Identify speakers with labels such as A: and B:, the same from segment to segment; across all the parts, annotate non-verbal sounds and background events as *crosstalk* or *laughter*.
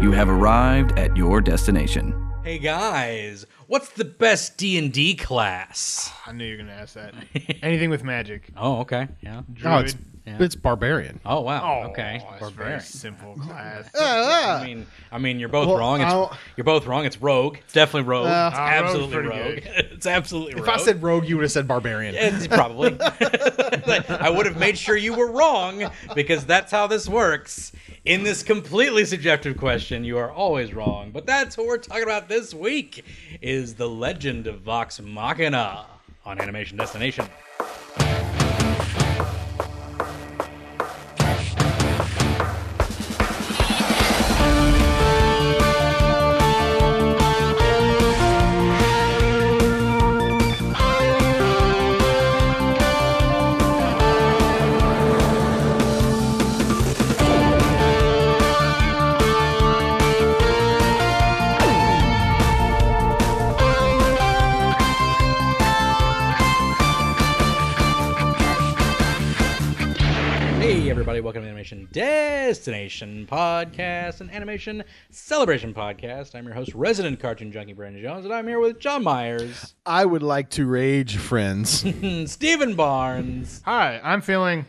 A: You have arrived at your destination.
B: Hey guys, what's the best D and D class?
C: I knew you were gonna
B: *laughs*
C: ask that. Anything with magic?
B: Oh, okay, yeah.
D: No, it's
C: Druid.
D: it's barbarian.
B: Oh wow,
C: Oh,
B: okay.
C: it's
B: Barbarian.
C: very *laughs* simple class.
D: Uh,
B: I mean, I mean, you're both
D: Well,
B: wrong.
D: I
B: It's,
D: don't-
B: you're both wrong. It's rogue. It's definitely rogue.
D: Uh,
B: it's
C: uh,
B: absolutely
C: rogue's
B: rogue. *laughs*
C: pretty
B: it's absolutely
D: if
B: rogue.
D: I said rogue, you would have said barbarian.
B: It's *laughs* probably. I would have made sure you were wrong because that's how this works. In this completely subjective question, you are always wrong. But that's what we're talking about this week is the legend of Vox Machina on Animation Destination. Hey everybody, welcome to Animation Destination Podcast, an animation celebration podcast. I'm your host, resident cartoon junkie Brandon Jones, and I'm here with John Myers,
D: I would like to rage, friends.
B: Stephen Barnes. *laughs*
C: Hi, I'm feeling.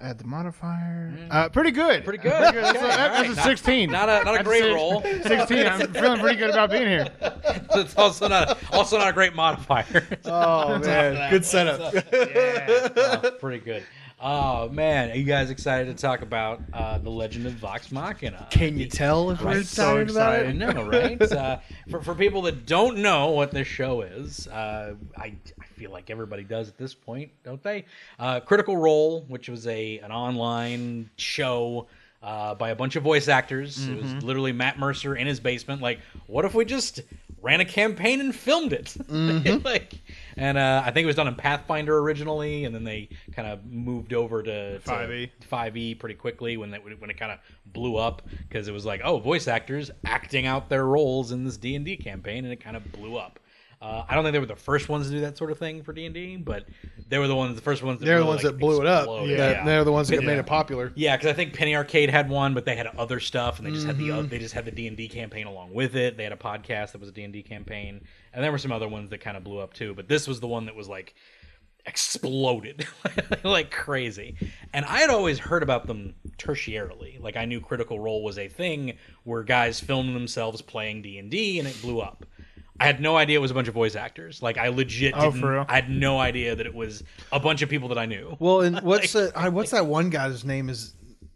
C: Add the modifier. Uh, pretty good.
B: Mm. Pretty good.
C: That's,
B: Okay,
C: a, that-
B: all
C: that's
B: right.
C: a 16.
B: Not a not a
C: That's
B: great
C: six- *laughs*
B: roll.
C: 16. I'm feeling pretty good about being here.
B: *laughs* it's also not also not a great modifier.
D: *laughs*
B: *laughs*
D: oh man, good setup.
B: Uh, pretty good. Oh man, are you guys excited to talk about uh, the Legend of Vox Machina?
D: Can you tell if we're
B: I'm
C: so
D: excited about
B: I
D: it?
C: excited.
B: know, right?
D: *laughs*
B: uh, for, for people that don't know what this show is, uh, I, I feel like everybody does at this point, don't they? Uh, Critical Role, which was a an online show uh, by a bunch of voice actors. It
D: Mm-hmm.
B: was literally Matt Mercer in his basement. Like, what if we just ran a campaign and filmed it? *laughs*
D: Mm-hmm.
B: like, and uh, I think it was done in Pathfinder originally, and then they kind of moved over to to
D: E.
C: 5e.
B: 5e E pretty quickly when that when it kind of blew up because it was like oh voice actors acting out their roles in this d&d campaign and it kind of blew up uh, i don't think they were the first ones to do that sort of thing for d&d but they were the ones the first ones that
D: They're the
B: really,
D: ones
B: like,
D: that blew it up.
B: exploded.
D: That-
B: yeah
D: They're the ones that made it popular.
B: yeah, because I think Penny Arcade had one, but they had other stuff, and they just had the
C: Mm-hmm.
B: oth- they just had the D and D campaign along with it. They had a podcast that was a D and D campaign, and there were some other ones that kind of blew up too. But this was the one that was like exploded *laughs* like crazy. And I had always heard about them tertiarily. Like I knew Critical Role was a thing where guys filmed themselves playing D and D, and it blew up. I had no idea it was a bunch of voice actors. Like I legit,
C: Oh,
B: didn't,
C: for real?
B: I had no idea that it was a bunch of people that I knew.
D: Well, and what's that? I, what's that one guy's name? Is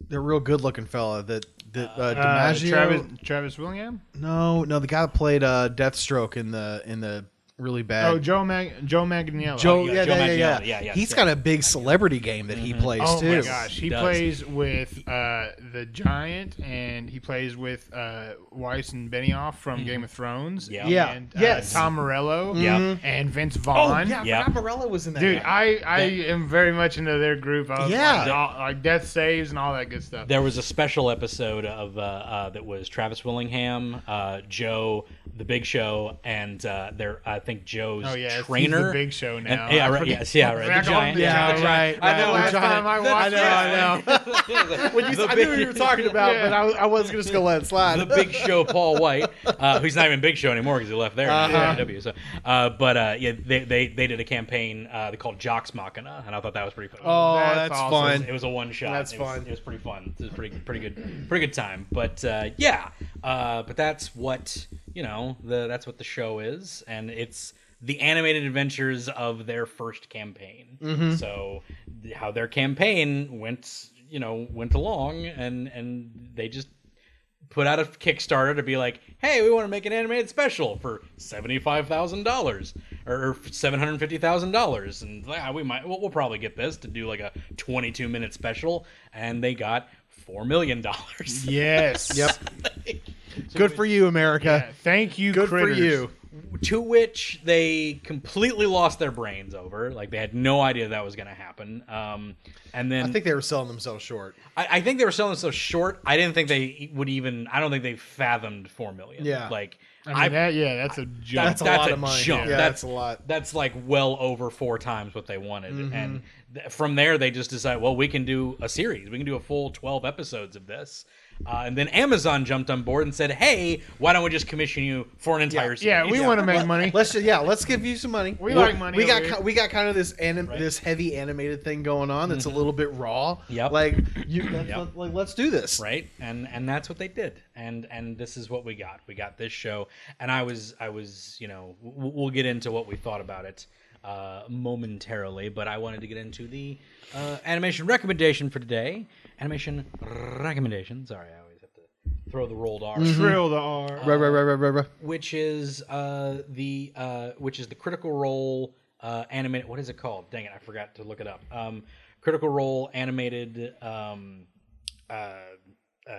D: the real good-looking fella that that uh,
C: Uh,
D: DiMaggio?
C: Travis, Travis Willingham?
D: No, no, the guy that played uh, Deathstroke in the in the really bad.
C: Oh, Joe Mag- Joe Manganiello.
D: Joe,
B: yeah,
D: yeah,
B: Joe
D: yeah, yeah,
B: Manganiello.
D: yeah,
B: Yeah, yeah,
D: He's
B: yeah.
D: got a big celebrity game that he plays
C: Oh
D: too.
C: my gosh, he
B: does.
C: plays with uh, the Giant, and he plays with uh, Weiss and Benioff from Game of Thrones.
B: Mm-hmm. Yeah.
D: Yeah.
C: and, uh,
D: Yes.
C: Tom Morello.
B: Yeah.
C: and Vince
D: Oh
C: Vaughn.
D: yeah,
B: Yeah.
D: yeah. Morella was in that.
C: Dude,
D: game.
C: I, I am very much into their group. I was
D: Yeah.
C: like, all- like death saves and all that good stuff.
B: There was a special episode of uh, uh, that was Travis Willingham, uh, Joe, The Big Show, and uh, their I think Joe's
C: Oh yeah, it's- he's
B: trainer.
C: the Big Show
B: And-
C: now.
B: yeah,
C: I
B: right.
C: forget-
B: Yes, yeah, right.
C: Back
B: the
C: on
B: giant.
C: the
B: yeah,
C: Giant.
B: the giant.
D: right,
B: I know.
D: right.
B: Last
C: Last
D: Giant.
C: time I watched
B: I know. I know.
D: When
B: *laughs*
D: you-
B: The
D: *laughs* I
B: big-
D: knew what you were talking about,
C: Yeah.
D: but I, I was just gonna let it slide.
B: the Big Show Paul White, uh, who's not even Big Show anymore because he left there. and
D: Uh-huh.
B: now he's in AEW, so, uh, but uh, yeah, they, they they did a campaign uh, they called Jocks Machina, and I thought that was pretty fun.
D: *laughs* oh,
C: That's
D: that's,
C: awesome.
D: fun.
B: It was a one shot.
D: That's
B: it was,
D: fun.
B: It was pretty fun. It was pretty pretty good pretty good time. But uh, yeah, uh, but that's what you know. The that's what the show is, and it's the animated adventures of their first campaign. So th- how their campaign went, you know, went along, and and they just put out a Kickstarter to be like, hey, we want to make an animated special for seventy five thousand dollars or seven hundred fifty thousand dollars, and ah, we might we'll, we'll probably get this to do like a twenty two minute special, and they got four million dollars.
C: Yes.
D: *laughs* Yep. Good for you, America.
C: Thank you.
D: Good
C: critters.
D: for you.
B: to which they completely lost their brains over, like they had no idea that was going to happen. Um, and then
D: I think they were selling themselves short.
B: I, I think they were selling so short. I didn't think they would even. I don't think they fathomed four million.
D: Yeah.
B: like
C: I mean, that, yeah, that's a joke.
D: That's a
B: That's
D: lot
B: a
D: of money.
B: jump.
D: Yeah,
B: That's-
D: that's, a lot. Mm-hmm.
B: that's like well over four times what they wanted and th- from there they just decide, well, we can do a series. We can do a full 12 episodes of this. Uh, and then Amazon jumped on board and said, "Hey, why don't we just commission you for an entire series?"
C: Yeah, we want to make money.
D: Let's ju- yeah, let's give you some money.
C: We like money
D: We got
C: over here.
D: ki- we got kind of this anim- this heavy animated thing going on that's a little bit raw.
B: Yep.
D: Like you, let's,
B: Yep.
D: let, like let's do this.
B: right and and that's what they did and and this is what we got we got this show and i was i was you know w- we'll get into what we thought about it uh momentarily but i wanted to get into the uh animation recommendation for today animation recommendation sorry i always have to throw the rolled r
C: Drill the R.
D: Right, right, right, right, right, right.
B: which is uh the uh which is the critical role uh animated what is it called dang it i forgot to look it up um critical role animated um uh, uh,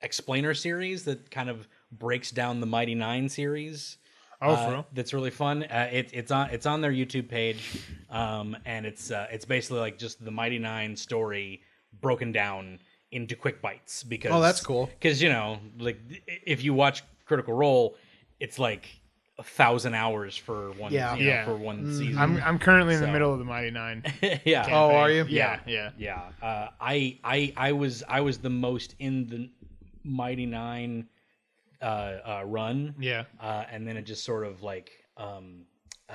B: explainer series that kind of breaks down the Mighty Nine series.
C: Oh,
B: uh,
C: for real?
B: that's really fun. Uh, it, it's on it's on their YouTube page, um, and it's uh, it's basically like just the Mighty Nine story broken down into quick bites. Because
D: Oh, that's cool.
B: Because you know, like i- if you watch Critical Role, it's like a thousand hours for one.
D: Yeah. Mm,
B: you know,
C: Yeah.
B: for one season.
C: I'm I'm currently in the
B: So.
C: middle of the Mighty Nine.
B: *laughs* yeah.
D: *laughs* Oh, are you?
C: Yeah, yeah.
B: Yeah, uh, I, I, I was, I was the most in the Mighty Nine uh, uh, run.
C: Yeah.
B: uh, and then it just sort of like, um, uh,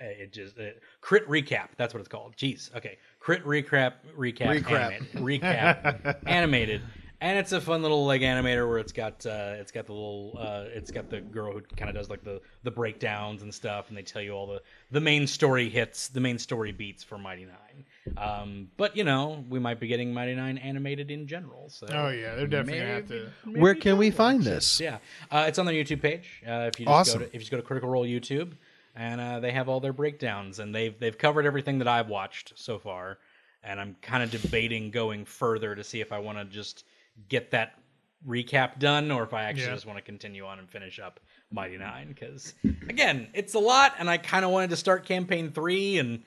B: it just uh, crit recap. That's what it's called. Jeez, okay, crit recap, recap,
D: Recrap.
B: animated,
C: *laughs*
B: recap, animated. And it's a fun little like animator where it's got uh, it's got the little uh, it's got the girl who kind of does like the the breakdowns and stuff, and they tell you all the the main story hits, the main story beats for Mighty Nine. Um, but you know, we might be getting Mighty Nine animated in general. So
C: Oh yeah, they're definitely gonna have
B: Maybe-
C: to.
D: Where can we find this?
B: yeah, uh, it's on their YouTube page. Uh, if you just
D: Awesome.
B: go to, if you just go to Critical Role YouTube, and uh, they have all their breakdowns, and they've they've covered everything that I've watched so far, and I'm kind of debating going further to see if I want to just get that recap done or if I actually
C: Yeah.
B: just want to continue on and finish up Mighty Nine because again, it's a lot, and I kind of wanted to start campaign three and.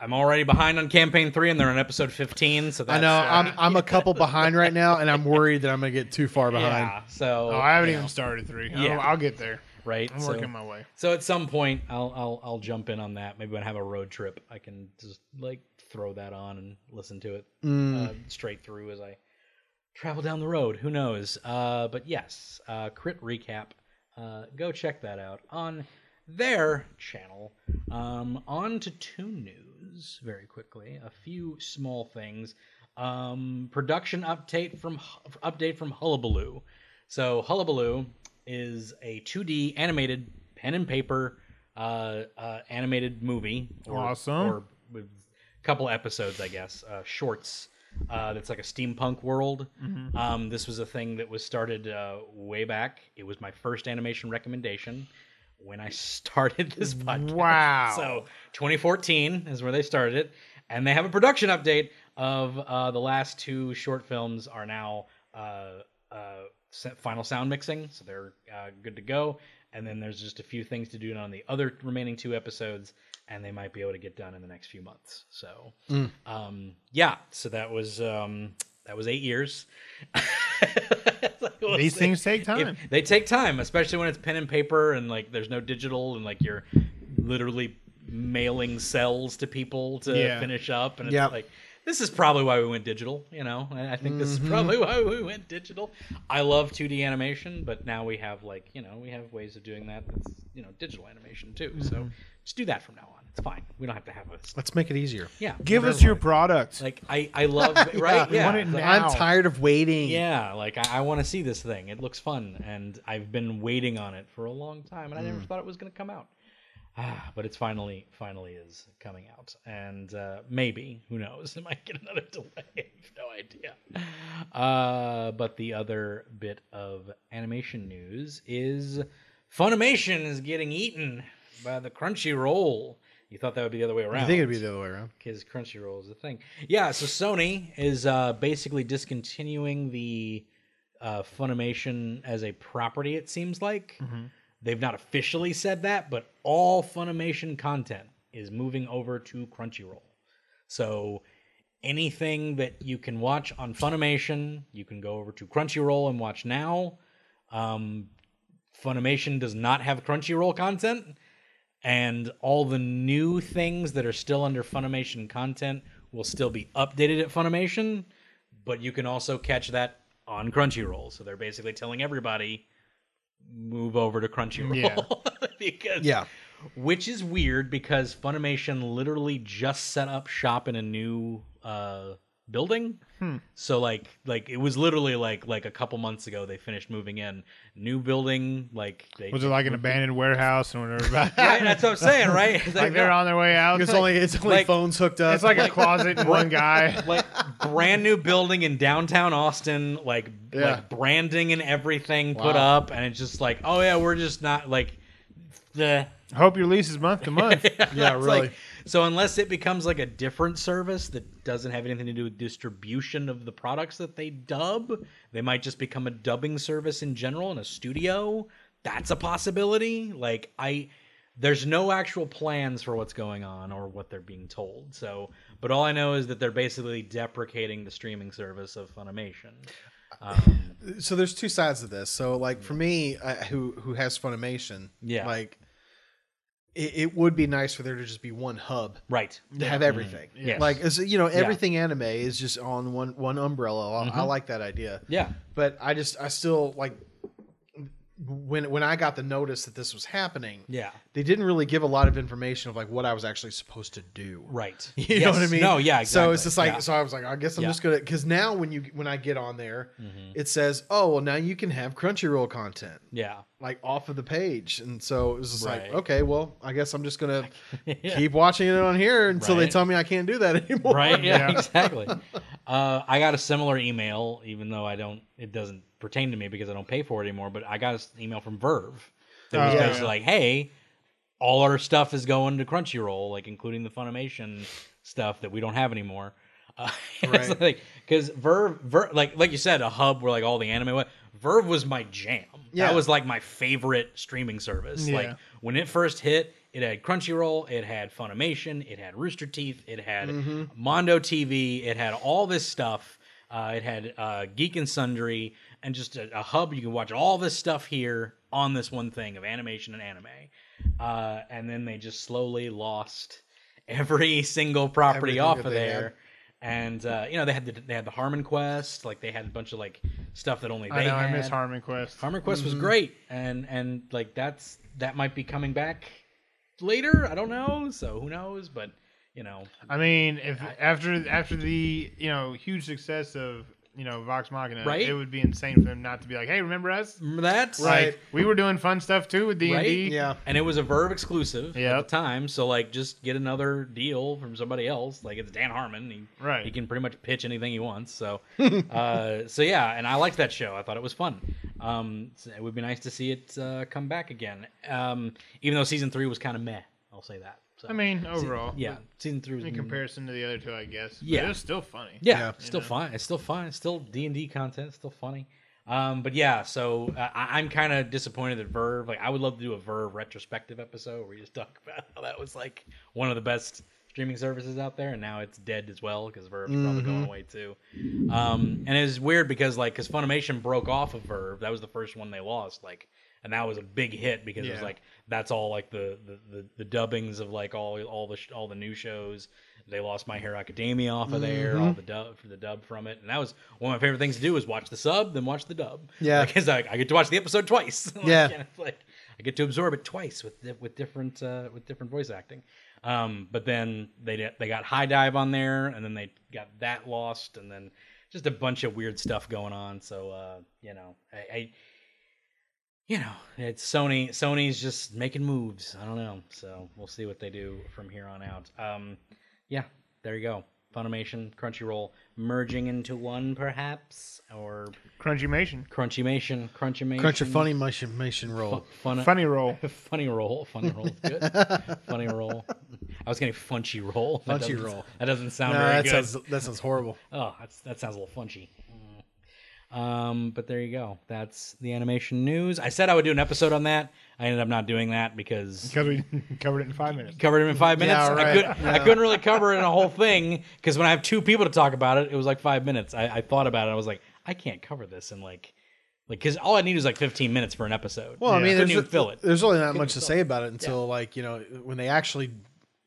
B: I'm already behind on campaign three, and they're on episode 15. So that's,
D: I know.
B: uh,
D: I'm I'm a
C: *laughs*
D: couple behind right now, and I'm worried that I'm gonna get too far behind.
B: yeah. So
C: Oh, I haven't
B: you know,
C: even started three.
B: Yeah.
C: I'll, I'll get there.
B: right.
C: I'm
B: so-
C: working my way.
B: So at some point, I'll I'll I'll jump in on that. Maybe when I have a road trip, I can just like throw that on and listen to it uh, straight through as I travel down the road. Who knows? Uh, but yes, uh, crit recap. Uh, go check that out on their channel. Um, on to Toon News very quickly. A few small things. Um, production update from update from Hullabaloo. So Hullabaloo is a 2D animated pen and paper uh, uh, animated movie. Or,
C: Awesome.
B: Or with a couple episodes, I guess, uh, shorts. Uh, that's like a steampunk world. Um, this was a thing that was started uh, way back. It was my first animation recommendation when I *laughs* started this podcast.
C: Wow.
B: So 2014 is where they started it, and they have a production update of uh, the last two short films are now uh, uh, se- final sound mixing, so they're uh, good to go. And then there's just a few things to do on the other remaining two episodes, and they might be able to get done in the next few months. So,
C: Mm.
B: um, yeah, so that was um, that was eight years. *laughs*
C: These things take
B: If-
C: time.
B: they take time, especially when it's pen and paper and like there's no digital and like you're literally mailing cells to people to
C: Yeah.
B: finish up and it's
D: Yep.
B: like this is probably why we went digital, you know. I I think this is
C: Mm-hmm.
B: probably why we went digital. I love 2D animation, but now we have like, you know, we have ways of doing that that's, you know, digital animation too.
C: Mm-hmm.
B: So just do that from now on. It's fine. We don't have to have a
D: Let's make it easier.
B: Yeah.
C: Give us your product.
B: like I I
C: *laughs*
B: love right?
C: we want it
B: like-
C: now.
D: I'm tired of waiting.
B: yeah, like I, I want to see this thing. It looks fun, and I've been waiting on it for a long time, and I
D: Mm.
B: never thought it was going to come out. Ah, but it's finally, finally is coming out, and uh, maybe who knows? *laughs* It might get another delay. I have no idea. Uh, but the other bit of animation news is Funimation is getting eaten by the Crunchyroll. You thought that would be the other way around?
D: I think it'd be the other way around.
B: because Crunchyroll is a thing. Yeah, so Sony is uh, basically discontinuing the uh, Funimation as a property. It seems like they've not officially said that, but all Funimation content is moving over to Crunchyroll. So anything that you can watch on Funimation, you can go over to Crunchyroll and watch now. Um, Funimation does not have Crunchyroll content and all the new things that are still under Funimation content will still be updated at Funimation, but you can also catch that on Crunchyroll. So they're basically telling everybody move over to Crunchyroll *laughs* because
D: Yeah.
B: which is weird because Funimation literally just set up shop in a new uh, building.
C: Hmm.
B: So like like it was literally like like a couple months ago they finished moving in new building like they
C: Was it like an abandoned warehouse and whatever? *laughs*
B: right that's what I'm saying right It's
C: like they're on their way out.
D: It's only it's only
B: like-
D: phones hooked up.
C: it's like a closet and one guy.
B: like brand new building in downtown Austin, like
C: Yeah.
B: like branding and everything put
C: Wow.
B: up, and it's just like, oh yeah, we're just not like the
C: Hope your lease is month to
D: *laughs*
C: month.
D: yeah,
B: it's
D: really.
B: like- so unless it becomes like a different service that doesn't have anything to do with distribution of the products that they dub, they might just become a dubbing service in general in a studio. That's a possibility. Like I there's no actual plans for what's going on or what they're being told. So, but all I know is that they're basically deprecating the streaming service of Funimation.
D: *laughs*
B: Um,
D: so there's two sides of this. So like for me, uh, who who has Funimation,
B: Yeah.
D: like it, it would be nice for there to just be one hub
B: right.
D: to have everything.
B: Mm-hmm. Yes.
D: Like as you know, everything anime is just on one one umbrella. I, I like that idea.
B: Mm-hmm. Yeah.
D: but I just I still like when when I got the notice that this was happening.
B: Yeah.
D: They didn't really give a lot of information of like what I was actually supposed to do.
B: Right.
D: *laughs* You know
B: Yes.
D: what I mean?
B: No, yeah, exactly.
D: So it's just like
B: Yeah.
D: so I was like, I guess I'm
B: Yeah. Mm-hmm.
D: just gonna because now when you when I get on there, it says, oh well, now you can have Crunchyroll content
B: yeah.
D: like off of the page, and so it was just
B: Right.
D: like, okay, well, I guess I'm
B: *laughs*
D: just gonna keep watching it on here until
B: Right.
D: they tell me I can't do that *laughs* anymore.
B: right yeah,
C: Yeah.
B: exactly uh, i got a similar email even though i don't it doesn't pertain to me because i don't pay for it anymore but i got an email from verve that was
C: Oh, yeah.
B: basically like hey all our stuff is going to crunchyroll like including the funimation stuff that we don't have anymore *laughs* because
D: Right.
B: like, 'cause verve, verve like like you said a hub where like all the anime went verve was my jam
D: Yeah.
B: that was like my favorite streaming service
C: Yeah.
B: like when it first hit, it had Crunchyroll, it had Funimation, it had Rooster Teeth, it had
C: Mm-hmm.
B: Mondo TV, it had all this stuff. Uh, it had uh, Geek and Sundry, and just a, a hub you can watch all this stuff here on this one thing of animation and anime. Uh, and then they just slowly lost every single property
D: Everything
B: off
D: that
B: of
D: they
B: there.
D: had.
B: And uh, you know they had the they had the Harmon Quest, like they had a bunch of like stuff that only they
C: I know. I
B: had.
C: miss Harmon Quest.
B: Farmer Quest
C: Mm-hmm.
B: was great, and and like that's that might be coming back later. I don't know, so who knows? But you know,
C: I mean, if after after the you know huge success of you know Vox Machina,
B: Right?
C: it would be insane for them not to be like, hey, remember us?
B: remember that
D: Right.
C: Like we were doing fun stuff too with D and D.
B: Right? *laughs*
D: Yeah.
B: And it was a Verve exclusive at
C: Yep.
B: the time, so like just get another deal from somebody else. Like it's Dan Harmon, he,
C: Right.
B: He can pretty much pitch anything he wants. So,
C: *laughs*
B: uh, so yeah, and I liked that show. I thought it was fun. Um, so it would be nice to see it uh, come back again. Um, even though season three was kind of meh, I'll say that. So,
C: I mean, overall,
B: yeah, season three was
C: In comparison to the other two, I guess. But
B: Yeah.
C: it was still funny.
B: Yeah,
D: Mm-hmm. Yeah.
B: still fine. It's still fine. It's still D and D content. It's still funny. Um, but yeah, so uh, I, I'm kind of disappointed that Verve. Like, I would love to do a Verve retrospective episode where you just *laughs* talk about how that was like one of the best streaming services out there, and now it's dead as well because Verve's probably going away too. Um, and it's weird because like, because Funimation broke off of Verve, that was the first one they lost. Like, and that was a big hit because it was
C: Yeah.
B: like that's all like the the, the, the dubbings of like all all the sh- all the new shows. They lost My Hero Academia off of there, all the dub for the dub from it, and that was one of my favorite things to do is watch the sub, then watch the dub. *laughs*
D: Yeah.
B: because I, I get to watch the episode twice. *laughs* Like,
D: Yeah.
B: and it's like I get to absorb it twice with di- with different uh, with different voice acting. Um, but then they did, they got High Dive on there, and then they got that lost, and then just a bunch of weird stuff going on. So uh, you know, I, I you know, it's Sony. Sony's just making moves. I don't know, so we'll see what they do from here on out. Um, yeah, there you go. Funimation, Crunchyroll merging into one, perhaps, or
C: Crunchymation.
B: Crunchymation, Crunchymation,
D: Crunch your funny motion motion roll.
B: fun,
C: Funny roll.
B: *laughs* funny roll, funny roll, is
D: *laughs*
B: good, funny roll. I was getting funchy roll, That
D: Funchy
B: doesn't-
D: roll.
B: That doesn't sound
D: No,
B: very
D: that
B: good.
D: sounds that sounds horrible.
B: Oh, that's, that sounds a little funchy. Mm. Um, but there you go. That's the animation news. I said I would do an episode on that. I ended up not doing that because
C: Because we *laughs* covered it in five minutes.
B: covered it in five minutes. I,
D: right.
B: could, I couldn't really cover it in a whole thing because when I have two people to talk about it, it was like five minutes. I, I thought about it. I was like, I can't cover this in like. Like, because all I need is like 15 minutes for an episode.
D: Well, I mean,
B: couldn't
D: there's,
B: even fill it.
D: there's really not much to say about it until like you know when they actually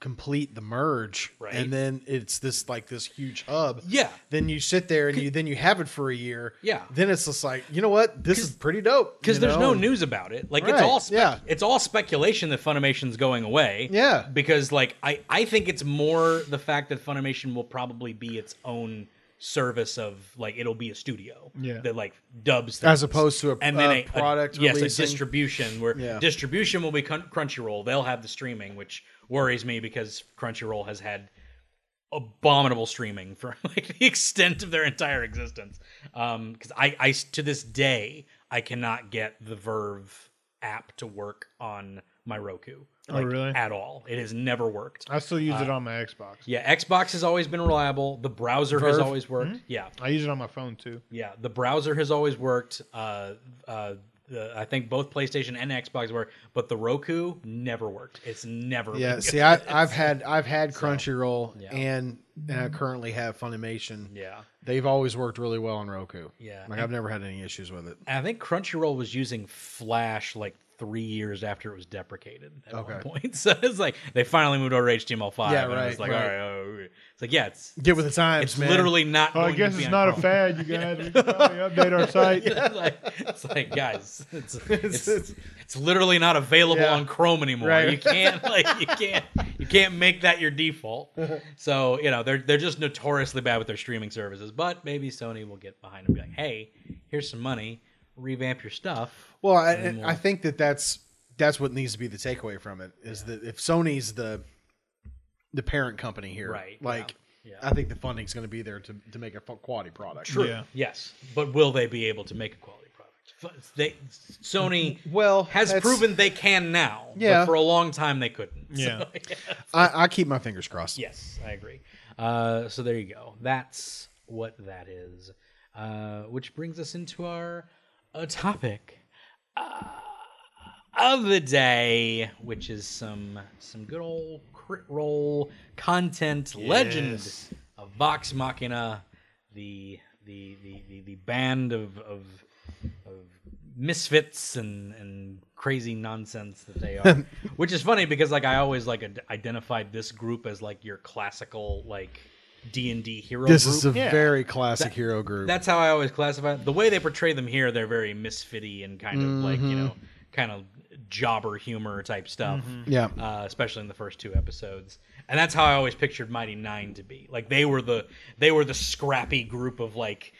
D: complete the merge,
B: Right.
D: And then it's this like this huge hub.
B: Yeah.
D: Then you sit there and you then you have it for a year.
B: Yeah.
D: Then it's just like you know what this is pretty dope
B: because
D: you
B: there's
D: know,
B: no
D: and-
B: news about it. Like it's
D: Right,
B: all spec-
D: yeah.
B: it's all speculation that Funimation's going away.
D: Yeah.
B: because like I I think it's more the fact that Funimation will probably be its own service of like it'll be a studio
C: Yeah.
B: that like dubs
D: As
B: things.
D: opposed to a-
B: and then
D: a
B: a, a-
D: product
B: yes
D: releasing.
B: a distribution where
D: Yeah.
B: distribution will be Crun- Crunchyroll they'll have the streaming which worries me because Crunchyroll has had abominable streaming for *laughs* like the extent of their entire existence. Um, because I, I to this day I cannot get the Verve app to work on my Roku.
C: Oh,
B: like,
C: really?
B: At all? It has never worked.
C: I still use it on my Xbox.
B: Yeah, Xbox has always been reliable. The browser has
D: Verve?
B: always
C: Hmm?
B: worked. Yeah,
C: I use it on my phone too.
B: yeah. The browser has always worked. Uh, uh. The, I think both PlayStation and Xbox work, but the Roku never worked. It's never *laughs*
D: Yeah,
B: been
D: see,
B: good.
D: I, I've had I've had Crunchyroll
B: yeah.
D: and, and I currently have Funimation.
B: yeah.
D: They've always worked really well on Roku.
B: Yeah.
D: like I've never had any issues with it.
B: And I think Crunchyroll was using Flash like three years after it was deprecated at one
D: Okay.
B: point. *laughs* So it's like they finally moved over to HTML5.
D: Yeah,
B: and
D: right,
B: It's like,
D: right.
B: all right, all right. It's like, yeah, it's,
D: Get with the times,
B: it's
D: man.
B: literally not.
C: Oh, I
B: going to
C: guess
B: be
C: it's
B: on
C: not a
B: Chrome.
C: fad, you guys. We should probably update our
B: *laughs*
C: site.
B: it's, like, it's like, guys, it's, it's, it's literally not available
D: Yeah.
B: on Chrome anymore.
D: Right.
B: You can't *laughs* like you can't you can't make that your default. So you know they're they're just notoriously bad with their streaming services. But maybe Sony will get behind and be like, hey, here's some money, revamp your stuff.
D: Well, I,
B: uh,
D: I think that that's that's what needs to be the takeaway from it is that if Sony's the the parent company here,
B: Right,
D: Like,
B: yeah, yeah.
D: I think the funding's going to be there to, to make a fu- quality product.
C: True. Yeah.
B: Yes, but will they be able to make a quality product? F- They Sony
D: Well,
B: has
D: that's-
B: proven they can now.
D: Yeah.
B: but for a long time they couldn't. So, *laughs*
C: Yeah.
D: I, I keep my fingers crossed.
B: yes, I agree. Uh, so there you go. That's what that is. Uh, which brings us into our uh, topic uh, of the day, which is some some good old crit roll content legend of Vox Machina, the the the the, the band of, of of misfits and and crazy nonsense that they are,
D: *laughs*
B: which is funny because like I always like ad- identified this group as like your classical like D and D hero.
D: This
B: group.
D: is a
C: Yeah.
D: very classic hero group.
B: That's how I always classify it. The way they portray them here, they're very misfitty and kind of like, you
D: Mm-hmm.
B: know, kind of jobber humor type stuff.
D: yeah.
B: Uh, especially in the first two episodes, and that's how I always pictured Mighty Nine to be. Like they were the they were the scrappy group of like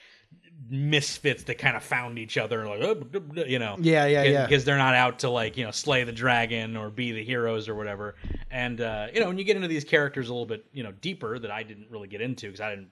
B: misfits that kind of found each other, like uh, you know,
D: Yeah, yeah, yeah.
B: because they're not out to like you know slay the dragon or be the heroes or whatever. And uh, you know, when you get into these characters a little bit, you know, deeper that I didn't really get into because I didn't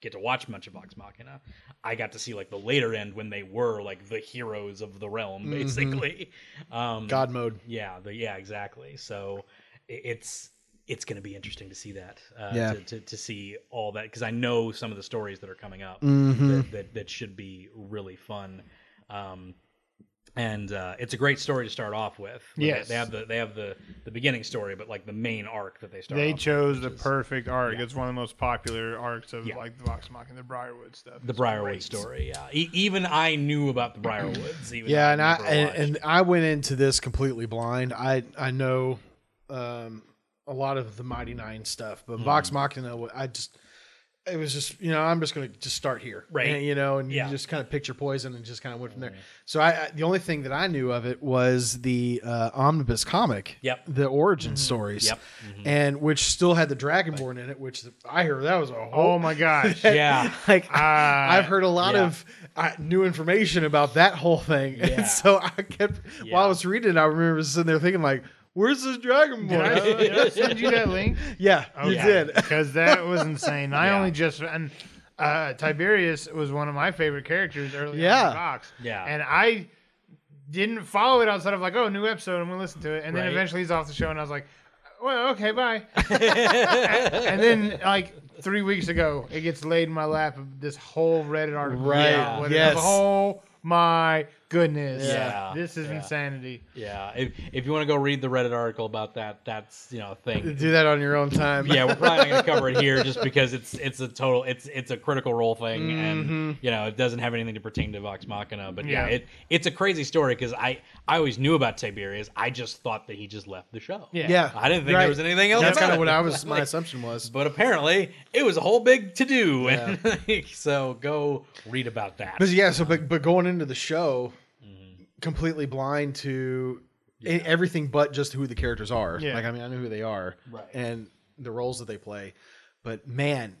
B: get to watch much of Vox Machina. I got to see like the later end when they were like the heroes of the
D: Mm-hmm.
B: realm, basically. Um,
D: God mode.
B: yeah, the, yeah, exactly. So i- it's it's going to be interesting to see that, uh,
D: Yeah.
B: to, to, to see all that because I know some of the stories that are coming up that, that that should be really fun. Um, and uh, it's a great story to start off with. Where they-
C: Yes.
B: they have the they have the the beginning story, but like the main arc that they start.
C: They
B: off
C: chose the
B: is-
C: perfect arc. It's one of the most popular arcs of
B: Yeah.
C: like the Vox Mach and the Briarwood stuff.
B: the
C: It's
B: Briarwood
C: great.
B: story. Yeah, e- even I knew about the Briarwoods. Even
D: Yeah,
B: though
D: and I
B: never watched.
D: and, and I went into this completely blind. I I know um, a lot of the Mighty Nine stuff, but Vox
B: Mm-hmm.
D: Machina, wa- I just it was just you know I'm just gonna just start here,
B: Right.
D: And, you know, and
B: Yeah. Mm-hmm.
D: you just kind of picked your poison and just kind of went from there. So I, I the only thing that I knew of it was the uh, omnibus comic,
B: Yep. Mm-hmm.
D: the origin stories,
B: Yep. Mm-hmm.
D: and which still had the Dragonborn in it, which the, I heard that was a whole *laughs*
C: Oh my
B: *laughs*
C: gosh.
B: yeah,
C: *laughs*
D: like
C: Ah,
D: I've heard a lot
B: yeah.
D: of uh, new information about that whole thing, *laughs*
B: Yeah.
D: and so I kept while
B: Yeah.
D: I was reading it, I remember sitting there thinking like, "Where's this Dragon
C: Did I,
D: Ball?"
C: did
D: *laughs*
C: I send *laughs* you that link?
D: yeah, you
B: Oh, yeah.
D: did. *laughs*
C: because that was insane.
B: *laughs*
C: I
B: Yeah.
C: only just and uh, Tiberius was one of my favorite characters early on
D: Yeah.
C: in Vox.
B: Yeah.
C: and I didn't follow it outside of like, oh, new episode. I'm gonna listen to it, and then
B: Right.
C: eventually he's off the show, and I was like, well, okay, bye.
B: *laughs*
C: and then like three weeks ago, it gets laid in my lap of this whole Reddit article.
D: Right.
C: about what it-
D: Yes.
C: Oh my goodness.
B: Yeah.
C: This is
B: Yeah.
C: insanity.
B: Yeah, if, if you want to go read the Reddit article about that, that's you know a thing.
D: Do that on your own time.
B: Yeah, we're probably not going to cover it here just because it's it's a total it's it's a critical role thing,
D: Mm-hmm.
B: and you know it doesn't have anything to pertain to Vox Machina. But yeah,
C: Yeah.
B: it it's a crazy story because I I always knew about Tiberius. I just thought that he just left the show.
C: Yeah.
D: Yeah.
B: I didn't think
C: Right.
B: there was anything else.
D: *laughs* That's
B: about
D: kind of
B: it.
D: what I was. My
B: *laughs* Like,
D: assumption was.
B: But apparently, it was a whole big to do, and like, *laughs* so go read about that.
D: But yeah, so but but going into the show,
B: Mm-hmm.
D: completely blind to e- everything but just who the characters are.
C: Yeah.
D: Like I mean, I know who they are,
B: Right.
D: and the roles that they play. But man,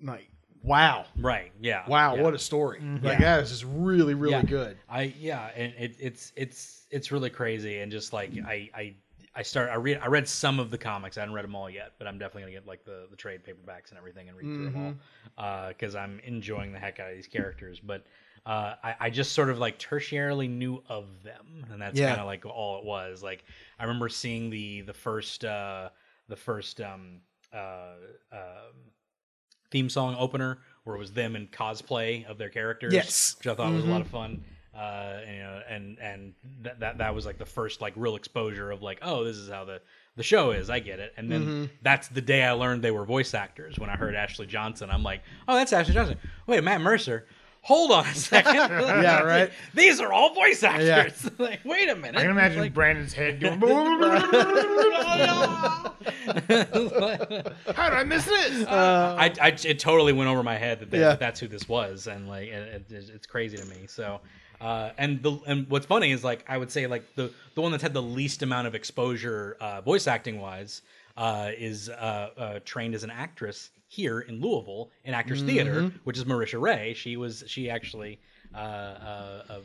D: like wow,
B: Right? Yeah.
D: wow,
B: Yeah.
D: what a story! Like that is just really, really
B: Yeah.
D: good.
B: I yeah, and it, it's it's it's really crazy, and just like I I I start I read I read some of the comics. I haven't read them all yet, but I'm definitely gonna get like the the trade paperbacks and everything and read through them
D: Mm-hmm.
B: all because I'm enjoying the heck out of these characters. But uh, I I just sort of like tertiarily knew of them, and that's
D: Yeah.
B: kind of like all it was. Like I remember seeing the the first uh the first um uh um theme song opener where it was them in cosplay of their characters.
D: Yes. Mm-hmm.
B: which I thought was a lot of fun. Uh, and, you know, and and that, that that was like the first like real exposure of like, oh, this is how the the show is. I get it. And then
C: Mm-hmm.
B: that's the day I learned they were voice actors. When I heard Ashley Johnson, I'm like, oh, that's Ashley Johnson. Wait, Matt Mercer. Hold on a *laughs* second. yeah,
D: right.
B: *laughs* These are all voice actors. *laughs* like, wait a minute.
C: I can imagine
B: Like,
C: Brandon's head going. How *laughs*
B: *laughs*
C: did I miss this?
B: I, I it totally went over my head that, they,
D: Yeah.
B: that that's who this was, and like it, it, it's crazy to me. So, uh, and the and what's funny is like I would say like the the one that's had the least amount of exposure uh, voice acting wise uh, is uh, uh, trained as an actress here in Louisville in Actors
D: Mm-hmm.
B: Theater, which is Marisha Ray. She was she actually. Uh, uh, uh,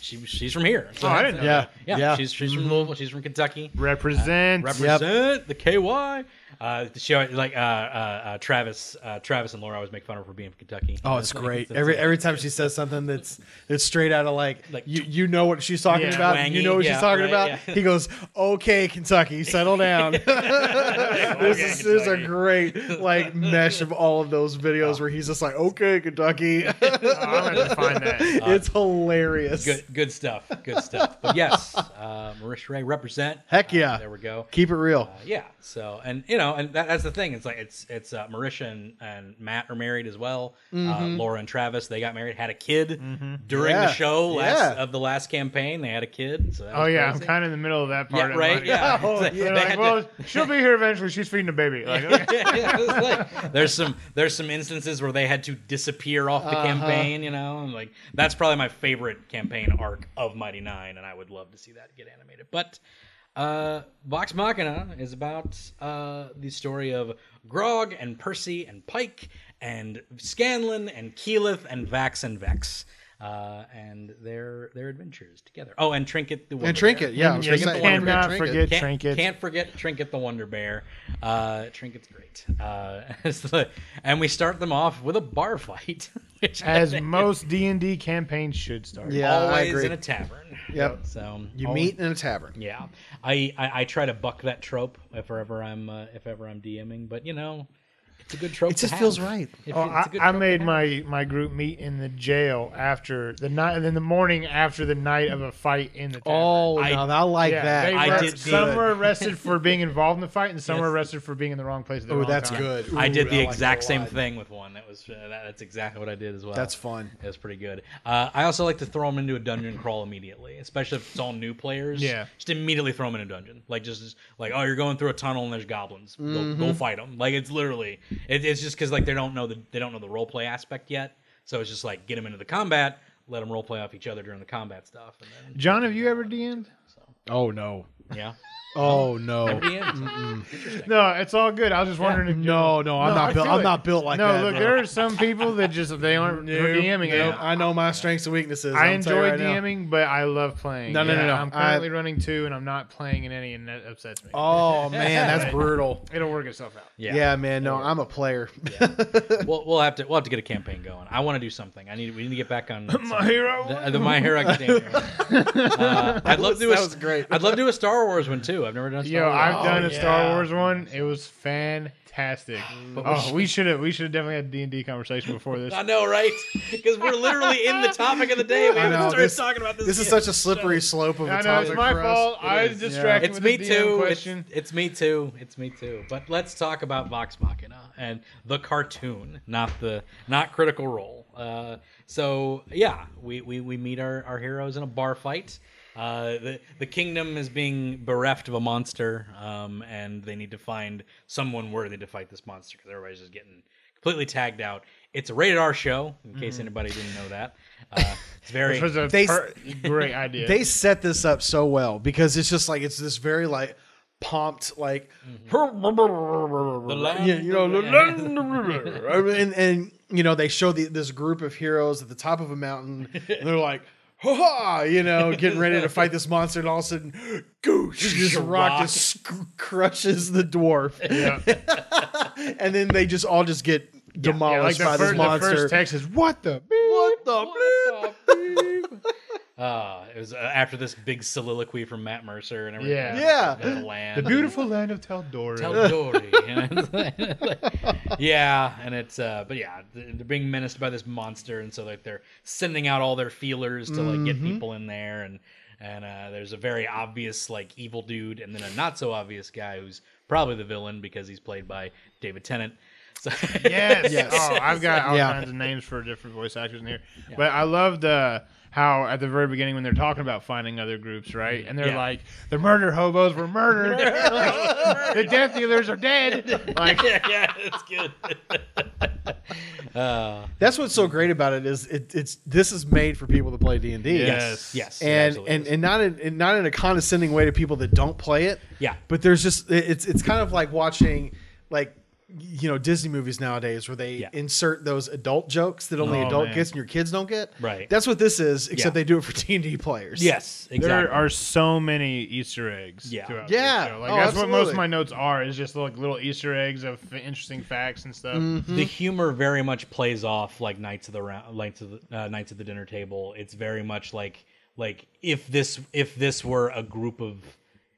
B: she, she's from here. So
C: Oh, I
B: that's-
C: didn't know
D: Yeah,
B: yeah,
D: yeah. Mm-hmm.
B: She's she's from Louisville. She's from Kentucky
C: Represent.
B: represent the KY. Uh, she always- like uh, uh, uh, Travis, uh, Travis and Laura always make fun of her for being from Kentucky.
D: Oh, it's great. Every every time she says something that's that's straight out of like,
B: Like
D: you you know what she's talking
C: Yeah.
D: about, and you
B: Twangy,
D: know what
B: yeah,
D: she's talking
B: right,
D: about.
B: yeah.
D: He goes, "Okay, Kentucky, settle
B: *laughs*
D: down." this is this is a great like mesh of all of those
B: Oh.
D: videos where he's just like, "Okay, Kentucky."
B: *laughs*
C: Oh, I'm gonna have to find
D: *laughs*
C: that.
D: it's hilarious.
B: Uh, good, good stuff, good stuff.
D: *laughs*
B: But yes, uh, Marisha Ray represent.
D: Heck
B: Uh,
D: yeah.
B: there we go.
D: Keep it real.
B: Uh, yeah. So and you know and that, that's the thing. It's like it's it's uh, Marisha and, and Matt are married as well. Uh, Laura and Travis they got married, had a kid during
D: Mm-hmm. Yeah.
B: the show last
D: Yeah.
B: of the last campaign. They had a kid. So that
C: Oh
B: was
C: yeah, I'm
B: crazy.
C: kind of in the middle of that
B: yeah
C: part. I'm
B: right
C: like,
D: *laughs*
B: yeah.
C: oh,
B: They
C: they're
B: had
C: like,
B: to-
C: well,
B: *laughs*
C: she'll be here eventually. She's feeding a baby. Like, okay.
B: yeah, *laughs* it's like, there's some there's some instances where they had to disappear off the
D: Uh-huh.
B: campaign, you know, and like that's probably my favorite campaign arc of Mighty Nine, and I would love to see that get animated. But uh, Vox Machina is about uh, the story of Grog and Percy and Pike and Scanlan and Keelith and Vax and Vex. Uh, and their their adventures together. Oh, and Trinket the Wonder
D: And Trinket,
B: Bear.
D: yeah, *laughs* I was
C: You
D: gonna
B: Trinket
D: say,
B: the
C: cannot
D: Trinket.
C: forget
B: can't,
C: trinkets.
B: Can't forget Trinket the Wonder Bear. Uh, Trinket's great. Uh, *laughs* it's the- and we start them off with a bar fight, *laughs* which
C: As *laughs* most D and D campaigns should start.
D: Yeah, uh, I
B: always
D: agree.
B: in a tavern.
D: Yep.
B: So
D: You
B: al-
D: meet in a tavern.
B: Yeah, I, I I try to buck that trope if ever I'm uh, if ever I'm DMing, but you know, it's a good trope.
D: It just
B: to
D: feels
B: have.
D: right.
B: It fe-
C: Oh,
B: it's a
C: I,
B: good
C: I
B: trope to
C: made
B: have.
C: my, my group meet in the jail after the night, and then the morning after the night of a fight in the tavern.
D: Oh,
B: I-
D: no, I like
C: Yeah,
D: that.
C: they
B: I
C: were-
B: did good.
C: Some were
B: *laughs*
C: arrested for being involved in the fight, and some were
B: Yes.
C: arrested for being in the wrong place at the
D: Oh,
C: wrong
D: that's
C: time.
D: good.
B: I
D: Ooh,
B: did the
D: like that a
B: exact same
D: lot.
B: thing with one. That was uh, that, that's exactly what I did as well.
D: That's fun.
B: It was pretty good. Uh, I also like to throw them into a dungeon crawl immediately, especially if it's all new players.
C: Yeah.
B: just immediately throw them in a dungeon. Like just, just like oh, you're going through a tunnel and there's goblins.
D: Mm-hmm.
B: Go, go fight them. Like it's literally it, it's just because like they don't know the they don't know the role play aspect yet. So it's just like get them into the combat, let them role play off each other during the combat stuff. And then,
C: John, have you ever DM'd?
D: Oh no.
B: yeah,
D: Oh no.
B: The end.
C: No, it's all good. I was just wondering if
D: No, no,
C: No, I
D: I'm not built.
C: feel
D: I'm
C: it.
D: not built like
C: no,
D: that.
C: look,
D: bro.
C: there are some people that just they aren't for DMing.
D: Nope.
B: eh?
C: I,
D: I know my strengths and weaknesses.
C: I
D: I'm
C: enjoy
D: telling you right now.
C: DMing, but I love playing.
D: No, no, no,
C: Yeah,
D: no.
C: I'm
D: I-
C: currently running two, and I'm not playing in any, and that upsets me. *laughs*
D: Oh man, that's brutal.
C: It'll work itself out.
D: Yeah, man. No, I'm a player. *laughs*
B: we'll, we'll have to we'll have to get a campaign going. I want to do something. I need we need to get back
C: *clears throat*
B: on
C: My hero.
D: *laughs*
B: the, the My Hero Academia. uh, I'd love to do a,
D: That was great.
B: I'd love to do a Star Star Wars one too. I've never done a Star
C: Yo,
B: Wars.
C: I've done a
D: yeah.
C: Star Wars one. It was fantastic.
B: But we
C: oh, we should have we should have definitely had D and D conversation before *laughs* this.
B: I know, right? Because we're literally in the topic of the day. We
D: I know,
B: haven't started
D: this-
B: talking about this.
D: This is
B: yet.
D: such a slippery slope of a
C: I know
D: topic
C: it's my
D: for us.
C: fault.
D: It
C: I
D: is,
C: was
D: yeah.
C: distracted
B: It's
C: with
B: me
C: the DM
B: too. It's,
C: question.
B: it's me too. It's me too. But let's talk about Vox Machina and the cartoon, not the not Critical Role. Uh, so yeah, we, we, we meet our, our heroes in a bar fight. Uh, the the kingdom is being bereft of a monster, um, and they need to find someone worthy to fight this monster because everybody's just getting completely tagged out. It's a rated R show, in case anybody didn't know
C: *laughs*
B: that. Uh, it's very
C: Which
B: *laughs*
C: Mm-hmm. was a
D: They-
C: per- *laughs* great idea.
D: They set this up so well because it's just like it's this very like pumped like
B: land-
D: yeah, you know,
C: *laughs*
D: and and you know they show the, this group of heroes at the top of
C: *laughs*
D: a mountain. And they're like, ha ha, you know, getting ready to fight this monster, and all of a sudden, goosh, just rock
B: rock.
D: just sc- crushes the dwarf, *laughs* and then they just all just get
C: yeah, like
D: demolished
C: the,
D: by
C: fir-
D: this
C: the
D: monster.
C: first text is what the
D: what the? *laughs* bleep?"
B: *laughs* Uh, it was uh, after this big soliloquy from Matt Mercer and everything.
C: Yeah.
B: about
D: Yeah.
B: The land.
C: the *laughs* beautiful land of *laughs* Tal'Dorei.
B: Tell Dory. And it's like- *laughs* yeah, and it's uh, but yeah, th- they're being menaced by this monster, and so like they're sending out all their feelers to like get people in there, and and uh, there's a very obvious like evil dude, and then a not so obvious guy who's probably the villain because he's played by David Tennant. So
C: Yes. Oh, I've got all
D: Yeah.
C: kinds of names for different voice actors in here. But I loved uh, how at the very beginning when they're talking about finding other groups, right? And they're
B: Yeah.
C: like, the murder hobos were murdered. the death dealers are dead.
B: *laughs*
C: Like,
B: yeah, yeah, it's good. *laughs* uh,
D: That's what's so great about it is it, it's this is made for people to play D and D.
C: Yes.
B: yes, it
D: and
B: absolutely
D: and,
B: is.
D: and not in and not in a condescending way to people that don't play it.
B: Yeah.
D: but there's just it- it's it's kind of like watching like you know Disney movies nowadays where they
B: Yeah.
D: insert those adult jokes that only
C: Oh,
D: adult
C: man.
D: gets and your kids don't get.
B: Right.
D: That's what this is, except
B: Yeah.
D: they do it for *laughs* D and D players.
B: yes, exactly.
C: There are so many Easter eggs.
B: Yeah.
C: throughout
D: Yeah.
C: this show. Like
D: Oh,
C: that's what most
D: absolutely.
C: of my notes are. Is just like little Easter eggs of f- interesting facts and stuff.
B: the
D: hmm?
B: humor very much plays off like Knights of the Round, Knights of the uh, Knights of the Dinner Table. It's very much like like if this if this were a group of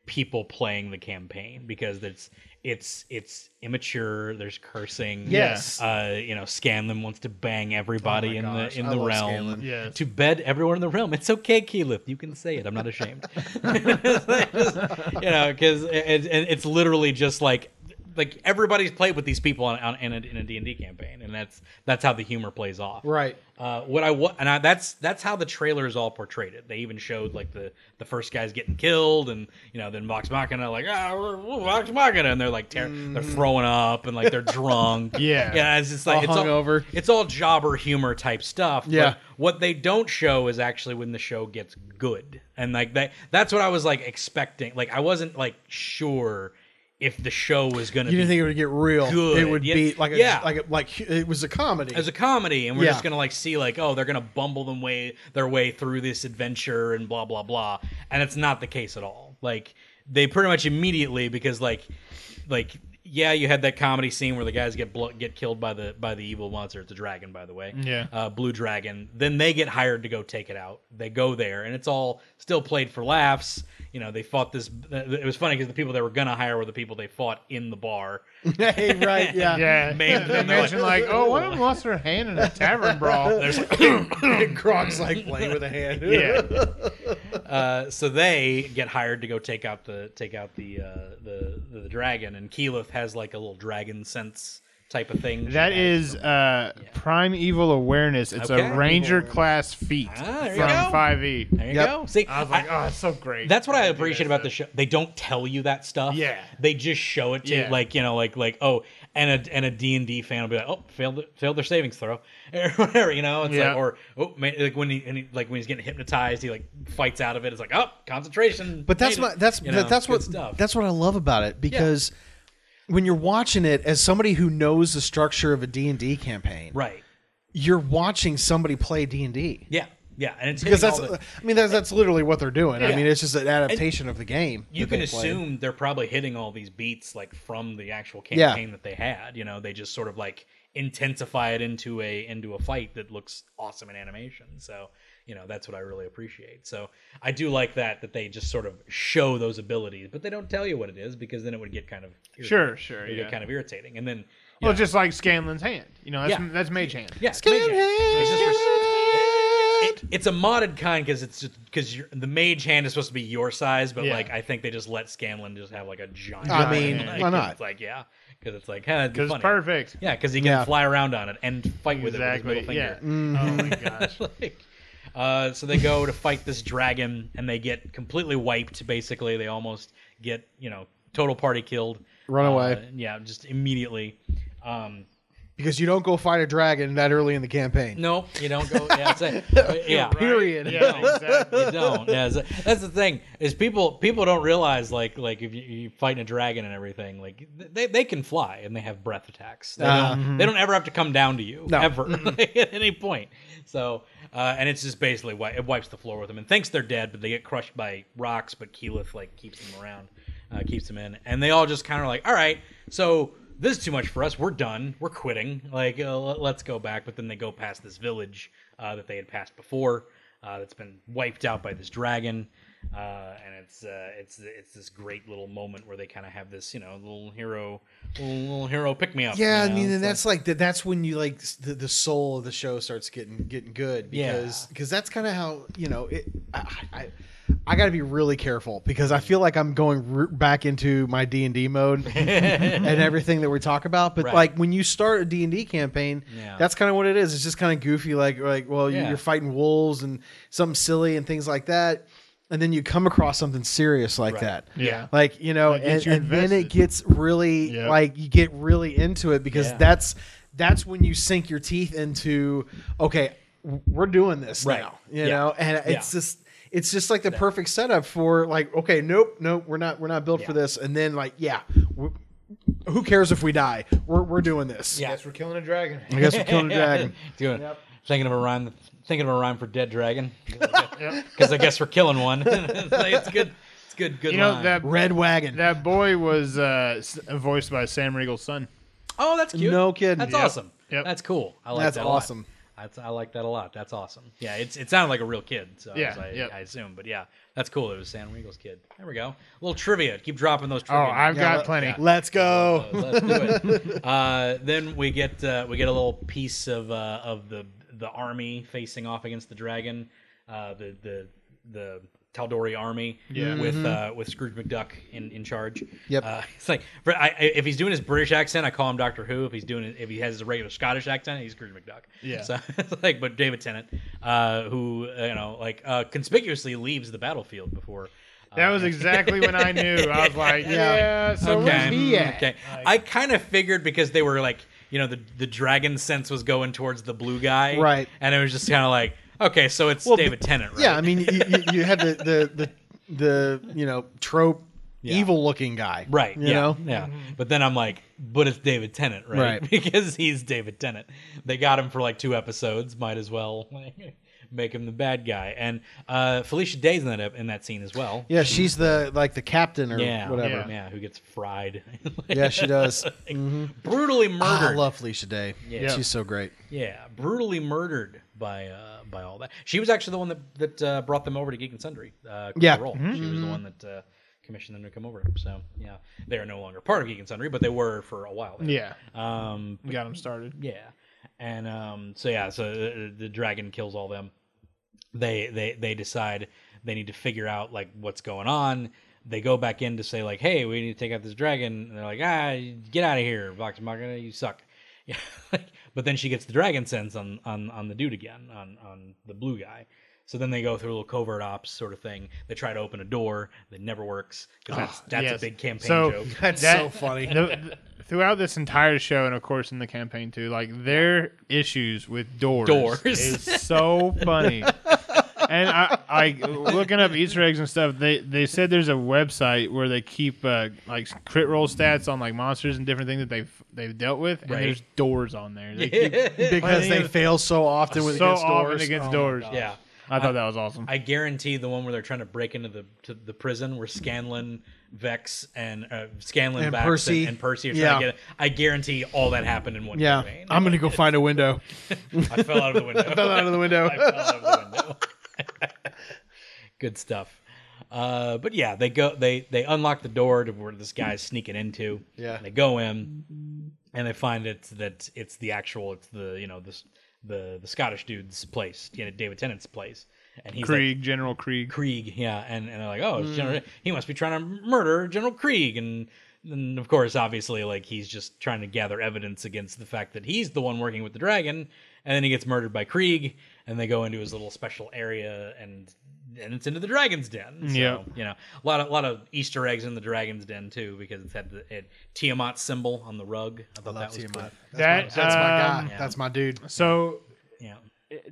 B: people playing the campaign because it's it's it's immature. There's cursing.
D: Yes. Oh
B: Uh, you know, Scanlan wants to bang everybody in
D: gosh,
B: the in
D: I
B: the
D: love
B: realm.
D: Scanlan.
C: Yes.
B: To bed everyone in the realm. It's okay, Keyleth. You can say it. I'm not ashamed. *laughs* Just, you know, because it, it, it's literally just like like everybody's played with these people on, on in a- in a D and D campaign, and that's that's how the humor plays off.
D: Right.
B: Uh, what I wa- and I, that's that's how the trailer is all portrayed. It. They even showed like the the first guy's getting killed, and you know then Vox Machina like ah we're, we're Vox Machina, and they're like tear they're throwing up and
D: *laughs*
B: like they're drunk.
C: Yeah.
B: yeah. It's just like
D: Mm. All
B: it's
D: hungover.
B: It's all jobber humor type stuff. but
D: Yeah.
B: what they don't show is actually when the show gets good, and like that that's what I was like expecting. Like I wasn't like sure if the show was gonna be
D: You didn't think it would get real.
B: Good.
D: It would
B: Yeah.
D: be like a,
B: Yeah.
D: like a, like it was a comedy.
B: as a *laughs* comedy, and we're
D: Yeah.
B: just gonna like see like, oh, they're gonna bumble them way their way through this adventure and blah blah blah, and it's not the case at all. Like they pretty much immediately because like, like yeah, you had that comedy scene where the guys get blo- get killed by the by the evil monster. It's a dragon, by the way.
C: Yeah.
B: uh, blue dragon. Then they get hired to go take it out. They go there, and it's all still played for laughs. You know, they fought this. It was funny because the people they were gonna hire were the people they fought in the bar.
D: *laughs* hey, right? Yeah. *laughs*
C: Yeah,
B: Maimed
C: they
B: them, they're
C: mentioned like, oh, one of them lost their hand in a tavern brawl. There's
D: And Grog's like playing with a hand.
C: yeah,
B: Uh, so they get hired to go take out the take out the uh, the, the dragon, and Keyleth has like a little dragon sense type of thing.
C: that is uh, prime evil awareness. It's
B: Okay.
C: a ranger class feat
B: Ah, there you go.
C: from Five E.
B: there you
D: Yep.
B: go. See,
C: I was
B: I-
C: like, oh, it's so great.
B: That's what I
C: They do that
B: appreciate about the
C: stuff.
B: show. They don't tell you that stuff.
C: Yeah.
B: They just show it to you,
C: Yeah.
B: like you know, like like oh, and a and a D and D fan will be like, oh, failed failed their savings throw, *laughs* or whatever, you know. It's
C: Yeah.
B: like or oh, man, like when he, and he like when he's getting hypnotized, he like fights out of it. It's like oh, concentration.
D: *laughs* But that's
B: made
D: my
B: it,"
D: that's
B: you know,
D: that's
B: good
D: what
B: stuff.
D: that's what I love about it because when you're watching it as somebody who knows the structure of a D&D campaign,
B: right.
D: you're watching somebody play D&D.
B: Yeah. Yeah, and it's
D: Because
B: hitting
D: that's
B: all the-
D: I mean that's, that's literally what they're doing. I
B: Yeah.
D: mean it's just an adaptation of the game.
B: you
D: that
B: can
D: they played.
B: assume they're probably hitting all these beats like from the actual
D: Yeah.
B: campaign that they had you know they just sort of like intensify it into a into a fight that looks awesome in animation. So you know that's what I really appreciate. So I do like that that they just sort of show those abilities, but they don't tell you what it is because then it would get kind of
C: Sure, sure,
B: it'd
C: yeah.
B: get kind of irritating. And then
C: Well, just like Scanlan's hand. You know, that's
B: Yeah.
C: that's mage hand.
B: yeah, it's mage hand. It's just for- it- it's a modded kind because it's because the mage hand is supposed to be your size, but
C: Yeah.
B: like I think they just let Scanlan just have like a giant.
D: I
C: Giant
D: mean,
C: hand.
B: like, *laughs*
D: why not?
B: It's like yeah, because it's like huh,
C: Because
B: because
C: it's perfect.
B: Yeah, because he can
D: Yeah.
B: fly around on it and fight with
C: Exactly.
B: it with his
C: Yeah.
B: middle finger.
C: Oh
B: *laughs*
C: my gosh.
B: Like, uh, so they go to fight this dragon and they get completely wiped. Basically, they almost get you know total party killed.
D: Run away.
B: Uh, yeah, just immediately. Um,
D: because you don't go fight a dragon that early in the campaign.
B: no, you don't go. Yeah, that's
C: *laughs*
B: it. yeah.
D: Period.
C: Yeah,
B: *laughs*
C: exactly.
B: you don't. Yeah, so that's the thing is people people don't realize like like if you, you fighting a dragon and everything like they, they can fly and they have breath attacks. They, don't, they don't ever have to come down to you
D: No.
B: ever *laughs* at any point. So uh, and it's just basically wi- it wipes the floor with them and thinks they're dead, but they get crushed by rocks. But Keyleth like keeps them around, uh, keeps them in, and they all just kind of like all right, so. This is too much for us. We're done. We're quitting. Like, uh, let- let's go back. But then they go past this village uh, that they had passed before, uh, that's been wiped out by this dragon. Uh, and it's uh, it's it's this great little moment where they kind of have this you know little hero little, little hero pick me up.
D: *laughs*
B: you
D: Yeah, I
B: know?
D: mean,
B: It's
D: and that's like the, that's when you like s- the, the soul of the show starts getting getting good
B: Yeah.
D: because because that's kind of how you know it. I I, I got to be really careful because I feel like I'm going r- back into my D and D
B: *laughs*
D: mode and everything that we talk about. But
B: Right.
D: like when you start a D and D campaign,
B: Yeah.
D: that's kind of what it is. It's just kind of goofy, like like well, you
B: Yeah.
D: you're fighting wolves and something silly and things like that. And then you come across something serious like
B: Right.
D: that,
C: Yeah.
D: Like you know,
C: That gets
D: and,
C: you
D: and then it
C: invested.
D: gets really
C: Yep.
D: like you get really into it because
B: Yeah.
D: that's that's when you sink your teeth into okay w- we're doing this
B: Right.
D: now you
B: Yeah.
D: know and it's
B: Yeah.
D: just it's just like the perfect setup for like okay nope nope we're not we're not built for
B: Yeah.
D: this and then like yeah w who cares if we die we're, we're doing this
B: Yeah.
C: Guess we're killing a dragon.
D: i guess
C: *laughs*
D: we're killing a dragon
B: *laughs* Doing- Thinking of a rhyme, thinking of a rhyme for dead
C: *laughs*
B: dragon, *laughs* because I guess we're killing one. *laughs* it's, like, it's good, it's good, good.
C: You know
B: line.
C: that
D: red wagon
C: that boy was uh, s- voiced by Sam Riegel's son.
B: Oh, that's cute.
D: No kidding.
B: That's
D: Yep.
B: awesome.
C: Yep.
B: That's cool. I like
D: That's
B: that a lot.
D: awesome.
B: That's I like that a lot. That's awesome. Yeah, it's it sounded like a real kid, so
C: Yeah,
B: as I,
C: yep.
B: I assume. But yeah, that's cool. It was Sam Riegel's kid. There we go. A little trivia. Keep dropping those
C: Oh,
B: trivia.
C: I've
D: Yeah,
C: got
D: let-
C: plenty.
D: let's go
B: Let's do it. *laughs* uh, then we get uh, we get a little piece of uh, of the the army facing off against the dragon, uh, the the the Taldori army
C: Yeah.
B: with uh, with Scrooge McDuck in, in charge.
D: Yep.
B: Uh, *laughs* it's like for, I, I- if he's doing his British accent, I call him Doctor Who. If he's doing it, if he has his regular Scottish accent, he's Scrooge McDuck.
C: Yeah.
B: So *laughs* it's like, but David Tennant, uh, who you know, like uh, conspicuously leaves the battlefield before. uh,
C: That was exactly when I knew. I was like, *laughs* yeah. so where's he at?
B: Mm, Okay. I kind of figured because they were like, you know, the the dragon sense was going towards the blue guy,
D: Right.
B: And it was just kind of like, okay, so it's
D: Well,
B: David Tennant, right?
D: yeah i mean you, you, you had the, the the the you know trope
B: Yeah.
D: evil looking guy
B: right.
D: you
B: yeah,
D: know
B: yeah. But then I'm like, but it's David Tennant, right? *laughs*
D: Right.
B: Because he's David Tennant. They got him for like two episodes. Might as well like, *laughs* make him the bad guy. And uh, Felicia Day's in that ep- in that scene as well.
D: Yeah, she's the like the captain or
B: Yeah,
D: whatever.
B: yeah, who gets fried, *laughs*
D: Yeah, she does. Mhm.
B: brutally
D: Ah, I
B: murdered.
D: love Felicia Day.
B: Yeah.
D: She's so great.
B: Yeah, brutally murdered by uh, by all that. She was actually the one that that uh, brought them over to Geek and Sundry. Uh,
D: Yeah.
B: Critical Role. she was the one that uh, commissioned them to come over. So yeah, they are no longer part of Geek and Sundry, but they were for a while. there.
C: Yeah,
B: Um.
C: got him started.
B: Yeah. And um. So yeah. So the, the dragon kills all them. They they they decide they need to figure out like what's going on. They go back in to say like, hey, we need to take out this dragon. And they're like, ah, get out of here, Vox Machina, you suck. *laughs* Yeah, like, but then she gets the dragon sense on on on the dude again, on on the blue guy. So then they go through a little covert ops sort of thing. They try to open a door that never works because that's that's
C: Ah,
B: a
C: yes.
B: big campaign
C: So- *laughs*
B: joke.
D: That's
C: That-
D: so funny.
C: The- the- throughout this entire show, and of course in the campaign too, like their issues with doors,
B: Doors.
C: is
B: *laughs*
C: so funny. and I, I looking up Easter eggs and stuff. They they said there's a website where they keep uh, like crit roll stats on like monsters and different things that they've they've dealt with, and
B: Right.
C: there's doors on there. They
B: *laughs*
C: keep
B: yeah.
D: Because they fail so often with
C: so
D: against
C: often
D: doors.
C: against
D: Oh.
C: doors.
B: Yeah.
C: I thought that was awesome.
B: I guarantee the one where they're trying to break into the to the prison where Scanlan, Vex, and uh, Scanlan,
D: And
B: Vex,
D: Percy.
B: and, and Percy are trying to
D: Yeah.
B: get. I guarantee all that happened in one.
D: Yeah,
B: movie.
D: I'm gonna go find
C: *laughs*
D: a window.
B: I fell out of the
D: *laughs*
B: window. I
D: fell out of the
B: *laughs*
D: window.
B: I fell out of the window. *laughs* Good stuff. Uh, but yeah, they go. They they unlock the door to where this guy's sneaking into.
D: Yeah.
B: they go in, and they find it that it's the actual, it's the you know this the the Scottish dude's place, you know, David Tennant's place, and he's like,
C: Krieg, General Krieg.
B: Krieg, yeah, and, and they're like,
C: Hmm.
B: oh, it's General, he must be trying to murder General Krieg, and and of course, obviously, like he's just trying to gather evidence against the fact that he's the one working with the dragon, and then he gets murdered by Krieg, and they go into his little special area, and and it's into the dragon's den. So,
C: Yeah.
B: you know, a lot of lot of Easter eggs in the dragon's den too, because it's had the it, Tiamat symbol on the rug. I thought that was cool.
D: That's,
C: That,
D: my, that's my
C: um,
D: guy. That's my dude.
C: So
B: Yeah,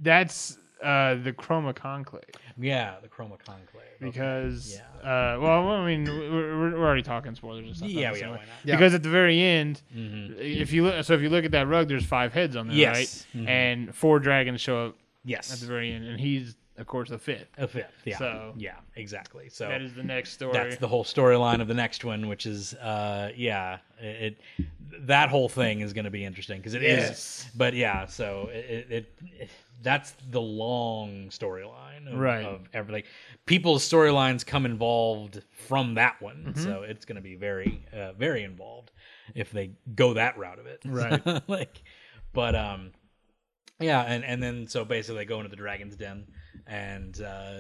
C: that's uh, the Chroma Conclave
B: yeah, the Chroma Conclave.
C: because, uh, well, I mean, we're, we're we're already talking spoilers. And stuff
B: Yeah,
C: so
B: yeah, why
C: much.
B: not?
D: Yeah.
C: Because at the very end, if you look, so if you look at that rug, there's five heads on there,
B: Yes. Mm-hmm.
C: right? And four dragons show up at
B: yes,
C: the very end, and he's of course the fifth.
B: a fifth. Yeah,
C: So-
B: yeah, exactly. So
C: That is the next story.
B: Oh. that's the whole storyline of the next one, which is, uh, yeah, it, it that whole thing is going to be interesting because it is.
C: Yes.
B: But yeah, so it, it, it that's the long storyline, of,
C: Right.
B: Of everything, people's storylines come involved from that one,
C: Mm-hmm.
B: so it's going to be very, uh, very involved if they go that route of it,
C: Right.
B: *laughs* like, but um, yeah, and, and then so basically they go into the dragon's den and uh,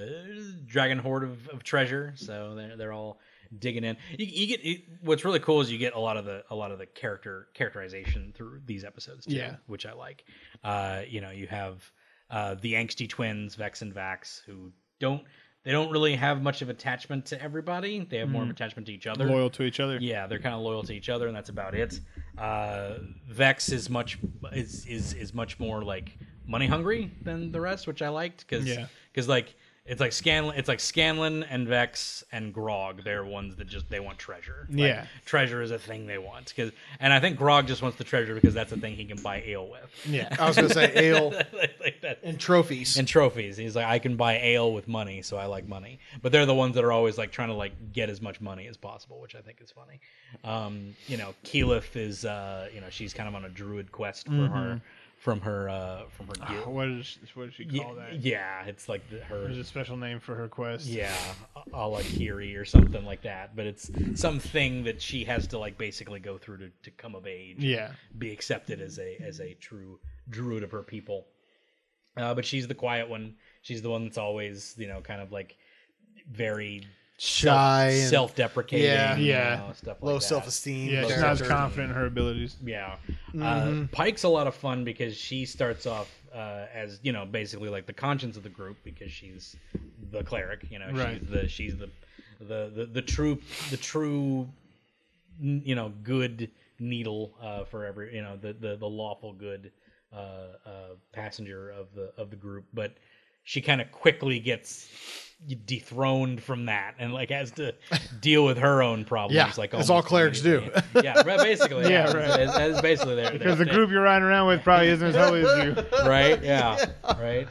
B: dragon horde of, of treasure. So they're they're all digging in. You, you get you, what's really cool is you get a lot of the a lot of the character characterization through these episodes too,
D: Yeah.
B: which I like. Uh, you know, you have uh, the angsty twins Vex and Vax who don't they don't really have much of attachment to everybody. They have more of attachment to each other.
C: loyal to each other.
B: Yeah, they're kind of loyal to each other, and that's about it. Uh, Vex is much is is is much more like money hungry than the rest, which I liked because
C: Yeah.
B: like it's like Scanlan it's like Scanlan and Vex and Grog. They're ones that just they want treasure. Like,
C: Yeah.
B: treasure is a thing they want 'cause- and I think Grog just wants the treasure because that's the thing he can buy ale with.
C: Yeah.
D: I was gonna say ale
B: like, like that
D: and trophies.
B: and trophies. He's like, I can buy ale with money, so I like money. But they're the ones that are always like trying to like get as much money as possible, which I think is funny. Um, you know, Keelith is, uh, you know, she's kind of on a druid quest from her, from her, uh, from her. guild.
C: *laughs* What is what does she
B: Ye-
C: call Oh, that?
B: yeah, it's like the, her.
C: There's a special name for her quest.
B: Yeah, Alakiri or something like that. But it's something that she has to like basically go through to, to come of age
C: Yeah.
B: be accepted as a as a true druid of her people. Uh, but she's the quiet one. She's the one that's always you know kind of like very
D: Shy and
B: self deprecating,
D: Yeah.
C: Yeah.
B: stuff like
D: low
B: that.
D: self esteem.
C: Yeah, she's not as confident in her abilities.
B: Yeah,
D: Mm-hmm.
B: uh, Pike's a lot of fun because she starts off uh, as you know basically like the conscience of the group because she's the cleric. You know,
C: Right.
B: she's the she's the the the, the true the true n- you know good needle uh, for every you know the the, the lawful good uh, uh, passenger of the of the group, but she kind of quickly gets dethroned from that and like has
D: *laughs*
B: to deal with her own problems.
D: Yeah,
B: like
D: that's all
B: almost
D: clerics do.
B: immediately. Yeah, right,
D: *laughs*
B: basically. yeah,
C: Yeah,
B: that's-
C: right.
B: That's, that's basically their
C: Because
B: their
C: the group you're riding around with probably isn't as holy as
B: *laughs*
C: you.
B: thing, right? Yeah,
C: *laughs*
B: right,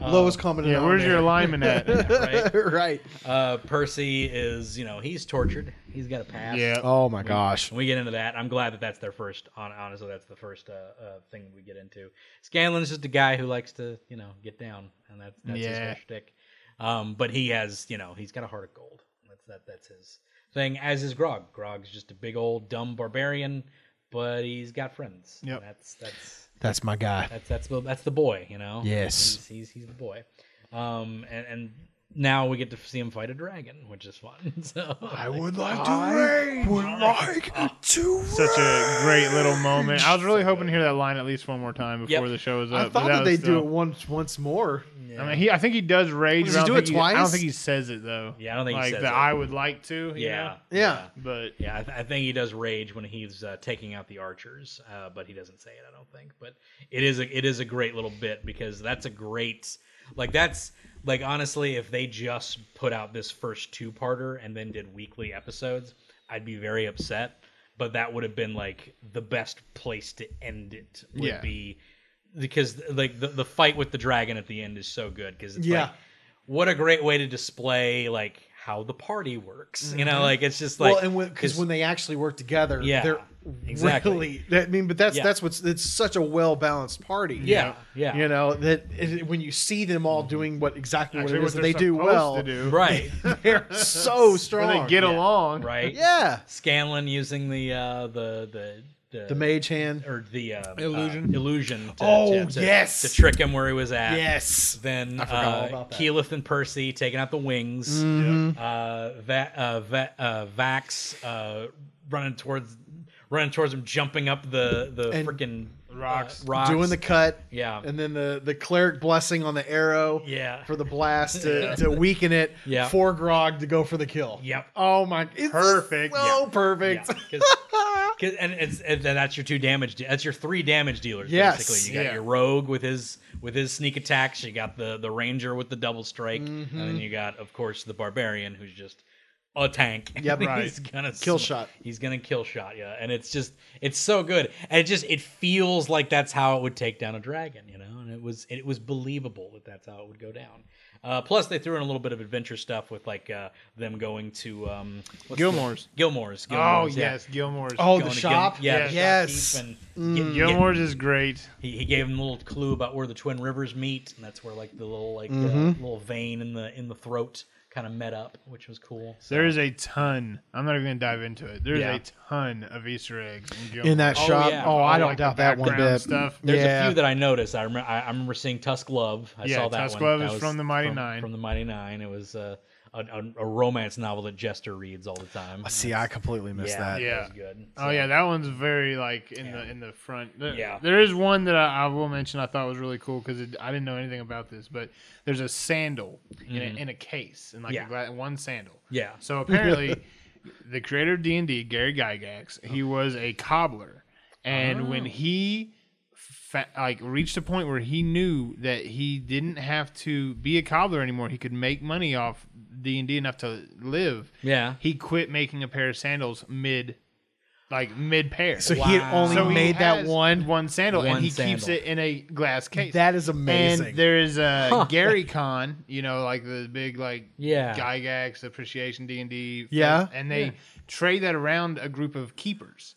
D: Lowest common
C: Yeah,
B: Oh,
C: where's your
D: denominator.
C: alignment
B: *laughs*
C: at?
B: right.
D: *laughs* right.
B: Uh, Percy is you know he's tortured. He's got a pass.
D: Oh my gosh.
B: And we get into that. I'm glad that that's their first. hon- Honestly, that's the first uh, uh, thing we get into. Scanlan's just a guy who likes to, you know, get down, and that's that's his
C: Yeah.
B: whole shtick. Um, but he has, you know, he's got a heart of gold. That's that. That's his thing. As is Grog. Grog's just a big old dumb barbarian, but he's got friends.
C: Yep.
B: And That's that's
D: That's my guy.
B: that's that's the that's the boy, you know.
D: Yes.
B: he's he's, he's the boy. Um, and, and now we get to see him fight a dragon, which is fun. *laughs* So
D: would like to I
C: *laughs*
D: Would like to
C: Oh, Such a great little moment. I was really hoping to hear that line at least one more time before
B: Yep.
C: the show was up.
D: I
C: but
D: thought that
C: was
D: they'd do
C: still-
D: it once once more.
C: I mean, he. I think he does rage.
D: Does
C: but I
D: he
C: don't
D: do it
C: think I don't
D: twice?
C: think he says it though.
B: Yeah, I don't think he
C: like
B: says
C: that.
B: it.
C: I would like to. you
B: yeah,
C: know?
D: Yeah.
C: But
B: Yeah, I, th- I think he does rage when he's uh, taking out the archers, uh, but he doesn't say it. I don't think. But it is a it is a great little bit because that's a great like that's like honestly, if they just put out this first two parter and then did weekly episodes, I'd be very upset. But that would have been like the best place to end it. Would
C: Yeah.
B: be because like the, the fight with the dragon at the end is so good because it's
D: Yeah.
B: like what a great way to display like how the party works. You know, like it's just like
D: Mm-hmm. well, and because
B: it's-
D: when, they actually work together,
B: Yeah,
D: they're
B: exactly.
D: really. I mean, but that's
B: Yeah.
D: that's what's it's such a well balanced party. you
B: Yeah,
D: know?
B: yeah.
D: You know that it, when you see them
C: Mm-hmm.
D: all doing what exactly
C: Actually,
D: what it
C: what
D: is that
C: they're
D: they do
C: supposed
D: well,
C: to do.
B: right,
D: *laughs* they're
C: *laughs*
D: so
C: Where
D: strong.
C: they get
B: Yeah.
C: along.
B: right.
D: yeah,
B: Scanlan using the uh the the the,
D: the mage hand.
B: or the um, uh,
C: Illusion.
B: illusion. To,
D: Oh,
B: to- to-
D: yes.
B: to trick him where he was at.
D: Yes.
B: Then
D: I forgot all
B: uh,
D: about that.
B: Keyleth and Percy taking out the wings.
D: Mhm.
B: Uh, Va- uh, Va- uh, Vax uh, running towards running towards him, jumping up the the
D: And
B: freaking uh,
C: rocks.
B: rocks,
D: Doing the cut,
B: yeah,
D: and then the the cleric blessing on the arrow.
B: yeah.
D: For the blast to,
B: *laughs*
D: to weaken it,
B: Yeah.
D: for Grog to go for the kill.
B: Yep.
D: Oh my, it's
C: Perfect.
D: So
B: Yeah,
D: perfect.
B: 'cause- 'cause- and, it's, and then that's your two damage. de- That's your three damage dealers.
D: Yes,
B: basically, you got
C: yeah.
B: your rogue with his with his sneak attacks. You got the the ranger with the double strike,
D: Mm-hmm.
B: and then you got, of course, the barbarian who's just a tank. *laughs*
D: Yep, right.
B: he's gonna
D: Kill
B: sm-
D: shot.
B: He's gonna kill shot. Yeah, and it's just it's so good, and it just it feels like that's how it would take down a dragon, you know. And it was it was believable that that's how it would go down. Uh, plus, they threw in a little bit of adventure stuff with like uh, them going to um, what's the-
C: Gilmore's.
B: Gilmore's.
C: Oh
B: Gilmore's, yeah
C: yes, Gilmore's.
D: *laughs* Oh,
B: going
D: the
B: to Gil-
D: shop.
B: yeah, the
D: Yes. Mm.
B: shopkeep and get- get-
C: Gilmore's is great.
B: he, he gave him a little clue about where the Twin Rivers meet, and that's where like the little like uh,
D: Mm-hmm.
B: little vein in the in the throat kind of met up, which was cool. So,
C: There is a ton. I'm not even gonna dive into it. There's
B: Yeah.
C: a ton of Easter eggs in, Gilmore's.
D: in that
B: Oh,
D: shop.
B: yeah.
D: Oh, I
C: All,
D: don't
C: like, the
D: doubt that one
C: background
D: bit.
C: stuff.
B: There's
D: yeah.
B: a few that I noticed. I remember I, I remember seeing Tusk Love. I
C: Yeah,
B: saw that
C: Tusk
B: one.
C: Love
B: That
C: is from the Mighty
B: from,
C: Nine.
B: From the Mighty Nine, it was uh, a, a a romance novel that Jester reads all the time.
D: See, I completely missed
B: yeah,
D: that.
B: yeah,
C: Yeah.
B: was good.
C: Oh
B: So,
C: yeah, that one's very like in the
B: Yeah.
C: in the front. There-
B: Yeah.
C: there is one that I, I will mention. I thought was really cool because I didn't know anything about this, but there's a sandal in, a, in a case and like
B: Mm-hmm. Yeah.
C: a gla- one sandal.
B: yeah, *laughs*
C: So apparently, the creator of D and D, Gary Gygax, he
B: Uh-huh.
C: was a cobbler, and when
B: Oh.
C: he fa- like reached a point where he knew that he didn't have to be a cobbler anymore, he could make money off D and D enough to live.
B: Yeah.
C: he quit making a pair of sandals mid, like mid pair.
D: So he had
B: Wow.
D: only
B: So
C: he
D: made that
C: has
D: one.
C: one sandal,
B: One
C: and he
B: sandal.
C: keeps it in a glass case.
D: That is amazing.
C: And there is a
B: *laughs*
C: Gary Con, you know, like the big like
B: Yeah.
C: Gygax appreciation D and D.
D: Yeah.
C: and they
B: Yeah.
C: trade that around a group of keepers,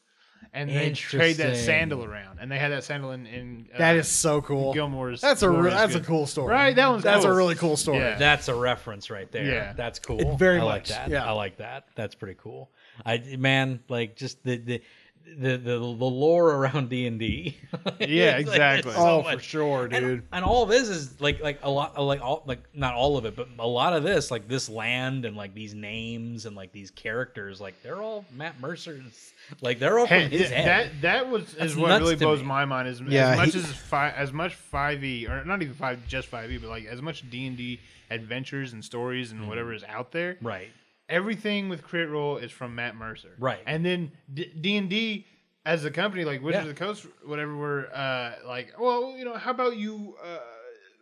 C: and they trade that
B: Interesting.
C: sandal around, and they had that sandal in. in uh,
D: that is so cool.
C: Gilmore's.
D: That's a
C: Gilmore's
D: re- that's
C: good.
D: a cool story.
C: Right, that one's
D: That's
C: cool.
D: a really cool story.
C: Yeah.
B: That's a reference right there.
C: Yeah.
B: That's cool.
D: It very
B: I like
D: much,
B: that.
D: yeah.
B: I like that. That's pretty cool. I man, like just the the the the, the lore around D and D. *laughs*
C: Yeah, exactly.
D: Oh, for sure, dude.
B: And, and all this is like like a lot like all like not all of it, but a lot of this like this land and like these names and like these characters like they're all Matt Mercer's like they're all
C: Hey,
B: from his
C: th-
B: head.
C: that that was
B: That's
C: is what
B: nuts
C: really
B: to
C: blows
B: me.
C: my mind. Is
D: Yeah,
C: as much
D: he-
C: as five as much five e or not even five just five e, but like as much D and D adventures and stories
B: Mm-hmm.
C: and whatever is out there.
B: right.
C: everything with crit roll is from Matt Mercer,
B: Right.
C: And then D and D as a company, like Wizards
B: Yeah.
C: of the Coast, whatever, were uh, like, well, you know, how about you? Uh,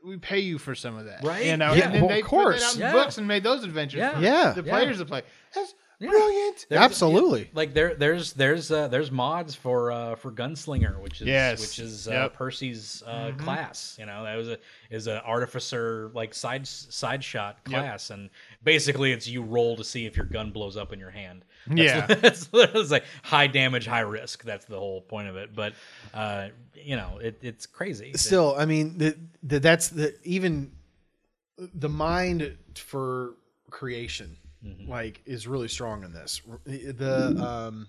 C: we pay you for some of that,
B: Right.
C: You know,
B: Yeah.
C: and then
D: Well,
C: they
D: of
C: put that
D: course.
C: out in
B: Yeah.
C: books and made those adventures.
B: Yeah.
C: for
D: Yeah.
C: the
B: Yeah.
C: players to play. That's
D: Brilliant. Absolutely.
B: like there there's there's uh, there's mods for uh, for gunslinger which is
C: Yes.
B: which is uh,
C: Yep.
B: Percy's uh, class you know that was a is an artificer like side side shot class and basically it's you roll to see if your gun blows up in your hand that's
C: Yeah.
B: the- *laughs* that's, it's like high damage high risk that's the whole point of it but uh, you know it, it's crazy
D: Still, I mean, the, the, that's the even the mind for creation like is really strong in this. The um,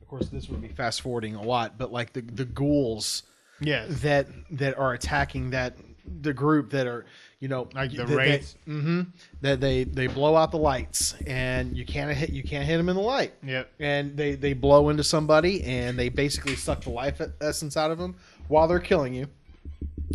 D: of course, this would be fast forwarding a lot, but like the the ghouls.
C: yeah,
D: *laughs* that that are attacking that the group that are you know
C: Like the
D: that- that-
C: wraiths.
D: mhm, that they they blow out the lights and you can't hit you can't hit them in the light.
C: Yep.
D: And they they blow into somebody and they basically suck the life e-, essence out of them while they're killing you.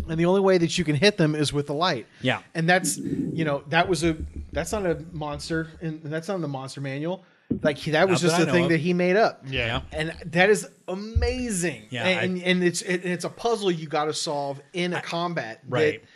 D: And the only way that you can hit them is with the light.
B: Yeah.
D: And that's you know that was a that's not a monster and that's not in the monster manual. Like he, that was
B: Not that
D: just
B: I
D: a
B: know
D: thing
B: of.
D: that he made up
C: yeah.
D: and that is amazing.
B: Yeah,
D: and, and it's it, it's a puzzle you got to solve in a combat.
B: Right.
D: that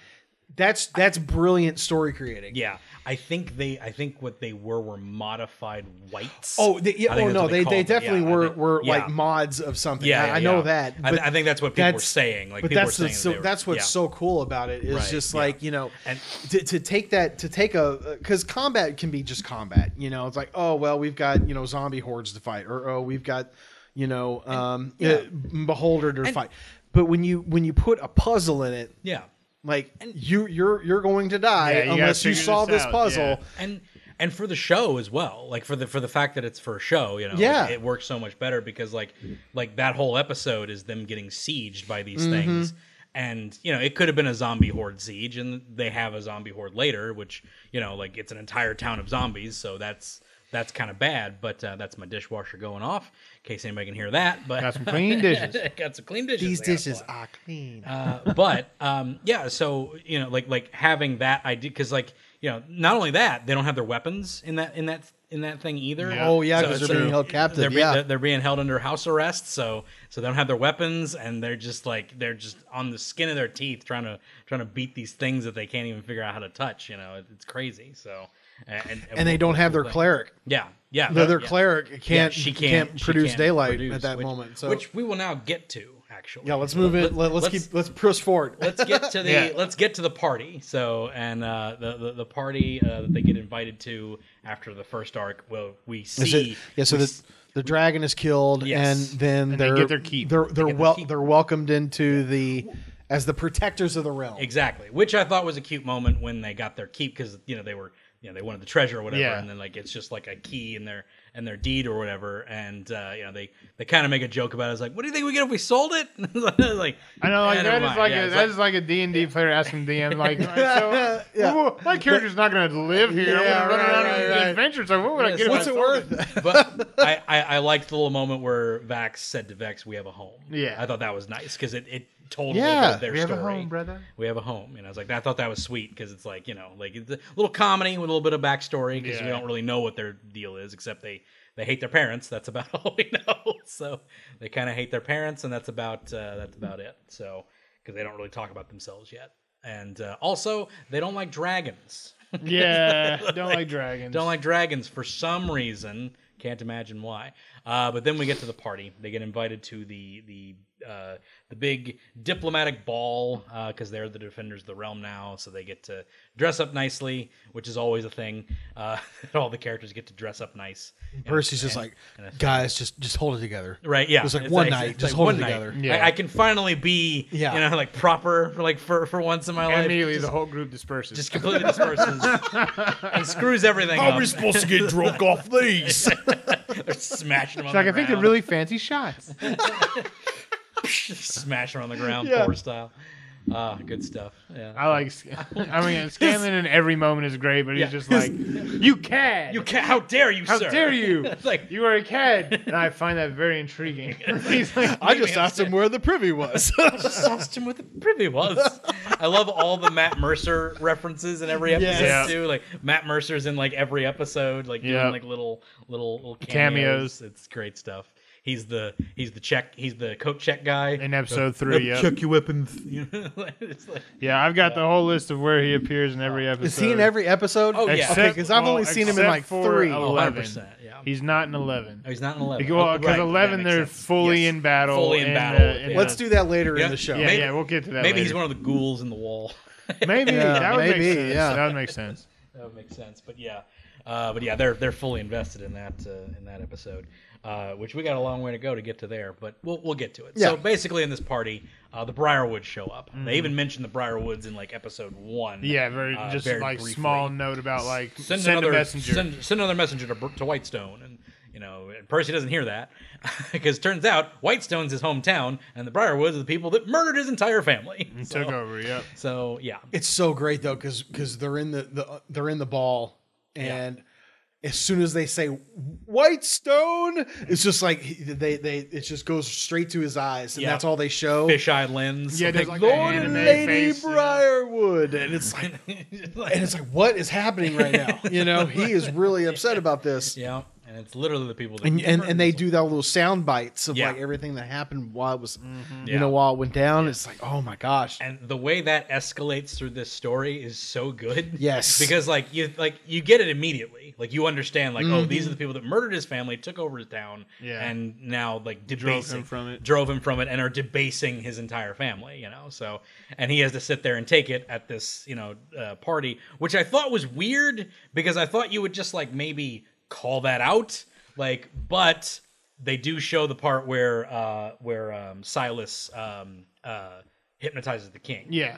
D: That's that's brilliant story creating.
B: Yeah, I think they. I think what they were were modified whites.
D: Oh, they, yeah,
B: I think
D: oh
B: that's
D: no,
B: what
D: they,
B: called
D: they
B: them.
D: definitely
B: Yeah, I
D: were
B: think-
D: were
B: yeah.
D: like mods of something.
B: Yeah,
D: I,
B: yeah,
D: I know
B: yeah.
D: that.
B: I,
D: But
B: th- I think that's what people were
D: that's-
B: saying. Like,
D: but
B: people
D: that's
B: were
D: the,
B: saying
D: so,
B: they were-
D: that's what's
B: yeah.
D: so cool about it is
B: Right,
D: just
B: yeah.
D: like you know
B: And-
D: to, to take that to take a because combat can be just combat you know it's like oh well we've got you know zombie hordes to fight or oh we've got you know um
B: yeah.
D: uh, beholder to
B: And-
D: fight but when you when you put a puzzle in it
B: yeah.
D: like you you're you're going to die
C: Yeah, you gotta
D: unless you
C: figure
D: solve
C: this
D: this,
C: out,
D: puzzle
B: and and for the show as well like for the for the fact that it's for a show you know
D: Yeah.
B: like, it works so much better because like like that whole episode is them getting sieged by these
D: Mm-hmm.
B: things and you know it could have been a zombie horde siege and they have a zombie horde later which you know like it's an entire town of zombies so that's that's kind of bad but uh, that's my dishwasher going off in case anybody can hear that but *laughs*
C: Got some clean dishes.
B: got some clean dishes
D: these
B: I gotta
D: dishes
B: flush.
D: are clean
B: Uh, but um, yeah, so you know, like like having that idea because like you know, not only that they don't have their weapons in that in that in that thing either.
C: Yeah.
D: oh yeah
B: So
D: because
B: it's
D: they're being
B: like-
D: held captive
B: They're, being-
D: yeah
B: they're, they're being held under house arrest, so so they don't have their weapons, and they're just like they're just on the skin of their teeth trying to trying to beat these things that they can't even figure out how to touch. You know, it, it's crazy. So and and,
D: and they don't have their cleric
B: yeah yeah
D: their, their
B: yeah.
D: cleric
B: Yeah,
D: can't
B: she
D: she
B: can't,
D: can't,
B: she
D: produce
B: can't
D: daylight
B: produce,
D: at that
B: which-
D: moment so
B: which we will now get to actually.
D: yeah let's move it Let, let's,
B: let's-
D: keep let's press forward
B: *laughs* let's get to the
C: Yeah.
B: let's get to the party. So and uh, the, the the party uh, that they get invited to after the first arc. Well, we
D: Is
B: see
D: it- yeah so
B: we
D: the, the dragon is killed
B: Yes.
D: and then
C: And they
D: they're
C: get their keep.
D: they're
B: get their
D: they're, wel-
B: keep.
D: they're welcomed into the as the protectors of the realm
B: Exactly, which I thought was a cute moment when they got their keep because you know they were you know they wanted the treasure or whatever,
C: Yeah.
B: and then like it's just like a key in their in their deed or whatever, and uh, you know they they kind of make a joke about it. It's like, what do you think we get if we sold it? *laughs* like
C: I know, like
B: "Eh,
C: that
B: never
C: is
B: mind."
C: like
B: Yeah,
C: a,
B: it's
C: that is like a D and D player asking DM like,
D: *laughs*
C: "All right, so
D: Yeah.
C: well, my character's not going to live here.
D: Yeah,
C: I'm going to run
D: right,
C: around on
D: right,
C: an
D: right.
C: adventure. So what would I
B: Yes.
C: get? if
B: What's
C: I
B: it
C: sold
D: *laughs*
B: but I, I, I liked the little moment where Vax said to Vex, "We have a home."
C: Yeah.
B: I thought that was nice because it, it told
D: Yeah,
B: a little bit of their
C: We have a
B: story.
C: home, brother.
B: We have a home, and I was like, I thought that was sweet because it's like you know, like it's a little comedy with a little bit of backstory because we
C: Yeah.
B: don't really know what their deal is except they they hate their parents. That's about *laughs* all we know. So they kind of hate their parents, and that's about uh, that's about it. So because they don't really talk about themselves yet, and uh, also they don't like dragons.
C: *laughs* Yeah, don't like dragons.
B: Don't like dragons for some reason. Can't imagine why. Uh, but then we get to the party. They get invited to the the uh, the big diplomatic ball because they're the defenders of the realm now. So they get to dress up nicely, which is always a thing. Uh, *laughs* all the characters get to dress up nice.
D: percy's just
B: And-
D: like guys just just hold it together
B: Right, yeah.
D: It's like one night,
B: it's
D: just
B: like
D: hold
B: one
D: it
B: night. *laughs*
D: together.
B: I-
C: Yeah.
B: I, can finally be,
D: Yeah.
B: you know, like proper, like for for once in my
C: And
B: life.
C: immediately
B: just,
C: the whole group disperses.
B: just completely disperses
C: *laughs*
B: and screws everything up. *laughs*
D: supposed to get drunk off these
B: They're smashing them.
C: It's
B: on
C: like
B: the
C: I think they're
B: ground.
C: really
B: *laughs*
C: fancy shots.
B: smash her on the ground,
D: Yeah.
B: Thor style. Ah, good stuff. Yeah.
C: I like. Sc- I mean, Scanlan in every moment is great, but he's
B: Yeah.
C: just like, "You can,
B: You can't. How dare you,
C: How
B: sir?
C: dare you?
B: *laughs* It's like-
C: you are
B: *laughs*
C: a cad, and I find that very intriguing. He's like,
D: *laughs* i just asked him where the
B: *laughs*
D: privy was
B: Just asked him what the privy was. I love all the Matt Mercer references in every episode
D: Yes.
B: too. Like Matt Mercer's in like every episode, like
C: Yeah.
B: doing like little little little cameos.
C: Cameos.
B: It's great stuff. He's the he's the check he's the coat check guy.
C: in episode three. Yeah,
D: check your weapons
B: You know, *laughs* it's like,
C: yeah, I've got the whole list of where he appears in every episode.
D: is he in every episode
B: Oh, yeah.
D: Okay,
B: Except-
D: i've
C: well,
D: only seen him in
C: except
D: like
C: for
D: three.
B: oh,
C: 11.
B: 100%, yeah.
C: He's not in eleven.
B: oh, he's not in eleven.
C: Well,
B: Oh,
C: because
B: right, that
C: eleven,
B: makes
C: they're
B: sense.
C: fully
B: Yes.
C: in battle.
B: Fully in
C: and,
B: battle,
C: uh, and,
B: yeah.
D: let's
C: uh,
D: do that later
B: Yeah.
D: in the show
C: Yeah,
B: Maybe-
C: yeah, we'll get to that.
B: Maybe he's
C: later.
B: one of the ghouls in the wall. *laughs*
C: Maybe
D: Yeah,
C: that would
D: maybe,
C: make sense.
D: yeah.
C: that would make sense.
B: That would make sense, but yeah, uh, but yeah, they're they're fully invested in that uh, in that episode, uh, which we got a long way to go to get to there, but we'll we'll get to it. So
D: Yeah.
B: basically, in this party, uh, the Briarwoods show up. They even mentioned the Briarwoods in like episode one.
C: Mm-hmm. Yeah, very
B: uh,
C: just
B: very
C: like
B: briefly.
C: small note about like
B: Send,
C: send,
B: another
C: a messenger.
B: Send, send another messenger to, Br- to Whitestone, and you know and Percy doesn't hear that *laughs* because turns out Whitestone's his hometown, and the Briarwoods are the people that murdered his entire family. *laughs* So,
C: Took over. Yep.
B: so yeah,
D: it's so great though because because they're in the, the they're in the ball and as soon as they say Whitestone, it's just like he- they they it just goes straight to his eyes and
B: Yeah.
D: that's all they show.
B: fisheye lens.
C: Oh. Yeah, there's like that
D: Lord and
C: anime *laughs*
D: Lady
C: face, yeah.
D: Briarwood, and
B: *laughs*
D: it's like
B: Like- *laughs*
D: and it's like what is happening right now? You know, he is really upset about this.
B: Yeah, and it's literally the people that
D: and and, and they do that little sound bites of
B: Yeah. Mm-hmm.
D: like everything that happened while it was you
B: Yeah.
D: know while it went down. It's like oh my gosh,
B: and the way that escalates through this story is so good. *laughs*
D: Yes.
B: because like you like you get it immediately. Like you understand, like oh,
D: Mm-hmm.
B: these are the people that murdered his family, took over his town,
C: Yeah.
B: and now like
C: Drove
B: debasing-
C: him from it.
B: drove him from it, and are debasing his entire family. You know, so and he has to sit there and take it at this you know uh, party, which I thought was weird because I thought you would just like maybe call that out, like, but they do show the part where uh where um Silas um uh hypnotizes the king.
C: Yeah.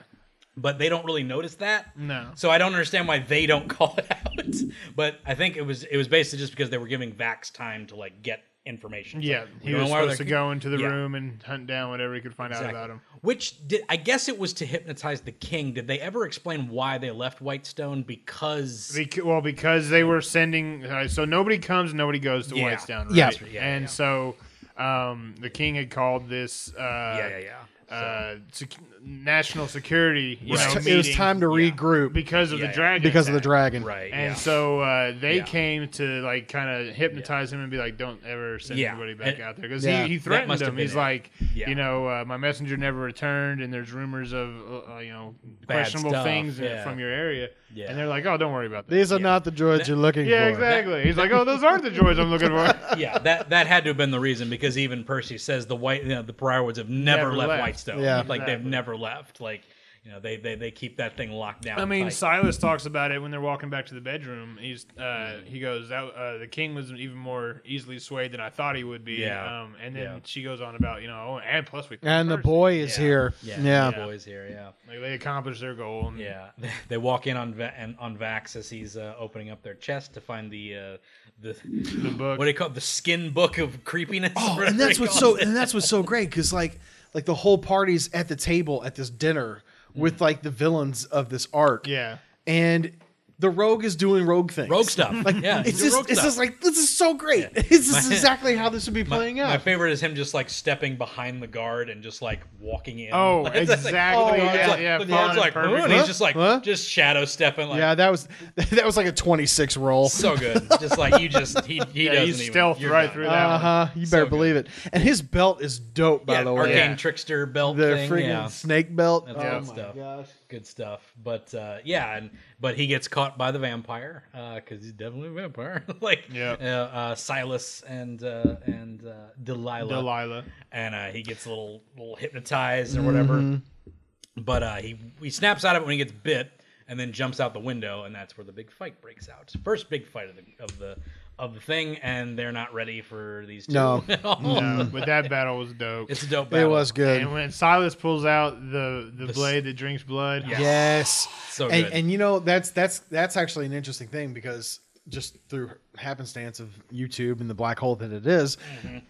B: But they don't really notice that.
C: No.
B: So I don't understand why they don't *laughs* call it out. But I think it was it was basically just because they were giving Vax time to like get information. It's
C: Yeah.
B: like, we
C: He
B: don't
C: was
B: know why
C: supposed to
B: they're-
C: go into the
B: Yeah.
C: room and hunt down whatever he could find
B: Exactly.
C: out about him.
B: Which did I guess it was to hypnotize the king. Did they ever explain why they left Whitestone? Because
C: Bec- well, because they were sending, uh, so nobody comes, and nobody goes to
B: Yeah.
C: Whitestown, right?
D: Yeah.
B: Yeah,
C: and
B: yeah.
C: so um, the king had called this, uh,
B: yeah, yeah, yeah.
C: Uh, sec- national security, you
D: it was,
C: know,
D: t- it was
C: meeting
D: time to
B: yeah.
D: regroup
C: because of
B: Yeah,
C: the
B: yeah.
C: dragon,
D: because of the
C: attack.
D: dragon.
B: right.
C: And
B: yeah.
C: so uh, they
B: Yeah.
C: came to like kind of hypnotize him and be like, "Don't ever send
B: Yeah.
C: anybody back
B: And-
C: out there," because
D: Yeah.
C: he, he
D: That
C: threatened
B: must have
C: him.
B: been
C: He's
B: it.
C: like,
B: Yeah.
C: you know, uh, my messenger never returned, and there's rumors of uh, uh, you know questionable
B: stuff,
C: things in-
B: yeah.
C: from your area.
B: Yeah.
C: And they're like, "Oh, don't worry about that."
D: These are not the droids you're looking
C: yeah,
D: for.
C: exactly. He's like, "Oh, those aren't the droids I'm looking
D: *laughs*
C: for."
B: *laughs* yeah, that that had to have been the reason because even Percy says the white, you know, the Briarwoods have never,
C: Never
B: left,
C: left.
B: Whitestone.
D: Yeah.
B: like they've
C: Exactly.
B: never left. Like you know, they they, they keep that thing locked down.
C: I mean,
B: tight.
C: Silas talks about it when they're walking back to the bedroom. He's uh,
B: Mm.
C: he goes that uh, the king was even more easily swayed than I thought he would be.
B: Yeah.
C: Um, and then
B: Yeah.
C: she goes on about you know, oh, and plus we
D: And the
C: Percy."
D: boy is
B: Yeah.
D: here.
B: yeah,
D: yeah.
B: the boys here, yeah.
C: like they accomplished their goal. And
B: Yeah, *laughs* they walk in on Va- and on Vax as he's uh, opening up their chest to find the uh, the
C: the book.
B: what do you call it? the skin book of creepiness. *laughs*
D: Oh,
B: or
D: and
B: whatever
D: that's
B: he
D: what's so
B: calls it.
D: and that's what's so great because like like the whole party's at the table at this dinner
B: Mm.
D: with like the villains of this arc.
C: yeah,
D: And the rogue is doing rogue things.
B: rogue stuff.
D: Like
B: yeah,
D: it's
B: do
D: just
B: rogue
D: it's
B: stuff.
D: just like this is so great. It's just
B: *laughs*
D: exactly how this would be
B: My-
D: playing
B: my,
D: out.
B: favorite is him just like stepping behind the guard and just like walking in. *laughs*
C: Oh,
B: Like, oh, it's like,
C: exactly.
B: the guard's
C: Yeah,
B: like,
C: yeah,
B: the guard's
C: following
B: like,
C: perfect.
B: "Ooh," and he's
D: Huh?
B: just like,
D: Huh?
B: just shadow stepping. Like,
D: yeah, that was *laughs* that was like a twenty six
B: *laughs*
D: roll.
B: so good. just like you just he he
C: Yeah,
B: doesn't
C: he's
B: even,
C: stealth
B: you're
C: right
B: done.
C: through that.
D: Uh huh. You
B: So
D: better
B: good.
D: believe it. And his belt is dope, by
B: yeah,
D: the way.
B: arcane
C: Yeah.
B: trickster belt
D: The
B: thing.
D: freaking
B: yeah.
D: snake belt.
B: That's
D: oh
B: good
D: my
B: stuff.
D: gosh.
B: good stuff. But uh, yeah, and but he gets caught by the vampire because he's definitely a vampire. *laughs* like
C: Yeah.
B: uh, uh, Silas and uh, and uh, Delilah,
C: Delilah.
B: and uh, he gets a little little hypnotized or whatever.
D: Mm-hmm.
B: But uh, he he snaps out of it when he gets bit, and then jumps out the window, and that's where the big fight breaks out. First big fight of the of the of the thing, and they're not ready for these two. *laughs*
D: No.
B: at all.
C: Uh, but that battle was dope.
B: It's a dope
D: It
B: battle.
D: was good.
C: and when Silas pulls out the the,
B: The s-
C: blade that drinks blood,
B: Yeah.
D: Yes.
B: so
D: and,
B: good.
D: and you know that's that's that's actually an interesting thing because just through happenstance of YouTube and the black hole that it is,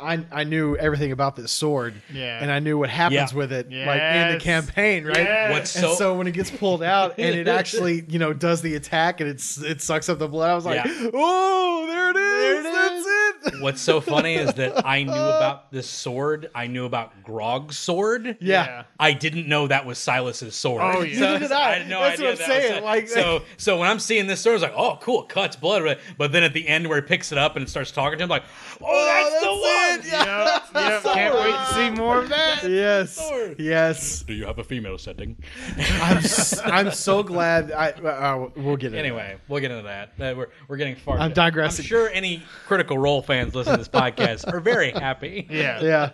D: I I knew everything about this sword,
C: Yeah.
D: and I knew what happens
B: Yeah.
D: with it, like in the
C: Yes.
D: campaign, right?
C: Yes.
B: What's
D: And so,
B: so,
D: when it gets pulled out and it actually you know does the attack and it's it sucks up the blood, I was like,
B: Yeah.
D: oh, there it is, that's it.
B: What's so funny is that I knew
D: *laughs*
B: about this sword. I knew about Grog's sword.
D: *laughs* Yeah.
B: I didn't know that was Silas's sword.
C: Oh, yeah.
D: Neither did I.
B: had no
D: That's
B: idea
D: what I'm
B: that was
D: saying,
B: it.
D: like-
B: so, so when I'm seeing this sword, I was like, "Oh, cool, it cuts blood." right? But then at the end, where he picks it up and starts talking to him, like, "Oh, that's, the
D: *laughs* that's
B: one."
D: it.
C: Yep, yep, Can't wait to see more of that.
D: Yes.
B: sword.
D: Yes. *laughs*
B: Do you have a female setting?
D: I'm s- I'm so glad I uh, we'll get it.
B: *laughs* Anyway, we'll get into that. Uh, We're, we're getting far.
D: I'm digressing.
B: I'm sure any Critical Role fans listening to
D: *laughs*
B: this podcast are very happy.
C: Yeah.
D: Yeah.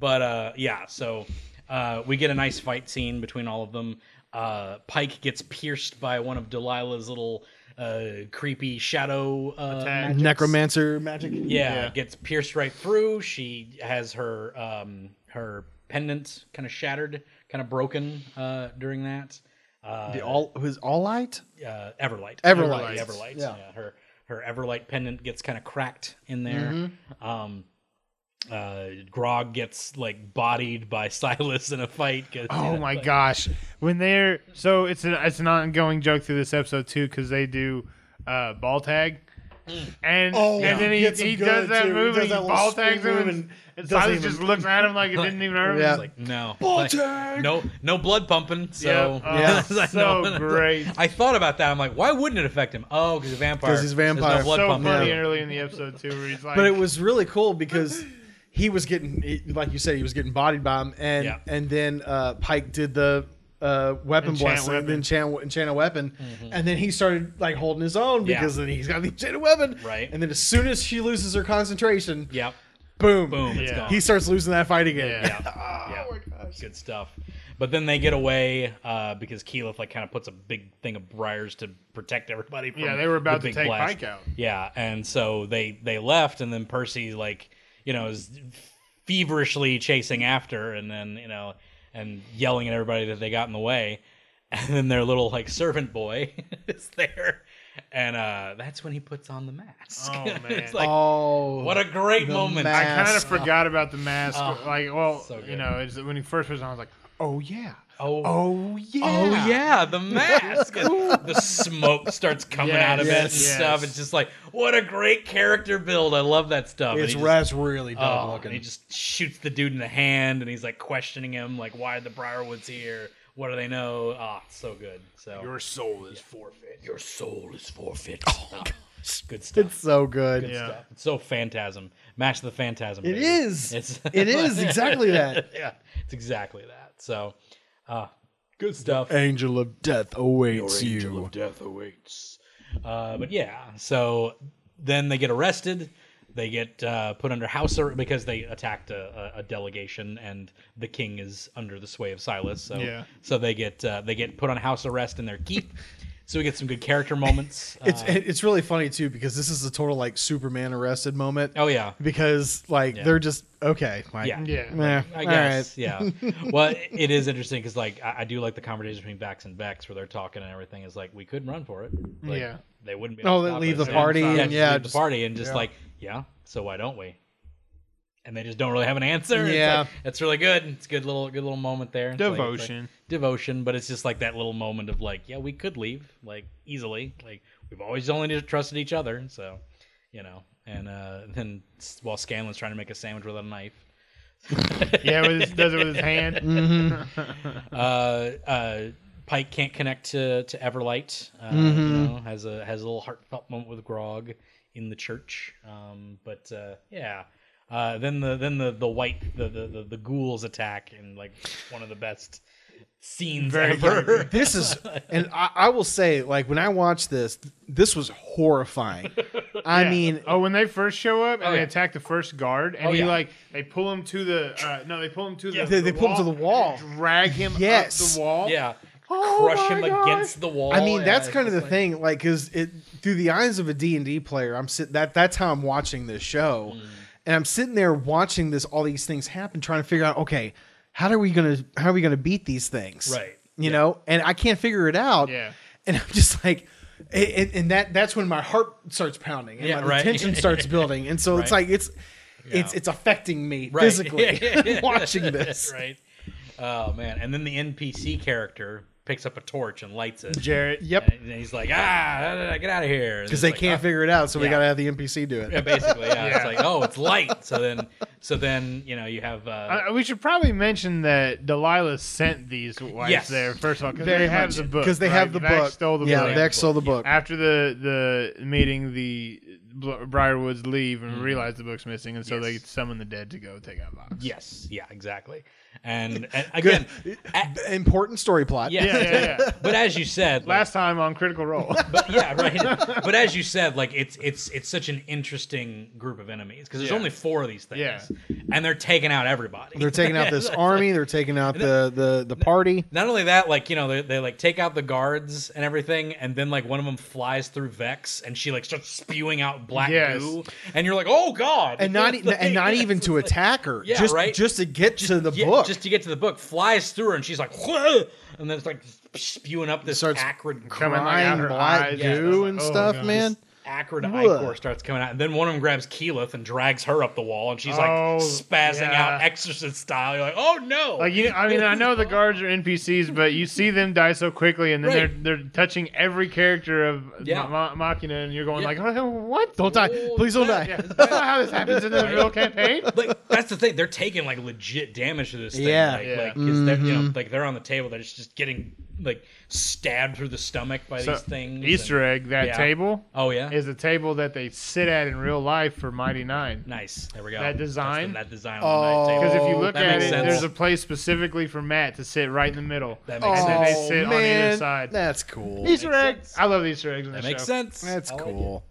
B: But uh, yeah, so uh, we get a nice fight scene between all of them. Uh, Pike gets pierced by one of Delilah's little uh, creepy shadow uh,
C: Attack. Mm-hmm.
B: magics.
D: Necromancer magic.
B: yeah,
C: Yeah.
B: gets pierced right through. She has her um, her pendant kind of shattered, kind of broken uh, during that. Uh,
D: The all his all light.
B: uh, Everlight.
D: Everlight.
B: Everlight. Everlight.
D: Yeah.
B: Yeah. Her her Everlight pendant gets kind of cracked in there.
D: Mm-hmm.
B: Um, uh, Grog gets like bodied by *laughs* Silas in a fight. 'cause,
C: Oh
B: you know,
C: my
B: like-
C: gosh! When they're so it's an it's an ongoing joke through this episode too because they do uh, ball tag.
B: Hmm.
C: And
D: Oh,
C: and
D: yeah.
C: then he,
D: Gets him
C: he
D: good,
C: does that
D: too. He
C: move and
D: does
C: he
D: that little
C: ball tags
D: spin
C: him,
D: move
C: and,
D: and
C: and
D: doesn't
C: Silas
D: even-
C: just looks at him like it didn't even hurt him.
D: Yeah.
C: He's like,
B: Like no
D: Ball
B: Like,
D: tag!
B: no no blood pumping. So *laughs*
C: Yep. Oh,
B: I know. *laughs*
C: so great.
B: I thought about that. I'm like, why wouldn't it affect him? Oh, because he's a vampire.
D: 'Cause he's a
B: There's no
D: vampire.
B: blood
C: so
B: pumping.
C: funny
D: Yeah.
C: early in the episode too, where he's like,
D: but it was really cool because he was getting he- like you said he was getting bodied by him and
B: Yeah.
D: and then uh pike did the uh weapon
C: Enchant
D: blessing
C: weapon.
D: then chan enchant a weapon and then he started like holding his own
B: Mm-hmm. Yeah.
D: because then he's got the enchanted weapon
B: Right.
D: and then as soon as she loses her concentration
B: Yep.
D: boom
B: Boom. It's
C: Yeah.
B: gone.
D: he starts losing that fight again
C: Yeah. *laughs*
B: yeah. Good stuff. But then they get away uh, because Keyleth like kind of puts a big thing of briars to protect everybody. From
C: Yeah, they were about
B: the big
C: to take
B: blast.
C: Pike out.
B: Yeah, and so they they left, and then Percy like you know is feverishly chasing after, and then you know and yelling at everybody that they got in the way, *laughs* and then their little like servant boy *laughs* is there, and uh, that's when he puts on the mask.
C: Oh, man.
B: *laughs* it's like
D: oh
B: what a great
D: the
B: moment.
C: I
D: mask.
C: kind of
D: Ass.
C: forgot about the mask. like, well,
B: Oh, so
C: you
B: good.
C: know, it's, when he first was on, I was like, oh yeah,
B: Oh,
C: oh yeah,
B: Oh yeah, the mask. And the smoke starts coming
C: Yes,
B: out of it and
C: yes.
B: stuff. It's just like what a great character build. I love that stuff. And
D: it's
B: he just-
D: that's really dumb
B: oh, and
D: looking
B: he just shoots the dude in the hand, and he's like questioning him, like why the Briarwoods here? What do they know? Ah, it's so good. So
C: Your soul is forfeit.
B: your soul is forfeit.
D: Oh,
B: Ah, good stuff.
D: it's so good
C: Yeah.
B: stuff. It's so phantasm. Match the phantasm.
D: It
B: baby.
D: is.
B: It's
D: *laughs*
B: *laughs*
D: It is exactly that.
B: yeah, it's exactly that. So, uh, good stuff.
D: angel of death awaits you
B: death awaits. Uh, but yeah, so then they get arrested. They get uh, put under house arrest because they attacked a, a, a delegation, and the king is under the sway of Silas. So,
C: Yeah.
B: so they get uh, they get put on house arrest in their keep. so we get some good character moments.
D: it's
B: Uh,
D: it- it's really funny too because this is a total like Superman arrested moment.
B: oh yeah,
D: because like they're just okay. Like,
B: yeah.
C: Yeah,
D: meh,
B: I
D: all
B: guess,
D: right.
B: yeah. Well, it is interesting because, like, I, I do like the conversation between Vax and Vex where they're talking and everything is like, we could run for it. Like,
C: Yeah.
B: They wouldn't be. able to
D: Oh, they
B: stop
D: leave
B: us.
D: the party
B: yeah,
D: and,
B: just
D: yeah,
B: leave
D: just-
B: the party and just
D: yeah.
B: like, yeah. So why don't we? And they just don't really have an answer. It's
D: Yeah.
B: like, it's really good. It's a good little, good little moment there. It's like- it's like
C: Devotion.
B: devotion, but it's just like that little moment of like, yeah, we could leave like easily. Like we've always only trusted each other, so you know. And uh, then s- while Scanlan's trying to make a sandwich with a knife,
C: yeah. With his, does it with his hand.
D: Mm-hmm.
B: uh, uh, Pike can't connect to to Everlight. Uh,
D: Mm-hmm.
B: you know, has a has a little heartfelt moment with Grog in the church. Um, but uh, yeah. Uh, then the then the the white the, the the the ghouls attack and like one of the best scenes
C: Very
B: ever.
D: This is, and I, I will say, like when I watched this, this was horrifying.
B: *laughs*
D: I
C: Yeah.
D: mean,
C: oh, when they first show up and
B: Oh,
C: they
B: yeah.
C: attack the first guard, and
B: Oh,
C: he
B: yeah.
C: like they pull him to the uh, no, they pull him to the
D: They-
C: the
D: they pull him to the wall.
C: and drag him
D: Yes.
C: up the wall.
B: *laughs* Yeah.
C: Oh
B: Crush
C: my
B: him
C: gosh.
B: against the wall.
D: I mean
B: Oh, Yeah,
D: that's
B: it's
D: kind of
B: just like-
D: the thing, like because it through the eyes of a D and D player, I'm sit that that's how I'm watching this show,
B: Mm.
D: and I'm sitting there watching this all these things happen, trying to figure out, okay, how are we gonna how are we gonna beat these things,
B: Right.
D: You know, and I can't figure it out.
C: Yeah.
D: and I'm just like. And, and that that's when my heart starts pounding and
B: Yeah,
D: my
B: right. *laughs*
D: tension starts building and so it's
B: Right.
D: like it's it's it's affecting me
B: Right. *laughs*
D: physically *laughs* watching this
B: right. Oh man. And then the NPC character picks up a torch and lights it.
C: Jarrett.
D: yep
B: And he's like, ah, get out of here.
D: because they can't figure it out so
B: uh,
D: we
B: yeah.
D: got to have the NPC do it
B: Yeah, *laughs* basically, yeah. It's
C: Yeah.
B: like, oh, it's light. So then, so then, you know, you have. Uh,
C: Uh, we should probably mention that Delilah sent these wives
B: Yes.
C: there first of all because they have the book
D: because they
C: right?
D: have the
C: Vax
D: book.
C: Stole the
D: yeah,
C: book.
D: Vex stole the book.
C: after the the meeting, the Bl- Briarwoods leave and realize the book's missing, and so
B: Mm-hmm. Yes.
C: they summon the dead to go take out Vox.
B: yes, yeah, exactly. And,
C: *laughs*
B: and again, a-
D: Important story plot.
B: yeah.
C: yeah, yeah,
D: *laughs*
C: yeah.
B: But as you said, like,
C: Last time on Critical
B: *laughs*
C: Role.
B: but *laughs* yeah,
C: *laughs*
B: right. but as you said, like it's it's it's such an interesting group of enemies because there's
C: Yeah.
B: only four of these things,
C: Yeah.
B: and they're taking out everybody.
D: They're taking *laughs* out this army. They're taking out the the the party.
B: Not only that, like you know, they, they like take out the guards and everything, and then like one of them flies through Vex, and she like starts spewing out black
C: Yes.
B: goo, and you're like, oh god,
D: And not
B: It's
D: e- and
B: *laughs*
D: not
B: like-
D: even to attack her.
B: Yeah,
D: just,
B: right?
D: Just to get to the
B: yeah,
D: book.
B: just to get to the book, flies through her, and she's like, "Whoa!" and then it's like spewing up this
D: Starts
B: acrid,
C: coming
B: gr-
C: like, out
D: crying
C: her
D: black
C: eyes.
B: Yeah,
D: goo
B: that's
D: and
C: like, oh,
D: stuff,
C: God.
D: man.
B: Sakura to
D: Ugh.
B: Ikor starts coming out, and then one of them grabs Keelith and drags her up the wall, and she's like
C: Oh,
B: spazzing
C: yeah.
B: out exorcist style. You're like, oh no!
C: Like you, I mean, I know the guards are NPCs, but you see them die so quickly, and then
B: Right.
C: they're they're touching every character of
B: Yeah.
C: Ma- Ma- Machina, and you're going
B: Yeah.
C: like, oh, what?
D: Don't die.
B: Oh,
D: Please don't
B: that-
D: die.
C: Yeah, that's not how this happens in the real campaign.
B: like that's the thing; they're taking like legit damage to this thing.
D: Yeah.
B: like,
C: Yeah. Mm-hmm.
B: like, 'cause they're, you know, like they're on the table; they're just, just getting like stabbed through the stomach by
C: *laughs* So,
B: these things.
C: Easter
B: and-
C: egg that
B: Yeah.
C: table
B: Oh yeah,
C: is a table that they sit at in real life for Mighty Nine.
B: nice. There we go.
C: That
B: That's the-
C: design?
B: that design. On the night
C: Because
B: table.
C: if you
D: Oh,
C: look
B: that
C: at
B: makes
C: it,
B: sense.
C: there's a place specifically for Matt to sit right in the middle.
B: That makes sense.
C: and then they sit on either side.
D: Oh, That's cool.
C: Easter
B: Makes
C: egg. Ah,
B: sense.
C: I love Easter eggs in the
B: that
C: show.
B: makes sense.
D: That's
B: I like it.
D: cool.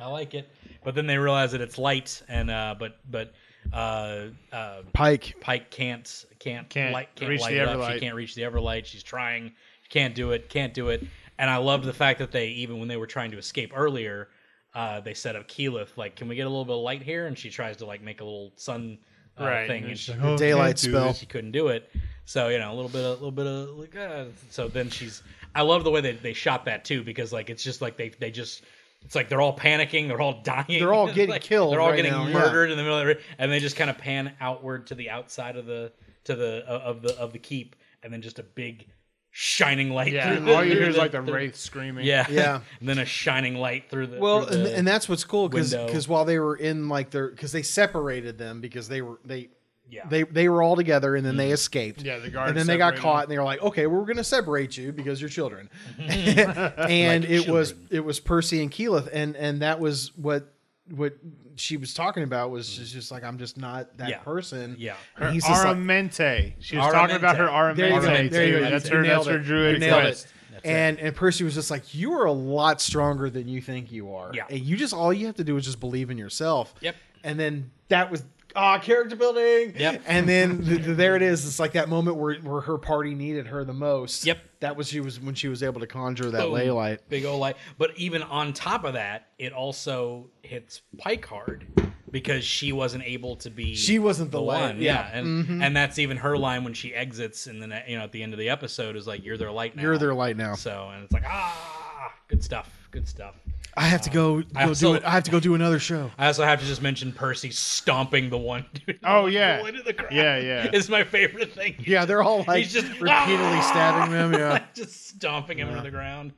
B: I like it. But then they realize that it's light, and uh, but but uh, uh,
D: Pike.
B: Pike can't can't
C: Can't
B: light, can't
C: reach
B: light
C: the
B: it up.
C: Everlight.
B: She can't reach the Everlight. She's trying. She can't do it. Can't do it. And I loved the fact that they even when they were trying to escape earlier, uh, they set up Keyleth like, "Can we get a little bit of light here?" And she tries to like make a little sun uh,
C: Right.
B: thing,
C: and
B: and
C: she's
B: she,
C: like, "Oh,
D: Daylight
C: can't do
D: spell.
C: this."
B: she couldn't do it. So you know a little bit, a little bit of like, uh, so then she's. I love the way they they shot that too because like it's just like they they just. It's like they're all panicking. They're all *laughs* dying.
D: They're all
B: It's
D: getting
B: like,
D: killed
B: They're all
D: right
B: getting
D: now, yeah.
B: murdered in the middle of the and they just kind of pan outward to the outside of the to the of the of the keep, and then just a big shining light. through
C: *laughs* Yeah,
B: the-
C: all you hear
B: through
C: is like the
B: through-
C: wraith screaming.
B: Yeah,
D: Yeah.
B: *laughs* and then a shining light through the.
D: Well,
B: through
D: and,
B: the-
D: and that's what's cool because
B: window.
D: while they were in like their because they separated them because they were they
B: yeah.
D: they they were all together and then they escaped.
C: Yeah, the guards.
D: And then they got
C: separated
D: caught, and they were like, "Okay, well, we're going to separate you because you're children." *laughs* and it was
B: Mm-hmm. children.
D: it was Percy and Keelith, and and that was what what she was talking about was just, just like I'm just not that
B: Mm-hmm. Yeah.
D: person.
B: Yeah.
C: Her
D: And he's just like-
C: Aramente. she was talking about her
B: Aramente.
C: Aramente.
D: There you
B: Aramente,
D: go. There you go.
C: too. That's
D: You
C: her.
D: nailed
C: That's her
D: it.
C: druid
D: You nailed
C: quest.
D: it. And and Percy was just like, "You are a lot stronger than you think you are.
B: Yeah.
D: And you just all you have to do is just believe in yourself.
B: Yep.
D: And then that was ah character building.
B: Yep.
D: And then th- th- there it is. It's like that moment where where her party needed her the most.
B: Yep.
D: That was she was when she was able to conjure that
B: Boom.
D: ley light.
B: Big old light. But even on top of that, it also hits Pike hard because she wasn't able to be.
D: She wasn't the light, Mm-hmm.
B: one. Yeah, and and that's even her line when she exits in the ne- you know at the end of the episode is like you're their light now.
D: You're their light now.
B: So and it's like ah, good stuff, good stuff.
D: I have to go
B: uh, I
D: go
B: also-
D: do it. I have to go do another show.
B: I also have to just mention Percy stomping the one dude.
C: Oh, yeah.
B: into *laughs* the crowd.
C: Yeah, yeah.
B: It's my favorite thing.
D: Yeah, they're all like
B: He's just
D: *laughs*
B: *laughs*
D: repeatedly
B: "Ah!"
D: stabbing them. Yeah.
B: Like, *laughs* just stomping him to the ground.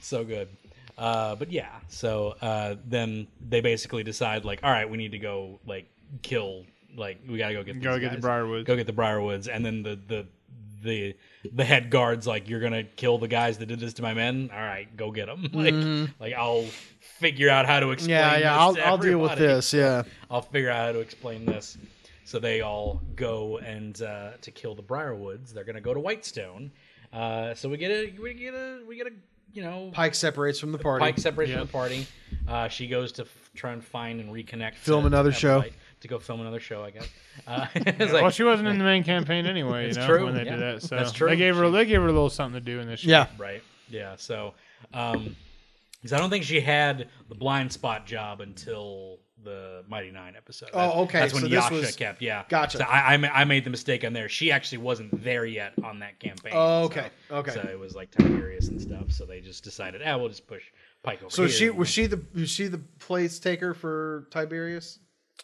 B: So good. Uh, but yeah, so uh, then they basically decide like, all right, we need to go like kill like we gotta go get
C: Go
B: these
C: get the
B: guys.
C: Briarwoods.
B: Go get the Briarwoods, and then the the the the head guards like you're gonna kill the guys that did this to my men. All right, go get them. *laughs* Like like I'll figure out how to explain.
D: Mm-hmm. Yeah, yeah.
B: this
D: I'll,
B: to
D: I'll deal with
B: everybody.
D: this. Yeah.
B: I'll figure out how to explain this. So they all go and uh, to kill the Briarwoods. They're gonna go to Whitestone. Uh, so we get a we get a we get a you know
D: Pike separates from the party.
B: Pike separation
C: Yeah.
B: from the party. Uh, she goes to f- try and find and reconnect.
D: Film
B: to
D: another show.
B: Everlight- to go film another show. I guess. Uh, *laughs* it's
C: Well,
B: like,
C: she wasn't in the main campaign anyway. You
B: It's
C: know
B: true,
C: when they
B: yeah.
C: did that. So
B: That's true.
C: They gave her. They gave her a little something to do in this. Show.
D: yeah.
B: right. Yeah. So, um, because I don't think she had the blind spot job until the Mighty Nine episode.
D: Oh,
B: That's-
D: okay,
B: That's when
D: so this
B: Yasha
D: was-
B: kept. Yeah.
D: Gotcha.
B: So I, I ma- I made the mistake on there. She actually wasn't there yet on that campaign.
D: Oh,
B: so-
D: okay, okay.
B: So it was like Tiberius and stuff. So they just decided, ah, we'll just push Pike over.
D: So
B: here.
D: she was she the was she the place taker for Tiberius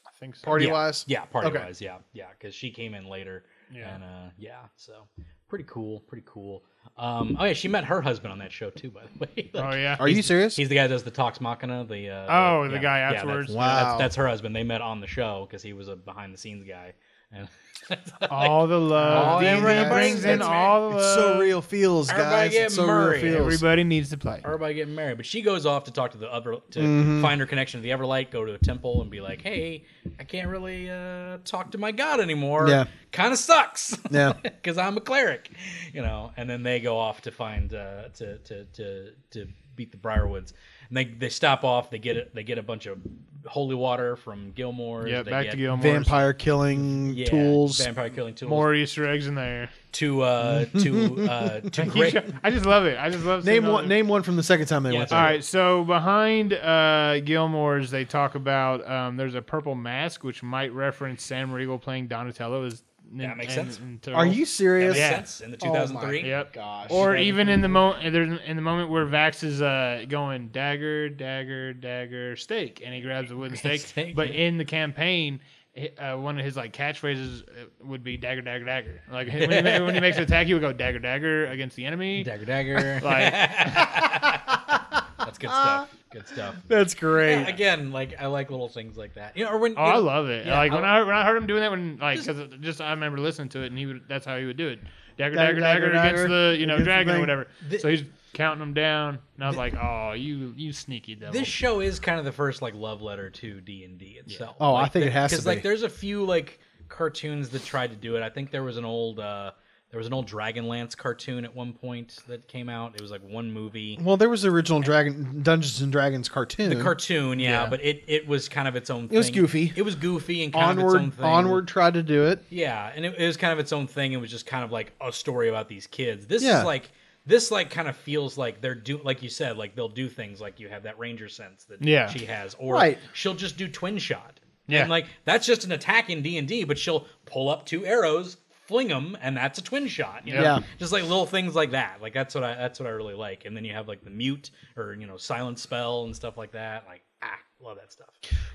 C: I think so.
D: party
B: yeah.
D: wise?
B: Yeah, party
D: Okay.
B: wise, yeah, yeah, because she came in later,
C: Yeah.
B: and uh, yeah, so pretty cool, pretty cool. Um, oh yeah, she met her husband on that show too, by the way. *laughs*
C: Oh
B: Like,
C: yeah.
D: Are you serious?
B: He's the guy that does the Talks Machina. The uh,
C: Oh, the
B: yeah,
C: guy
B: yeah, that's-
C: afterwards?
B: yeah,
D: Wow.
B: that's, that's her husband. They met on the show because he was a behind the scenes guy. And *laughs*
C: all the love.
B: All
C: Dee Dee
B: everybody
C: brings in
B: gets
C: all the
D: It's
C: love.
D: so real feels,
B: Uh, Everybody
D: guys.
B: get
D: It's so
B: Murray.
D: real feels.
C: Everybody needs to play.
B: everybody getting married, but she goes off to talk to the other to
D: Mm-hmm.
B: find her connection to the Everlight, go to a temple, and be like, "Hey, I can't really uh, talk to my god anymore.
D: Yeah.
B: kind of sucks. *laughs*
D: Yeah.
B: because I'm a cleric, you know." And then they go off to find uh, to, to to to beat the Briarwoods, and they they stop off. They get it. They get a bunch of holy water from Gilmore.
C: Yeah,
B: they
C: back
B: get,
C: to Gilmore.
D: Vampire killing
B: yeah,
D: tools.
B: vampire killing tools,
C: More Easter eggs in there.
B: *laughs*
C: *laughs*
B: to uh, to uh, to great.
C: I just love it. I just love seeing
D: Name
C: all
D: one.
C: the-
D: Name one from the second time they
B: Yeah, it's-
D: went. There.
C: All right, so behind uh, Gilmore's, they talk about um, there's a purple mask, which might reference Sam Riegel playing Donatello as
B: That makes sense.
D: Are
B: That
D: you serious?
B: makes
C: Yeah.
B: sense in the
D: Oh my
B: 2003.
C: Yep.
D: Gosh.
C: Or even in the moment, there's in the moment where Vax is uh, going dagger, dagger, dagger, steak, and he grabs a wooden stake.
B: Steak,
C: but
B: yeah.
C: in the campaign, hi- uh, one of his like catchphrases uh, would be dagger, dagger, dagger. Like *laughs* when he, ma- when he makes an attack, he would go dagger, dagger against the enemy.
B: Dagger, dagger.
C: *laughs* Like-
B: That's good
D: uh,
B: stuff. Good stuff.
D: That's great.
B: Yeah, again, like I like little things like that. You know, or when
C: Oh,
B: you
C: I
B: know-
C: love it!
B: Yeah,
C: like when
B: I-
C: I when I heard him doing that, when like because just, I remember listening to it, and he would that's how he would do it: dagger, dagger,
D: Dagger,
C: dagger,
D: dagger,
C: against
D: dagger,
C: the you know
D: against the
C: dragon or
D: thing.
C: whatever.
B: Thi-
C: so he's counting them down, and I was like, "Oh, you you sneaky devil!"
B: this show is kind of the first like love letter to D and D itself.
D: Oh, I
B: Like,
D: think it has to
B: because like
D: be.
B: there's a few like cartoons that tried to do it. I think there was an old uh there was an old Dragonlance cartoon at one point that came out. It was like one movie.
D: well, there was the original Dragon Dungeons and Dragons cartoon.
B: The cartoon, yeah,
D: Yeah.
B: but it, it was kind of its own thing.
D: was goofy.
B: It was goofy and kind of its own
D: Onward,
B: thing.
D: Onward tried to do it.
B: Yeah, and it, it was kind of its own thing. It was just kind of like a story about these kids. This
D: Yeah.
B: is like this like kind of feels like they're do like you said like they'll do things like you have that ranger sense that
C: Yeah.
B: she has, or
D: Right.
B: she'll just do twin shot.
C: Yeah.
B: and like that's just an attack in D and D, but she'll pull up two arrows, fling them, and that's a twin shot. You know?
D: Yeah.
B: just like little things like that. Like that's what I that's what I really like. And then you have like the mute or you know silent spell and stuff like that. Like ah, love that stuff.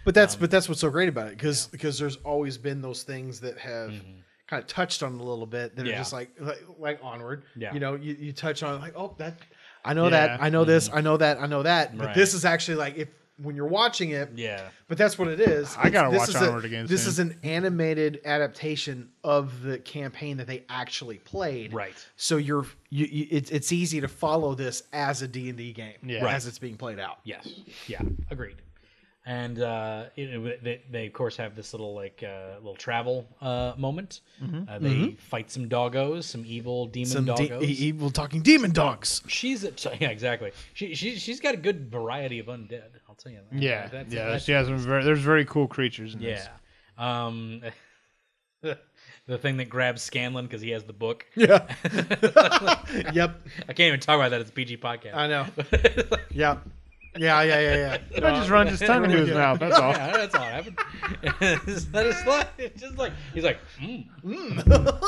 D: But that's
C: Um,
D: but that's what's so great about it because because there's always been those things that have
C: Mm-hmm.
D: kind of touched on a little bit that
B: Yeah.
D: are just like like, like onward.
B: Yeah.
D: You know, you, you touch on like oh that I know
C: Yeah. Mm-hmm.
D: that I know this I know that I know that. But
B: Right.
D: this is actually like if when you're watching it.
B: Yeah,
D: But that's what it is.
C: I gotta
D: It's-
C: watch
D: this is a-
C: Onward again
D: This
C: soon.
D: is an animated adaptation of the campaign that they actually played.
B: Right.
D: So you're you, you it's it's easy to follow this as a D and D game
C: Yeah. Right.
D: as it's being played out.
B: Yes. Yeah. Agreed. And uh, you know, they, they of course have this little like uh, little travel uh, moment. Uh, they fight some doggos, some evil demon
D: Mm-hmm. Some de-
B: doggos.
D: e- evil talking demon dogs.
B: she's a, *laughs* yeah, exactly. She she she's got a good variety of undead. I'll tell you that.
C: Yeah,
B: That's,
C: yeah.
B: that's-
C: she has some very, there's very cool creatures in this.
B: yeah. Um, *laughs* the thing that grabs Scanlan because he has the book.
D: Yeah. *laughs* yep.
B: I can't even talk about that. It's a PG podcast.
D: I
B: *laughs*
D: know. Yep. Yeah, yeah, yeah, yeah.
C: I just runs his tongue into his mouth. That's all.
B: yeah, that's all that happened. *laughs* It's just like, it's just like he's like, mm,
D: Hmm.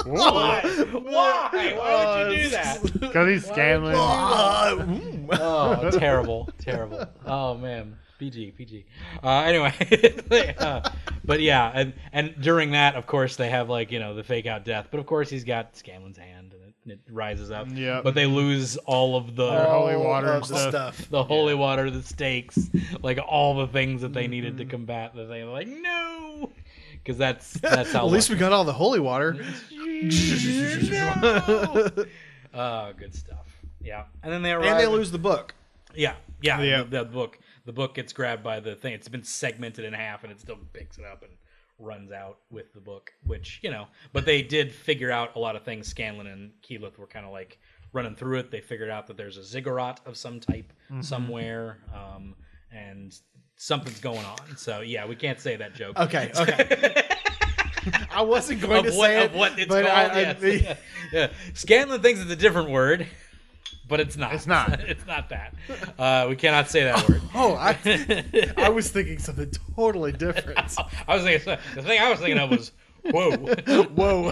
B: why, Oh, why, why would you do that?
D: *laughs*
C: Because he's Scanlan.
D: Ah, mm.
B: Oh, terrible, terrible. Oh man, PG, PG. Uh, anyway, *laughs* uh, but yeah, and and during that, of course, they have like you know the fake out death, but of course he's got Scanlan's hand and it, and it rises up.
C: Yeah.
B: But they lose all of the
C: Their holy water
D: All
C: and
D: of the
C: stuff.
B: the holy water, the stakes, like all the things that they needed to combat the thing. Like no, because that's that's how.
D: At least we got all the holy water. *laughs*
B: *laughs* no! Oh, good stuff. Yeah, and then they arrive.
D: And they lose the book.
B: Yeah, yeah.
C: Yeah.
B: The, the book, the book gets grabbed by the thing. It's been segmented in half, and it still picks it up and runs out with the book. Which you know, but they did figure out a lot of things. Scanlan and Keyleth were kind of like running through it. They figured out that there's a ziggurat of some type
D: Mm-hmm.
B: somewhere, um, and something's going on. So yeah, we can't say that joke.
D: Okay, okay.
B: *laughs*
D: I *laughs* wasn't going
B: Of
D: to
B: what,
D: say
B: of
D: it,
B: what it's
D: but
B: called.
D: I- I-
B: yes. *laughs* yeah. Scanlan thinks it's a different word, but it's not.
C: It's not.
B: *laughs* it's not that. Uh, we cannot say that
D: *laughs*
B: word. *laughs*
D: Oh, I, I was thinking something totally different.
B: I was thinking the thing I was thinking of was whoa, *laughs*
D: Whoa.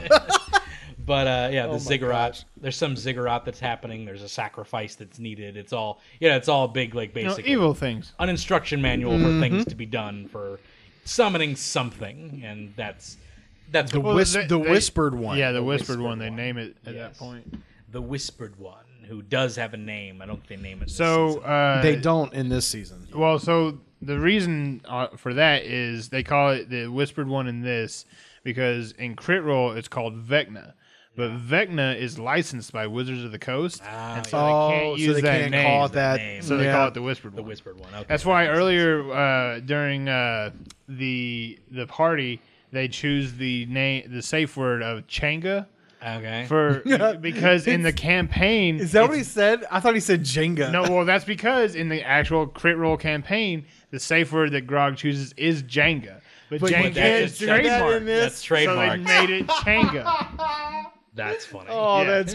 B: but uh, yeah, the
D: Oh my
B: ziggurat.
D: gosh.
B: There's some ziggurat that's happening. There's a sacrifice that's needed. It's all you know. It's all big like
C: You know,
B: basically
C: evil things.
B: an instruction manual
D: Mm-hmm.
B: for things to be done for summoning something, and that's that's the,
C: Well,
D: Whis-
C: they-
D: the
C: they-
D: whispered one.
C: Yeah, the, whispered,
B: whispered
C: one. They
B: one.
C: name it at
B: Yes.
C: that point.
B: the whispered one who does have a name. I don't think they name it. this
C: So
B: season.
C: uh,
D: *laughs* They don't in this season.
C: Well, so the reason uh, for that is they call it the whispered one in this because in crit roll it's called Vecna. But Vecna is licensed by Wizards of the Coast, and so
D: Oh,
C: they can't
D: so
C: use
D: they
C: that
D: can't
C: name.
D: call it that.
B: name.
C: So they
D: Yeah.
C: call it the whispered
B: the
C: one.
B: whispered one. Okay.
C: That's why earlier uh, during uh, the the party they choose the name the safe word of Changa
B: okay.
D: *laughs*
C: for because in the campaign
D: Is that
C: it's
D: what he said? I thought he said
C: *laughs*
D: Jenga.
C: no, well, that's because in the actual crit roll campaign, the safe word that Grog chooses is Jenga. But,
D: But you
C: Jenga
D: can't
C: is
D: do that in
C: trademarked.
D: this.
B: that's
C: So they
B: trademark.
C: made it Changa.
D: *laughs*
B: that's funny.
D: Oh,
C: Yeah.
D: that's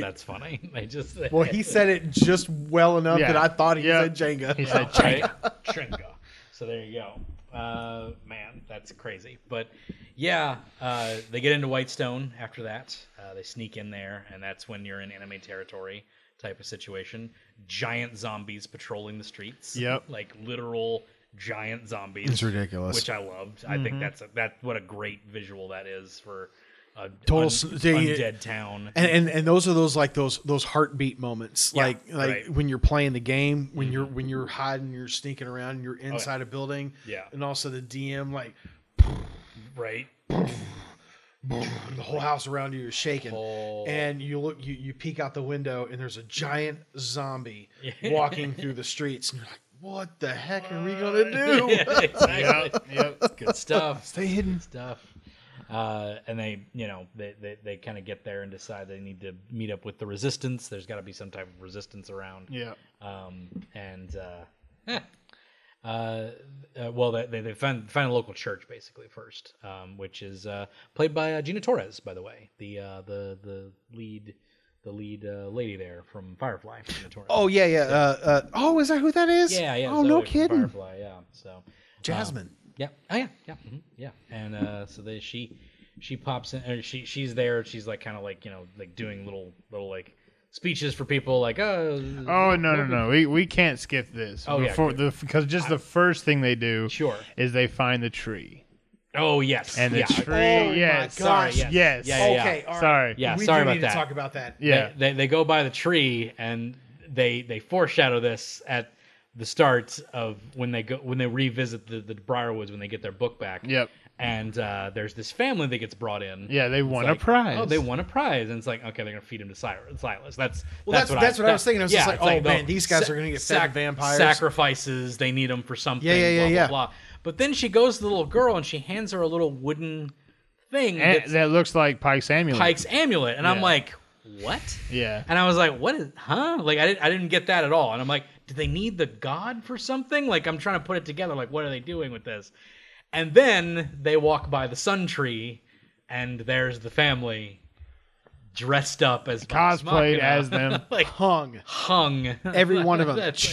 B: *laughs* That's funny. They just
D: well,
B: *laughs*
D: he said it just well enough
C: Yeah.
D: that I thought he
C: Yeah.
D: said Jenga.
C: He said
B: Right? Tringa. So there you go. Uh, man, that's crazy. But yeah, uh, they get into Whitestone after that. Uh, they sneak in there, and that's when you're in anime territory type of situation. Giant zombies patrolling the streets.
C: Yep.
B: Like literal giant zombies.
D: It's ridiculous.
B: Which I loved. I think that's a, that what a great visual that is for a
D: Total
B: un-
D: s- they-
B: undead town.
D: and, and and those are those like those those heartbeat moments
B: Yeah,
D: like like
B: right. Mm-hmm.
D: when you're playing the game when you're when you're hiding you're sneaking around and you're inside a building
B: Oh, Yeah.
D: and also the dm like *laughs*
B: right.
D: the whole house around you is shaking
B: Oh.
D: and you look you you peek out the window and there's a giant
B: *laughs*
D: zombie walking through the streets and you're like what the heck are we gonna do
B: *laughs* Yeah, exactly.
C: Yep.
B: Good stuff.
D: *laughs* stay hidden
B: stuff. Uh, and they, you know, they, they, they kind of get there and decide they need to meet up with the resistance. There's got to be some type of resistance around.
C: Yeah.
B: Um, and uh, *laughs* uh, uh, well, they they, they find, find a local church basically first, um, which is uh, played by uh, Gina Torres, by the way, the uh, the the lead the lead uh, lady there from Firefly. Gina Torres.
D: oh yeah yeah uh, uh, oh is that who that is
B: yeah, yeah.
D: oh
B: Zoe
D: no
B: from
D: kidding
B: Firefly, yeah. So
D: jasmine
B: yeah. Oh yeah. Yeah. mhm, Yeah. And uh, so then she she pops in. Or she she's there. and She's like kind of like you know like doing little little like speeches for people like oh
C: Oh no no no! We we can't skip this.
B: Oh, yeah,
C: Before
B: good.
C: the because just the first thing they do
B: Sure.
C: is they find the tree
B: oh yes
C: and the
B: yeah.
C: tree.
D: Oh, my
C: yes,
D: gosh.
C: sorry, yes,
B: Yeah, yeah, yeah.
D: okay all right.
C: sorry,
B: Yeah,
D: we
B: sorry
D: do
B: about
D: need
B: that.
D: to talk about that
B: They-
C: yeah.
B: They, they go by the tree and they they foreshadow this at the start of when they go when they revisit the the Briarwoods when they get their book back.
C: Yep.
B: And uh, there's this family that gets brought in.
C: Yeah, they won
B: like,
C: a prize.
B: Oh, they won a prize, and it's like okay, they're gonna feed him to Cyrus. Silas. That's
D: Well, that's- that's what I
B: that-
D: was thinking. I was just like,
B: it's
D: oh, man,
B: no,
D: these guys
B: sa-
D: are gonna get fed to vampires.
B: Sacrifices. They need them for something.
D: Yeah, yeah, yeah,
B: blah,
D: yeah.
B: Blah, blah. But then she goes to the little girl and she hands her a little wooden thing
C: And
B: that's
C: that looks like Pike's amulet.
B: Pike's amulet, and I'm
C: Yeah.
B: like, what?
C: Yeah.
B: And I was like, what is? Huh? Like I didn't I didn't get that at all. And I'm like, do they need the god for something? Like I'm trying to put it together. Like what are they doing with this? And then they walk by the sun tree, and there's the family dressed up as Vox
C: Cosplayed
B: Machina.
C: as them.
B: *laughs* like
D: hung
B: hung.
D: every
B: *laughs*
D: one of them
B: That's like-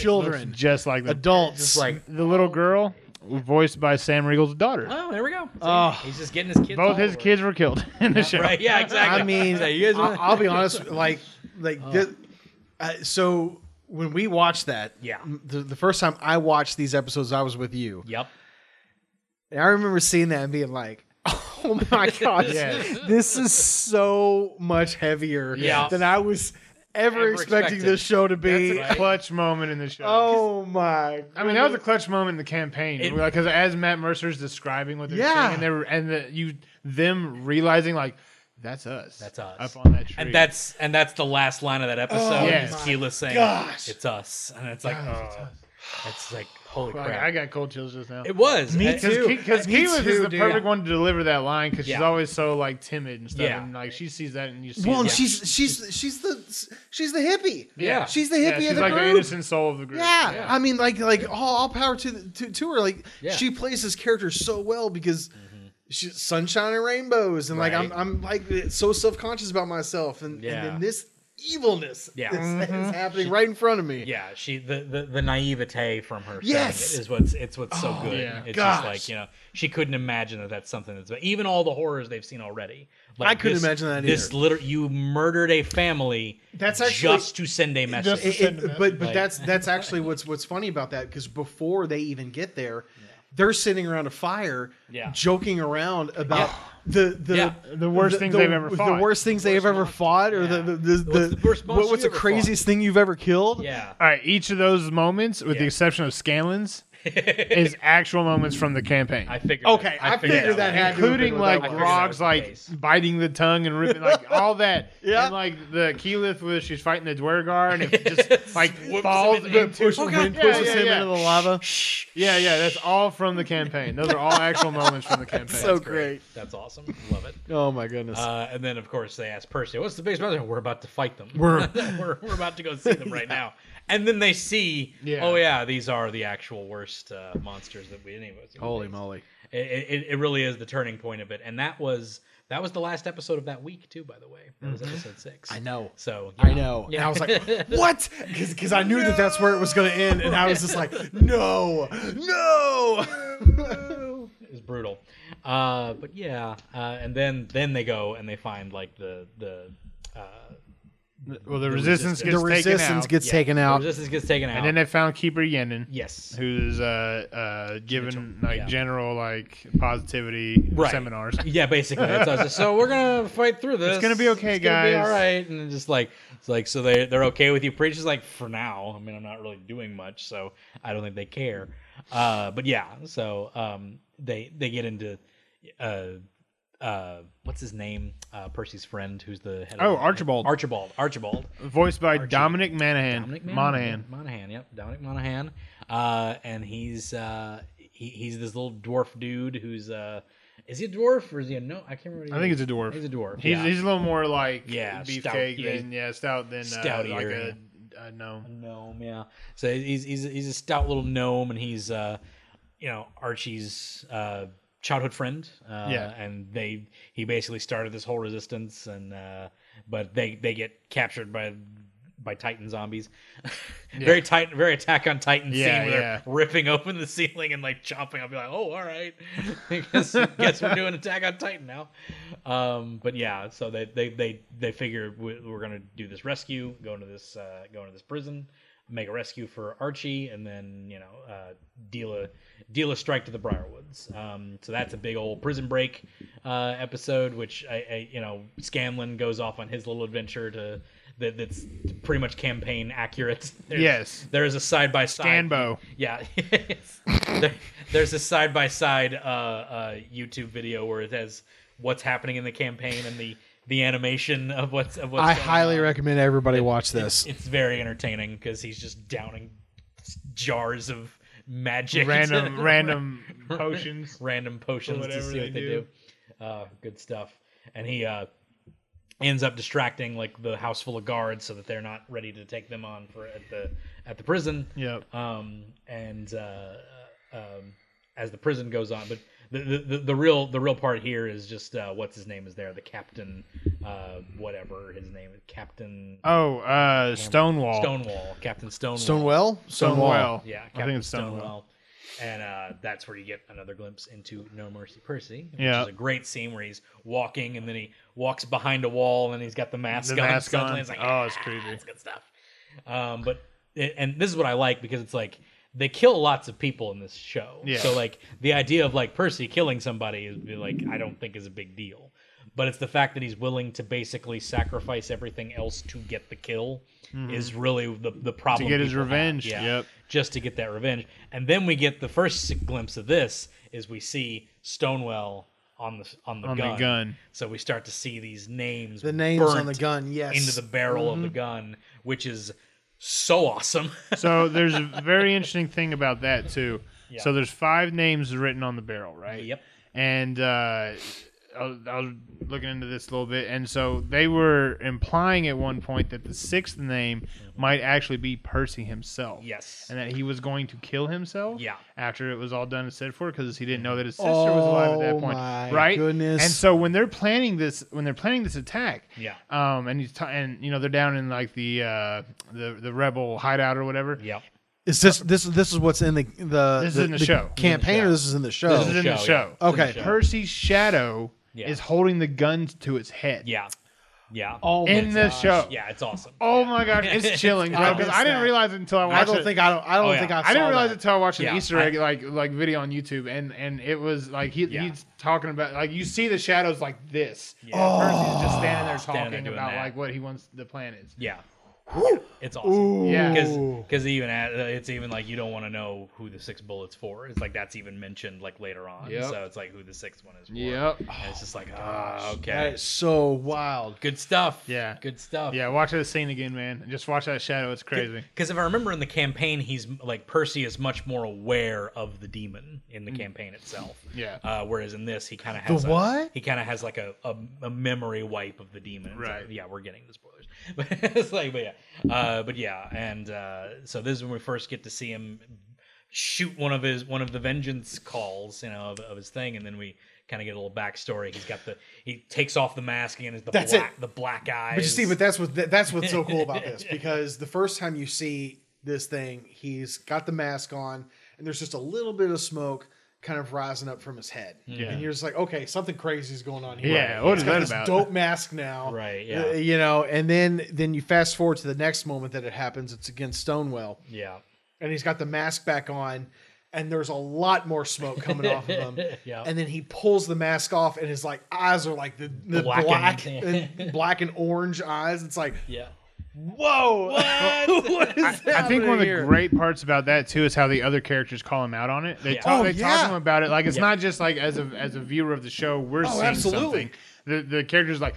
C: *laughs*
D: children
C: just *laughs* like the
D: adults
B: like-
C: the little girl, voiced by Sam Riegel's daughter.
B: Oh, there we go. See?
D: Oh.
B: he's just getting his kids.
C: Both
B: all
C: his
B: over.
C: kids uh, were killed *laughs* in the show.
B: *laughs* Right? Yeah, exactly.
D: I mean,
B: So you guys
D: I-
B: wanna-
D: I'll, be honest. Like, like
C: Oh.
D: thi- uh, so when we watched that,
B: Yeah.
D: m- the, the first time I watched these episodes, I was with you.
B: Yep.
D: And I remember seeing that and being like, *laughs* "Oh
B: *laughs*
D: my gosh,
C: Yeah.
D: this is so much heavier
B: Yeah.
D: than I was ever,
B: Ever
D: expecting
B: expected.
D: this show to be."
B: That's right.
C: Clutch moment in the show.
D: Oh my!
C: I mean, that was a clutch moment in the campaign
B: It-
C: because as Matt Mercer's describing what they're
D: Yeah.
C: seeing, and they were, and the, you them realizing like that's us,
B: That's us.
C: up on that tree,
B: And that's and that's the last line of that episode.
D: Oh,
B: is
C: my
B: Keyless saying,
D: gosh.
B: "It's us," and it's like,
C: Guys,
B: oh, it's like, holy
C: Fuck,
B: crap!
C: I got cold chills just now.
B: it was
D: Me
B: I-
D: too.
C: because
D: Me
C: Keelan is
D: too,
C: the
D: dude.
C: perfect one to deliver that line because she's
B: Yeah.
C: always so like timid and stuff,
B: Yeah.
C: and like she sees that and you see.
D: well,
C: it,
D: and
C: like-
D: she's she's she's the she's the hippie.
B: Yeah.
D: she's the hippie
C: yeah,
D: of
C: she's
D: the
C: like
D: group.
C: the innocent soul of the group.
D: Yeah. I mean, like, like all, all power to, the, to to her. Like,
B: Yeah. Mm-hmm.
D: she plays this character so well because she's sunshine and rainbows, and like I'm,
B: Right.
D: I'm like so self conscious about myself, and,
B: Yeah.
D: and then this evilness
B: Yeah. Mm-hmm.
D: is, is happening right in front of me.
B: yeah, she the, the the naivete from her
D: Yes. Oh,
B: saying it is what's it's what's so good.
C: yeah.
B: It's
D: Gosh.
B: just like you know she couldn't imagine that that's something that's even all the horrors they've seen already. Like
D: I couldn't
B: this-
D: imagine that
B: This
D: either.
B: liter- you murdered a family.
D: That's actually-
B: just to send a message.
C: Just-
D: It-
C: Send
D: it-
C: a message.
D: but but
B: Like- *laughs*
D: that's that's actually what's what's funny about that because before they even get there, they're sitting around a fire,
B: Yeah.
D: joking around about the the.
B: Yeah.
C: The worst things they've ever fought.
D: The worst things they've ever fought, or the
B: Yeah.
D: the, the, the,
B: What's the worst
D: what-
B: monster you
D: what's the
B: ever fought?
D: craziest thing you've ever killed?
B: yeah,
C: All right, each of those moments, with the
B: Yeah.
C: exception
B: *laughs*
C: of Scanlan's, is actual moments from the campaign.
B: I figured.
D: Okay,
B: that-
D: I, figured,
B: out.
D: that had to have
C: including
D: been
C: like
D: without
B: figured that was
C: Grog's
B: the
C: like
B: case.
C: biting the tongue and ripping
D: *laughs*
C: like all that.
D: Yeah.
C: and, like the Keylith where she's fighting the Dwergar and
D: *laughs*
C: it just like falls
B: in the-
C: into *laughs*
B: push-
C: yeah,
D: wind
C: yeah,
D: pushes
C: yeah,
D: him
C: yeah.
D: into *laughs* the lava.
C: Yeah, yeah, that's all from the campaign. Those are all actual moments from the campaign.
D: so great.
B: That's awesome. Love it.
D: Oh my goodness.
B: Uh, and then, of course, they ask Percy, "What's the biggest problem?" We're about to fight them.
D: We're-
B: *laughs* we're, we're about to go see them
D: *laughs*
B: right now. And then they see,
C: Yeah.
B: oh yeah, these are the actual worst uh, monsters that we any of us.
D: Holy moly.
B: It, it, it really is the turning point of it, and that was That was the last episode of that week too, by the way. That was episode six.
D: Mm-hmm. I know.
B: So
D: I
B: yeah.
D: know. And
B: Yeah. *laughs*
D: I was like, what? Because I knew that that's where it was going to end. And I was just like,
B: *laughs*
D: no, no.
B: *laughs* it was brutal. Uh, but yeah, uh, and then then they go and they find like the the uh,
C: Well, the,
B: resistance-
C: resistance,
D: the
C: gets taken
D: resistance
C: out,
D: gets
B: yeah,
D: taken
B: the
D: out.
B: Resistance gets taken out.
C: and then they found Keeper Yenin,
B: yes,
C: who's uh, uh, given like
B: yeah.
C: general like positivity
B: Right.
C: seminars.
B: *laughs* yeah, basically. That's us. so we're gonna fight through this.
C: gonna be okay,
B: it's gonna Be
C: guys.
B: all right, and then just like it's like so they they're okay with you. Preacher's like for now. I mean, I'm not really doing much, so I don't think they care. Uh, but yeah, so um, they they get into uh, uh, what's his name? Uh, Percy's friend, who's the head
C: Oh,
B: of,
C: Archibald.
B: Archibald, Archibald.
C: Voiced by Dominic Monaghan.
B: Dominic
C: Monaghan.
B: Monaghan. Monaghan, yep. Dominic Monaghan. Uh, and he's uh, he, he's this little dwarf dude who's uh, is he a dwarf or is he a no? I can't remember. what he
C: I think
B: is.
C: he's a dwarf.
B: He's a dwarf.
C: He's,
B: yeah.
C: he's a little more like
B: Yeah,
C: beefcake
B: stout, yeah,
C: than yeah stout than uh,
B: stoutier,
C: like
B: yeah.
C: a, a gnome.
B: gnome, yeah. So he's he's he's a stout little gnome, and he's uh, you know Archie's uh, childhood friend. Uh,
C: Yeah.
B: and they he basically started this whole resistance, and uh, but they they get captured by by Titan zombies. *laughs* very tight, very Attack on Titan
C: Yeah,
B: scene where
C: yeah.
B: they're ripping open the ceiling and like chopping. I'll be like, oh, all right, *laughs* guess, guess we're doing Attack on Titan now. Um, but yeah, so they they they they figure we- we're gonna do this rescue, go into this uh, go into this prison, make a rescue for Archie, and then you know uh, deal a deal a strike to the Briarwoods. Um, so that's a big old prison break uh, episode, which I, I you know Scanlan goes off on his little adventure to. That, that's pretty much campaign accurate. *laughs* There's-
C: Yes.
B: there is a side by side.
C: Scanbo.
B: *laughs* Yeah. There- there's a side by side YouTube video where it has what's happening in the campaign and the the animation of what's of what's.
D: I
B: going
D: highly
B: on.
D: recommend everybody watch this.
B: It's very entertaining because he's just downing jars of magic, *laughs*
C: *laughs* Random random potions.
B: random potions to
C: whatever
B: see
C: they
B: what they do.
C: do.
B: Uh, good stuff. And he uh, ends up distracting like the house full of guards so that they're not ready to take them on for at the at the prison.
C: Yep.
B: Um, and uh, um, as the prison goes on, but the, the, the, the real the real part here is just uh, what's his name is there the captain, uh, whatever his name is, Captain
C: Oh, uh, Stonewall.
B: Stonewall, Captain Stonewall,
D: Stonewell?
C: Stonewall.
B: yeah, Captain
C: I think it's
B: Stonewell.
C: Stonewell.
B: And uh, that's where you get another glimpse into No Mercy Percy, which
C: Yeah.
B: is a great scene where he's walking and then he walks behind a wall and he's got the mask
C: The
B: on.
C: mask
B: suddenly.
C: on.
B: It's like,
C: Oh, it's
B: "Ah,
C: creepy."
B: That's good stuff. Um, but it, and this is what I like because it's like they kill lots of people in this show.
C: Yeah.
B: So like the idea of like Percy killing somebody is be like I don't think is a big deal. But it's the fact that he's willing to basically sacrifice everything else to get the kill is really the, the problem.
C: Mm-hmm. get his
B: people have.
C: revenge, yep.
B: Just to get that revenge. And then we get the first glimpse of this is we see Stonewell on the on the,
C: On the
B: gun.
C: gun.
B: So we start to see these names
D: The names on the
B: burnt
D: gun, yes.
B: into the barrel of the
C: Mm-hmm.
B: gun, which is so awesome. *laughs*
C: So there's a very interesting thing about that too. So there's five names written on the barrel, right?
B: Yep.
C: And uh, I, was, I was looking into this a little bit, and so they were implying at one point that the sixth name
B: Mm-hmm.
C: might actually be Percy himself.
B: Yes.
C: And that he was going to kill himself.
B: Yeah.
C: After it was all done and said for, because he didn't know that his sister was alive at
D: Oh
C: that point.
D: my
C: right.
D: goodness.
C: And so when they're planning this, when they're planning this attack.
B: Yeah.
C: Um, and he's t- and you know they're down in like the uh the the rebel hideout or whatever.
B: yep.
D: Is this this this is what's in the the
C: This is in the show.
D: campaign or this is in the show?
B: This
C: This is in
B: show,
C: the
B: yeah.
C: show.
B: It's in the
D: Okay.
B: show.
C: Percy's shadow
B: Yeah.
C: is holding the gun to its head.
B: Yeah. Yeah.
D: oh my
C: in the
D: gosh.
C: show.
B: yeah, it's awesome.
C: Oh
B: Yeah.
C: my god, it's chilling,
D: *laughs* I
C: bro. Because
D: missed
C: I didn't
D: that.
C: realize it until I watched
D: I don't
C: it.
D: think I don't I don't
B: Oh, yeah.
D: think I
C: I
D: saw
C: didn't realize
D: that.
C: it until I watched an
B: Yeah,
C: Easter
B: I-
C: egg like like video on YouTube, and and it was like he,
B: Yeah.
C: he's talking about like you see the shadows like this.
B: Yeah.
C: Percy's just *gasps* standing there
B: Standing there
C: talking
B: doing
C: about
B: that.
C: like what he wants the plan is.
B: Yeah. It's awesome.
C: Yeah.
B: Because because even at, uh, it's even like you don't want to know who the six bullets for. It's like that's even mentioned like later on.
C: Yep.
B: So it's like who the sixth one is for.
C: Yep. Oh,
B: And it's just like ah okay.
D: That is so wild.
B: Good stuff.
C: Yeah.
B: Good stuff.
C: Yeah, watch that scene again, man. Just watch that shadow. It's crazy.
B: Because if I remember in the campaign, he's like Percy is much more aware of the demon in
D: Mm.
B: the campaign itself.
C: Yeah.
B: Uh, whereas in this, he kind of has a-
D: what?
B: he kind of has like a, a, a memory wipe of the demon. It's like,
C: Right.
B: yeah, we're getting the spoilers, *laughs* but it's like, but yeah, uh, but yeah, and uh, so this is when we first get to see him shoot one of his one of the vengeance calls, you know, of, of his thing, and then we kind of get a little backstory. He's got the he takes off the mask again. Is the
D: That's
B: black
D: it.
B: the black eyes?
D: But you see, but that's what that- that's what's so cool about *laughs* this because the first time you see this thing, he's got the mask on, and there's just a little bit of smoke kind of rising up from his head,
C: Yeah.
D: and you're just like, okay, something crazy is going on here.
C: Yeah, what
D: He's
C: is
D: got
C: that
D: this
C: about?
D: Dope mask now,
B: Right, yeah.
D: uh, you know, and then then you fast forward to the next moment that it happens. It's against Stonewell,
B: yeah,
D: and he's got the mask back on. And there's a lot more smoke coming off
B: *laughs*
D: of him.
B: Yeah.
D: And then he pulls the mask off, and his like eyes are like the, the
B: Blackened. *laughs*
D: black, and black and orange eyes. It's like,
B: yeah. *laughs*
D: Whoa! *laughs*
B: What?
D: what is that?
C: I think one of the great parts about that too is how the other characters call him out on it. They
B: Yeah.
C: talk,
D: Oh,
C: they
D: yeah.
C: talk to him about it. Like it's
B: Yeah.
C: not just like as a as a viewer of the show, we're seeing
D: absolutely.
C: something. The the characters like,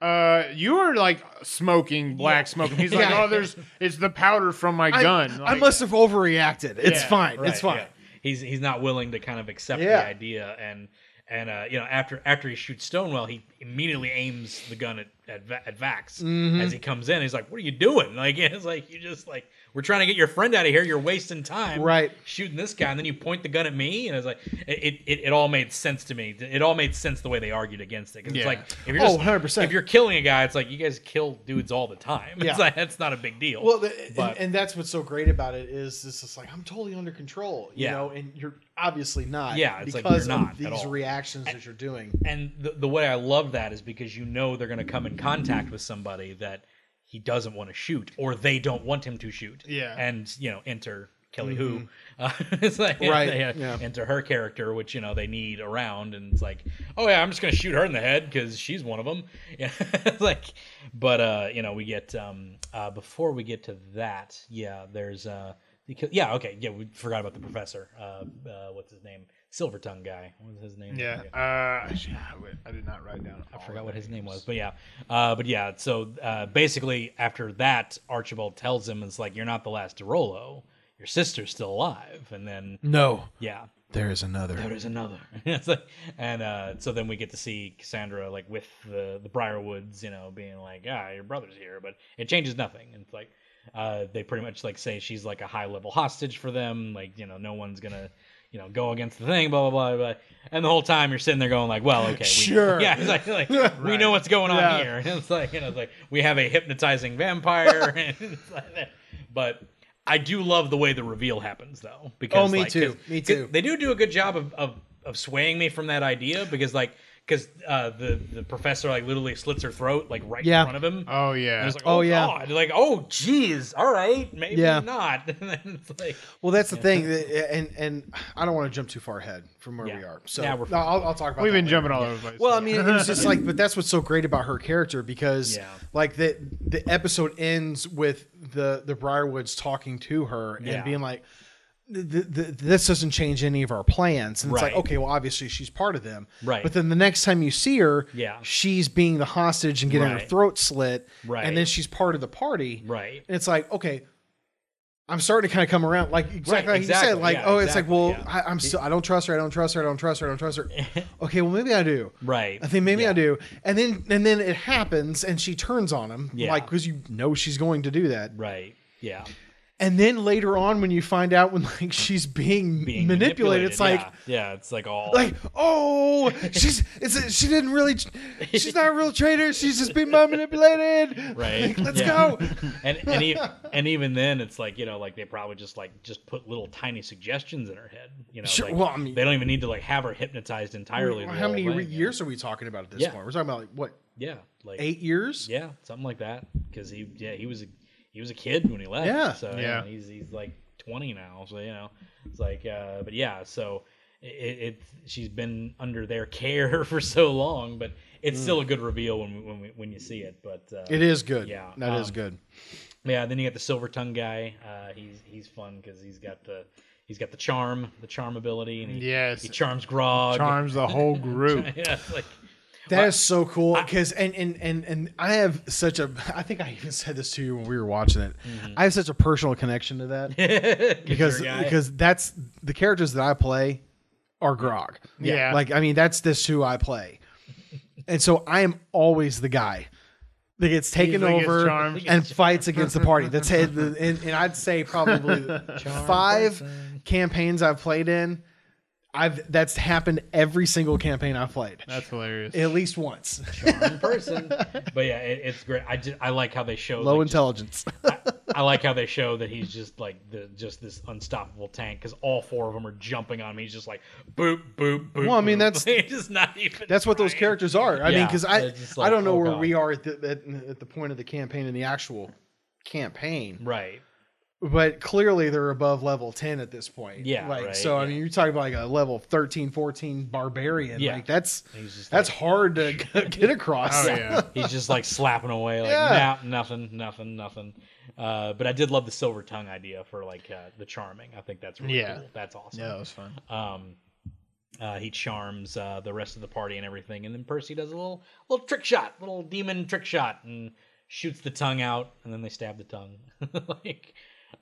C: uh, you're like smoking black smoke. And he's like,
D: Yeah.
C: oh, there's it's the powder from my
D: I,
C: gun.
D: I
C: Like,
D: must have overreacted. It's
C: Yeah,
D: fine.
B: Right,
D: it's fine.
B: yeah. He's he's not willing to kind of accept
D: Yeah.
B: the idea and and uh, you know after after he shoots Stonewell, he immediately aims the gun at at, Va- at Vax
D: Mm-hmm.
B: as he comes in. He's like, "What are you doing?" *laughs* Like it's like you just like we're trying to get your friend out of here. You're wasting time,
D: Right.
B: Shooting this guy, and then you point the gun at me, and it's like it it, it all made sense to me. It all made sense the way they argued against it. 'Cause
C: Yeah.
B: It's like if you're
D: Oh,
B: just,
D: 100%.
B: if you're killing a guy, it's like you guys kill dudes all the time. *laughs*
D: Yeah.
B: It's like that's not a big deal.
D: Well, the, and-
B: But-
D: and, that's what's so great about it is this is like I'm totally under control, you
B: Yeah.
D: know, and you're obviously not.
B: Yeah, it's like you're
D: because
B: not
D: of
B: at
D: these
B: all.
D: reactions that you're doing.
B: and the, the way I love that is because you know they're going to come in contact with somebody that he doesn't want to shoot or they don't want him to shoot.
C: Yeah.
B: And, you know, enter Kelly Who. Uh, *laughs* it's like,
D: Right,
B: they, uh,
D: yeah.
B: Enter her character, which, you know, they need around. And it's like, oh, yeah, I'm just going to shoot her in the head because she's one of them. *laughs* Yeah. it's like, but, uh, you know, we get, um, uh, before we get to that, yeah, there's, uh, because, yeah, okay, yeah, we forgot about the professor. Uh, uh, what's his name? Silver tongue guy. What was his name?
C: Yeah. Uh, I did not write down.
B: I forgot what his name was, but yeah, uh, but yeah. So uh, basically, after that, Archibald tells him, "It's like you're not the last Dorolo. Your sister's still alive." And then,
D: No,
B: yeah,
D: there is another.
B: there is another. *laughs* It's like- and uh, so then we get to see Cassandra like with the the Briarwoods, you know, being like, "Ah, your brother's here," but it changes nothing. And it's like uh, they pretty much like say she's like a high level hostage for them. Like you know, no one's gonna. You know, go against the thing, blah blah blah, blah. And the whole time you're sitting there going like, "Well, okay, we, *laughs*
D: Sure.
B: yeah." It's like,
D: *laughs*
B: like, we know what's going on
C: Yeah.
B: here. *laughs* it's like you know, it's like we have a hypnotizing vampire, *laughs* and it's like that. but I do love the way the reveal happens though. Because
D: Oh, me
B: like,
D: too.
B: 'cause-
D: Me
B: 'cause
D: too.
B: They do do a good job of of, of swaying me from that idea because like because uh, the the professor like literally slits her throat like right
D: Yeah.
B: in front of him.
C: Oh
B: And
C: yeah.
B: it's like,
D: Oh,
B: oh,
D: yeah.
B: God. Like, oh, geez. All right. Maybe
D: Yeah.
B: not. *laughs* And then it's like,
D: Well, that's the thing, that- and and I don't want to jump too far ahead from where
B: Yeah.
D: we are. So
B: Yeah, we're fine.
D: I'll, I'll talk about.
C: We've
D: that
C: been
D: *laughs* later.
C: jumping all over the place.
D: Well, I mean, it
B: *laughs*
D: was just like, but that's what's so great about her character because,
B: Yeah.
D: like, the the episode ends with the the Briarwoods talking to her and
B: Yeah.
D: being like, th th th- "This doesn't change any of our plans." And it's
B: Right.
D: like, okay, well, obviously she's part of them,
B: Right.
D: But then the next time you see her,
B: Yeah.
D: she's being the hostage and getting her
B: Right.
D: throat slit,
B: Right.
D: And then she's part of the party,
B: right.
D: and it's like, okay, I'm starting to kind of come around, like exactly like
B: exactly,
D: you said, like,
B: yeah,
D: oh, it's like,
B: exactly,
D: well,
B: yeah.
D: I, I'm still, I don't trust her, I don't trust her, I don't trust her, I don't
B: *laughs*
D: trust her. okay, well, maybe I do.
B: Right.
D: I think maybe
B: Yeah.
D: I do. And then and then it happens, and she turns on him,
B: Yeah.
D: like because you know she's going to do that.
B: Right. Yeah.
D: And then later on, when you find out when like she's being,
B: Being
D: manipulated, it's like.
B: yeah. Yeah, It's like all.
D: *laughs* Like oh she's it's a, she didn't really she's not a real traitor she's just
B: *laughs*
D: being manipulated
B: Right.
D: Like, let's
B: Yeah.
D: go
B: *laughs* and and, e- and even then, it's like you know, like they probably just like just put little tiny suggestions in her head. You know,
D: Sure,
B: like,
D: well, I mean-
B: they don't even need to like have her hypnotized entirely.
D: Well,
B: the
D: how
B: whole
D: many
B: thing,
D: re-
B: you know?
D: years are we talking about at this
B: Yeah.
D: point we're talking about like what
B: Yeah, like
D: eight years
B: Yeah, something like that. Because he, yeah, he was a, he was a kid when he left.
D: Yeah.
B: so
C: Yeah.
B: yeah, he's he's like twenty now. So you know, it's like, uh, but yeah, so it, it she's been under their care *laughs* for so long, but it's still a good reveal when we, when we, when you see it. But uh,
D: it is good
B: Yeah,
D: that is
B: um,
D: good
B: yeah, then you got the silver tongue guy. Uh, he's he's fun because he's got the he's got the charm, the charm ability. And he,
C: Yes.
B: he charms Grog.
C: charms the whole group.
B: *laughs* yeah, it's like *laughs*
D: That is so cool because and and and and I have such a *laughs* I think I even said this to you when we were watching it. I have such a personal connection
B: *laughs*
D: to that because
B: Mm-hmm. guy.
D: because that's the characters that I play are grog.
C: Yeah.
D: Like I mean that's this who I play. And so I am always the guy that gets taken
C: that gets
D: over
C: charmed.
D: and fights against the party.
B: *laughs*
D: That's it. The- And, and I'd say probably five campaigns I've played in I've that's happened every single campaign I've played.
C: That's hilarious.
D: *laughs* at least once.
B: in *laughs* person. But yeah, it, it's great. I just I like how they show
D: Low
B: like, just-
D: intelligence.
B: I like how they show that he's just like the just this unstoppable tank because all four of them are jumping on him. He's just like boop boop boop.
D: Well, I mean,
B: boop. *laughs*
D: that's-
B: Like, just not even.
D: That's what those
B: trying.
D: characters are. I mean,
B: Yeah,
D: because I
B: it's just
D: I
B: like,
D: don't know
B: oh
D: where
B: God.
D: we are at the at, at the point of the campaign and the actual campaign,
B: Right.
D: but clearly they're above level 10 at this point.
B: Yeah,
D: Like
B: right,
D: so I
B: yeah.
D: mean, you're talking about like a level 13, 14 barbarian.
B: Yeah.
D: Like that's
B: He's just
D: that's
B: *laughs*
D: hard to *laughs* get across.
C: oh yeah.
B: He's just like slapping away, like
D: Yeah.
B: nah, nothing, nothing, nothing. Uh, but I did love the silver tongue idea for like uh, the charming. I think that's really
C: Yeah.
B: cool. That's awesome.
C: Yeah, that was fun.
B: um uh, he charms uh, the rest of the party and everything, and then Percy does a little little trick shot, little demon trick shot, and shoots the tongue out, and then they stab the tongue. *laughs* like,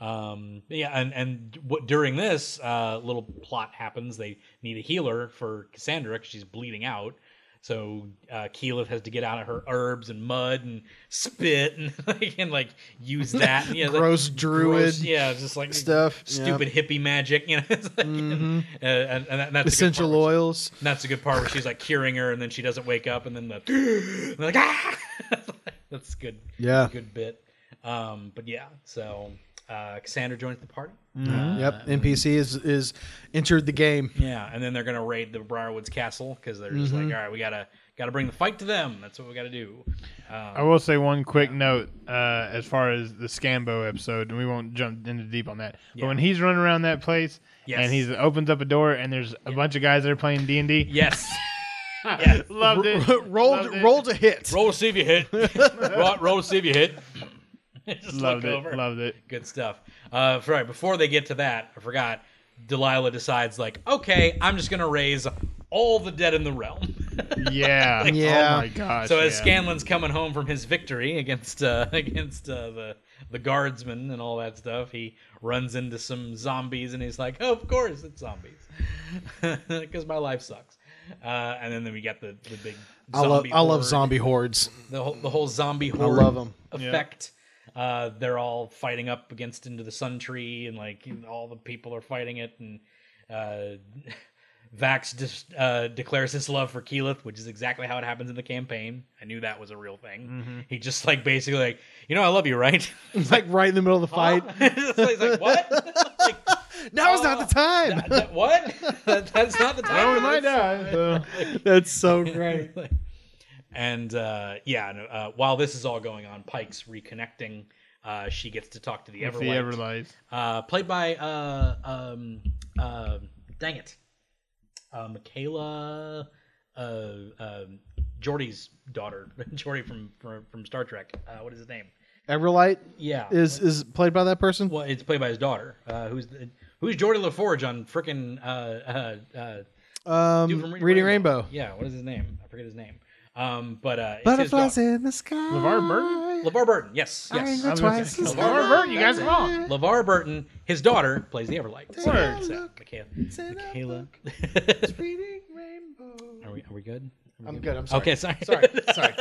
B: um, yeah, and and what, during this uh, little plot happens, they need a healer for Cassandra because she's bleeding out. So uh, Keyleth has to get out of her herbs and mud and spit and *laughs* like and like use that. And, yeah, like,
D: Gross druid
B: gross- yeah, just like
D: stuff, yeah. Mm-hmm.
B: Stupid hippie magic. You know, *laughs* it's like, and, uh, and, and that- that's a good
D: Essential
B: part where-
D: oils.
B: That's a good part where she's like curing her, and then she doesn't wake up, and then the *laughs* and they're like ah, *laughs* that's good.
D: Yeah.
B: good bit. Um, but yeah, so uh, Cassandra joins the party.
D: Mm. Yep. NPC is is entered the game.
B: Yeah, and then they're gonna raid the Briarwoods Castle because they're just
D: Mm-hmm.
B: like, all right, we gotta gotta bring the fight to them. That's what we gotta do.
C: I will say one quick note uh, as far as the Scambo episode, and we won't jump into deep on that.
B: Yeah.
C: But when he's running around that place,
B: Yes.
C: and he opens up a door, and there's a bunch of guys that are playing D and D.
D: *laughs*
B: Yes. yeah.
C: Loved *laughs* it.
D: rolled
C: Loved it.
D: rolled a hit.
B: Roll to see if you
D: *laughs*
B: hit. roll, roll to see if you hit. *laughs* just look
C: Loved it.
B: over.
C: Loved *laughs* it.
B: good stuff. Uh, for- right before they get to that, I forgot. Delilah decides, like, okay, I'm just gonna raise all the dead in the realm. *laughs*
C: Yeah.
D: Yeah.
C: Oh my gosh.
B: so as
C: yeah.
B: Scanlan's coming home from his victory against uh, *laughs* against uh, the the guardsmen and all that stuff, he runs into some zombies and he's like, oh, of course it's zombies, *laughs* because my life sucks. Uh, and then, then we got the the big.
D: I love
B: zombie
D: I love
B: horde
D: zombie hordes. *laughs*
B: the whole the whole zombie horde
D: love 'em.
B: effect. Uh, they're all fighting up against into the sun tree, and like all the people are fighting it. And uh, *laughs* Vax dis uh, declares his love for Keyleth, which is exactly how it happens in the campaign. I knew that was a real thing. He just like basically like, you know, I love you, right?
D: It's like right in the middle of
B: *laughs*
D: the fight. *laughs*
B: So he's like, what? *laughs* like,
D: Now is not the
B: *laughs*
D: time.
B: that- that- what? That- that's not the time.
C: Oh,
B: for
C: my
B: this.
C: God. So-
D: *laughs* That's
B: *laughs*
D: so great.
B: and uh, yeah, no, uh, while this is all going on, Pike's reconnecting. Uh, she gets to talk to the
C: It's
B: Everlight,
C: the Everlight.
B: Uh, played by uh, um, uh, dang it, uh, Michaela uh, um Jordy's daughter, *laughs* Jordy from, from from Star Trek. Uh, what is his name?
D: Everlight
B: Yeah,
D: is is played by that person.
B: well, it's played by his daughter, uh, who's the, who's Jordy LaForge on frickin' uh, uh, uh,
D: Um,
B: dude from
D: Reading Rainbow.
B: Yeah, what is his name? I forget his name. Um, but uh, it's his
D: Butterflies
B: daughter.
D: in the sky.
C: LeVar Burton?
B: LeVar Burton, yes,
D: I
B: yes.
D: go
C: was gonna
D: twice
C: say,
D: as
C: LeVar
D: high.
C: Burton, you guys are wrong.
B: LeVar Burton, his daughter plays the Everlight. So
C: Word.
B: it's, uh,
D: Say that
B: Michaela. *laughs*
D: It's
B: Michaela.
D: Reading Rainbow.
B: are we are we good? Are we
D: I'm good. I'm sorry.
B: Okay, sorry. *laughs*
D: Sorry. Sorry.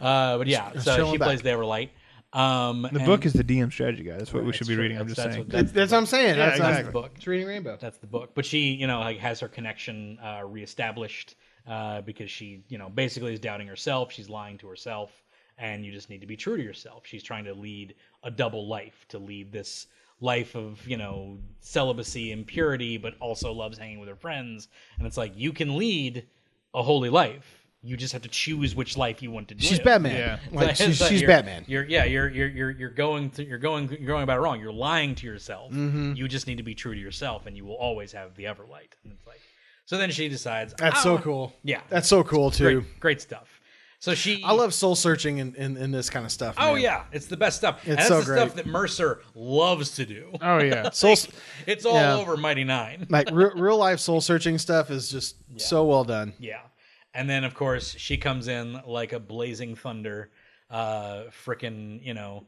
B: Uh, but yeah, so
D: chilling
B: she
D: back.
B: plays the Everlight. Um,
C: The book is the DM strategy guide. That's what we should be reading. I'm just
B: that's
C: saying.
B: What,
D: That's,
B: that's,
D: that's what I'm saying.
C: Yeah,
D: that's
B: that's
C: exactly.
B: the book.
D: It's Reading Rainbow.
B: That's the book. But she, you know, like has her connection uh, reestablished uh, because she, you know, basically is doubting herself. She's lying to herself, and you just need to be true to yourself. She's trying to lead a double life, to lead this life of, you know, celibacy and purity, but also loves hanging with her friends. And it's like you can lead a holy life. You just have to choose which life you want to
D: She's
B: live.
D: Batman.
C: Yeah.
D: Like,
B: So-
D: she's
B: so
D: she's
B: you're-
D: Batman.
B: You're yeah, you're you're you're you're going th- you're going you're going about it wrong. You're lying to yourself.
D: Mm-hmm.
B: You just need to be true to yourself, and you will always have the Everlight. And it's like, so then she decides.
D: That's
B: I
D: so
B: wanna-
D: cool.
B: Oh. Yeah,
D: That's so cool too.
B: great, great stuff. So she.
D: I love soul searching and in, in, this kind of stuff.
B: Oh
D: man.
B: yeah, it's the best stuff. and that's
D: It's so
B: the stuff
D: great.
B: that Mercer loves to do. *laughs*
C: Oh, yeah.
D: Soul, s-
B: It's all
D: Yeah.
B: over Mighty Nine.
D: like re- real life soul searching stuff is just so well done.
B: Yeah. And then, of course, she comes in like a blazing thunder, uh, frickin', you know,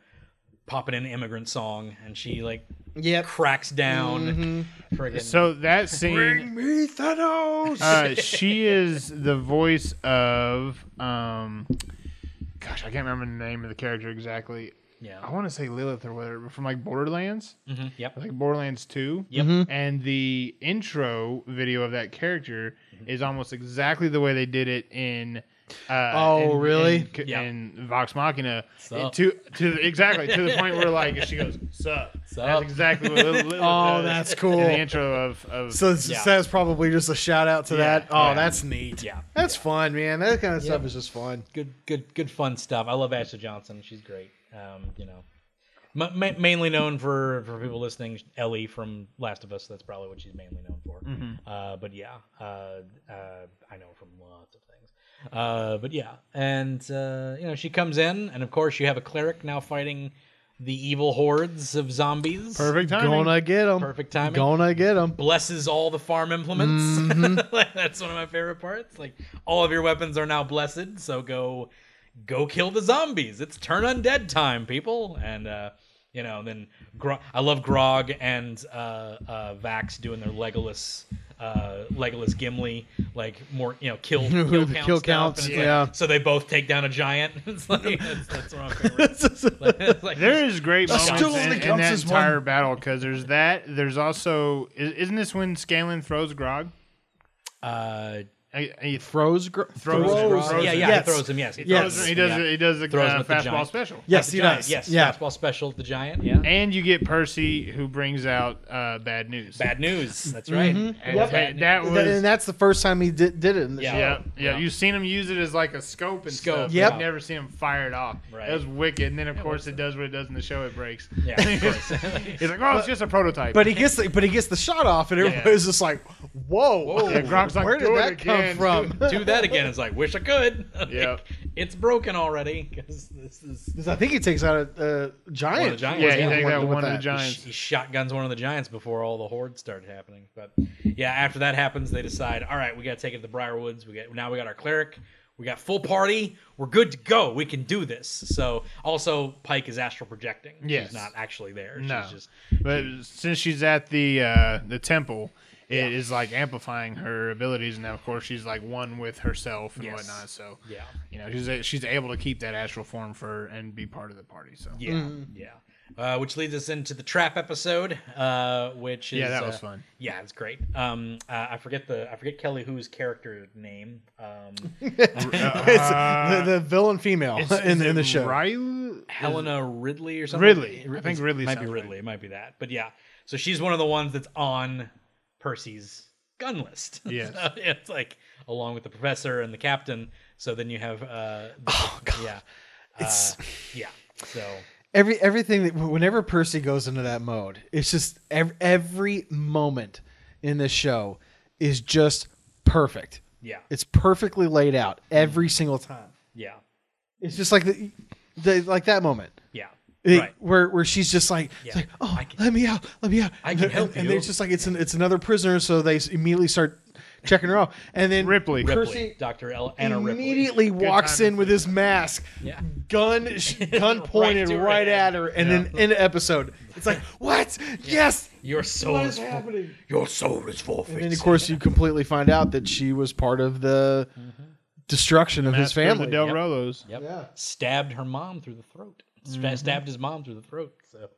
B: popping an immigrant song. And she, like,
D: Yep.
B: cracks down. Frickin'.
C: So that scene.
D: Me Thanos.
C: uh, she is the voice of um gosh i can't remember the name of the character exactly
B: Yeah.
C: I want to say Lilith or whatever from like Borderlands,
B: Mhm. Yep.
C: like Borderlands Two.
B: Yep.
D: Mm-hmm.
C: And the intro video of that character
B: Mm-hmm.
C: is almost exactly the way they did it in. Uh,
D: Oh,
C: in-
D: really?
C: In, K-
B: Yeah.
C: in Vox Machina,
B: Sup?
C: to to the, exactly to the point where like she goes sup.
B: Sup?
C: That's exactly what
D: *laughs*
C: Lilith
D: Oh,
C: does
D: that's
C: in
D: cool.
C: the intro of of
D: So it's-
B: Yeah.
D: that's probably just a shout out to
B: Yeah.
D: that. Oh,
B: Yeah.
D: that's neat.
B: Yeah.
D: That's fun, man. That kind of stuff
B: Yep.
D: is just fun.
B: Good, good, good, fun stuff. I love Ashley Johnson. She's great. Um, you know, ma- ma- mainly known for for people listening, Ellie from Last of Us. That's probably what she's mainly known for. Uh, but yeah, uh, uh, I know her from lots of things. Uh, but yeah, and uh, you know, she comes in, and of course, you have a cleric now fighting the evil hordes of zombies.
C: perfect timing.
D: Gonna get them.
B: Perfect timing.
D: Gonna get them.
B: blesses all the farm implements. *laughs*
D: Mm-hmm.
B: Like, That's one of my favorite parts. Like all of your weapons are now blessed, so go go kill the zombies. It's turn undead time, people. And uh you know, then Gro- I love Grog and uh, uh, Vax doing their Legolas, uh, Legolas Gimli, like more you know
D: *laughs*
B: kill kill
D: The
B: count
D: kill
B: stuff.
D: counts,
B: And it's
D: yeah.
B: Like, so they both take down a giant. *laughs* it's like that's, that's one of my
D: *laughs*
B: favorites. Like, it's like-
C: There is great moments
D: still
C: in,
D: only
C: in
D: counts
C: that
D: as
C: entire
D: one.
C: battle because there's that. There's also i- isn't this when Scanlan throws Grog?
B: uh,
C: I- I- He
D: Froze. Gr-
C: Throws him.
D: throws
B: yeah, yeah,
D: him.
B: he
D: Yes.
B: throws him. Yes, he
D: Yes.
C: throws- he does
B: Yeah.
C: he does the
B: Throws him
C: uh,
B: with the
C: fastball
B: giant.
C: special.
D: Yes,
B: the
D: he
B: giant,
D: does.
B: Yes,
D: Yeah.
B: fastball special, the giant. Yeah.
C: And you get Percy who brings out uh, bad news.
B: bad news. That's right.
C: And that- that was
D: and that's the first time he did, did it. In the
B: Yeah.
D: show.
C: yeah, yeah,
B: Yeah.
C: You've seen him use it as like a scope and
B: Scope,
C: stuff.
D: Yep.
C: You've never seen him fire it off.
B: Right.
C: That was wicked. And then of course it does what it does in the show. It breaks.
B: Yeah, of course.
C: *laughs* He's like, oh, it's just a prototype.
D: But he gets the, but he gets the shot off, and everybody's just like, "Whoa,
C: yeah, Grog's like,
D: where did
C: "Do it
D: that
C: again."
D: come
B: *laughs*
D: from?"
B: Do that again. It's like wish I could. *laughs* Like,
C: Yep.
B: It's broken already because this is
D: 'Cause I think he takes out a, a giant.
B: One of the giants, Yeah,
C: yeah, he
B: one
C: takes
D: with
C: out one of
D: that.
C: the giants.
B: he shotguns one of the giants before all the hordes started happening. But yeah, after that happens, they decide, all right, we got to take it to the Briarwoods. We got now we got our cleric. We got full party. We're good to go. We can do this. So also Pike is astral projecting.
C: Yes.
B: She's not actually there.
C: No.
B: She's just
C: But since she's at the uh, the temple, it is like amplifying her abilities, and now of course she's like one with herself and
B: Yes.
C: whatnot. So
B: yeah.
C: you know she's a, she's able to keep that astral form for and be part of the party. So
B: Yeah, yeah. Uh, which leads us into the trap episode, uh, which is
C: Yeah, that
B: uh,
C: was fun.
B: Yeah, it's great. Um, uh, I forget the I forget Kelly who's character name.
C: *laughs*
B: Um,
D: It's the, the villain female in,
C: Uh, Is
D: in
C: it
D: the show.
C: Ryu-
B: Helena Ridley or something.
C: Ridley.
B: Ri-
C: I think Ridley
B: might be
C: sounds
B: Ridley. It might be that. But yeah, so she's one of the ones that's on Percy's gun list. *laughs*
C: Yes.
B: So it's like along with the professor and the captain. So then you have
C: *laughs*
B: uh, the-
C: Oh,
B: yeah,
D: Oh, It's-
B: Uh, yeah. So
D: Every everything that whenever Percy goes into that mode, it's just every, every moment in this show is just perfect.
B: yeah,
D: It's perfectly laid out every single time.
B: yeah,
D: It's just like the, the like that moment.
B: yeah.
D: It-
B: right.
D: Where where she's just like, it's
B: Yeah.
D: like oh,
B: I can-
D: let me out, let me out.
B: I can
D: and,
B: help
D: and
B: you.
D: it's just like it's an, it's another prisoner, so they s- immediately start checking her off. And then
C: Ripley.
D: Percy,
B: Dr. El- Anna Ripley.
D: immediately walks
C: timing.
D: in with his mask,
B: Yeah. *laughs*
D: gun sh- gun pointed
B: to
D: right,
B: her head.
D: at her, and then end of episode.
B: *laughs*
D: It's like what? Yes.
C: *laughs*
B: Your soul
D: What
B: is
D: is
B: full.
D: happening?
B: Your soul is
D: And then,
B: forfeit.
D: of course, you completely find out that she was part of the
B: Mm-hmm.
D: destruction of his
C: Master of
D: family.
C: the Del
B: Yep.
C: Rolos.
B: Yep.
D: Yeah.
B: Stabbed her mom through the throat. Sta-
C: Mm-hmm.
B: Stabbed his mom through the throat. So,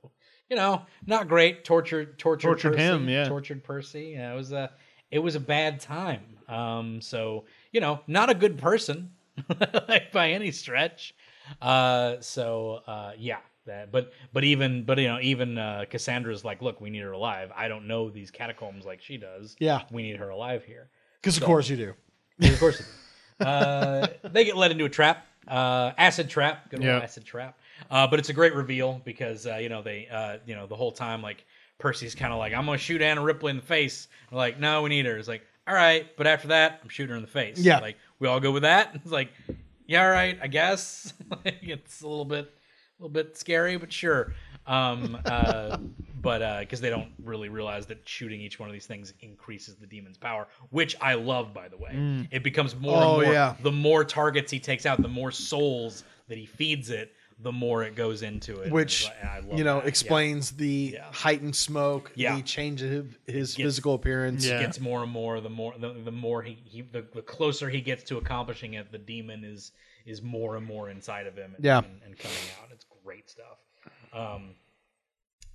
B: you know, not great. Tortured, tortured,
C: Tortured
B: Percy,
C: him, yeah.
B: tortured Percy. Yeah, it was a, it was a bad time. Um, so you know, not a good person *laughs* like, by any stretch. Uh, so uh, yeah, that. But but even but you know even uh, Cassandra's like, look, we need her alive. I don't know these catacombs like she does.
D: Yeah.
B: we need her alive here.
D: Because of course you do.
B: Yeah, of course. it is. Uh, they get led into a trap, uh, acid trap, good old
C: Yeah.
B: acid trap. Uh, but it's a great reveal because uh, you know they, uh, you know, the whole time like Percy's kind of like, I'm gonna shoot Anna Ripley in the face. They're like, no, we need her. It's like, all right, but after that, I'm shooting her in the face.
D: Yeah.
B: like we all go with that. *laughs* It's like, yeah, all right, I guess. *laughs* like, it's a little bit, a little bit scary, but sure. Um, *laughs* uh, but because they don't really realize that shooting each one of these things increases the demon's power, which I love, by the way. It becomes more
D: Oh,
B: and more.
D: yeah.
B: The more targets he takes out, the more souls that he feeds it, the more it goes into it.
D: Which
B: And I love
D: you know
B: that. Yeah.
D: explains the heightened smoke,
B: Yeah.
D: the change of his physical appearance.
C: Yeah.
B: gets more and more the more the, the more he, he the, the closer he gets to accomplishing it the demon is is more and more inside of him and,
D: Yeah.
B: and, and coming out it's great stuff Um,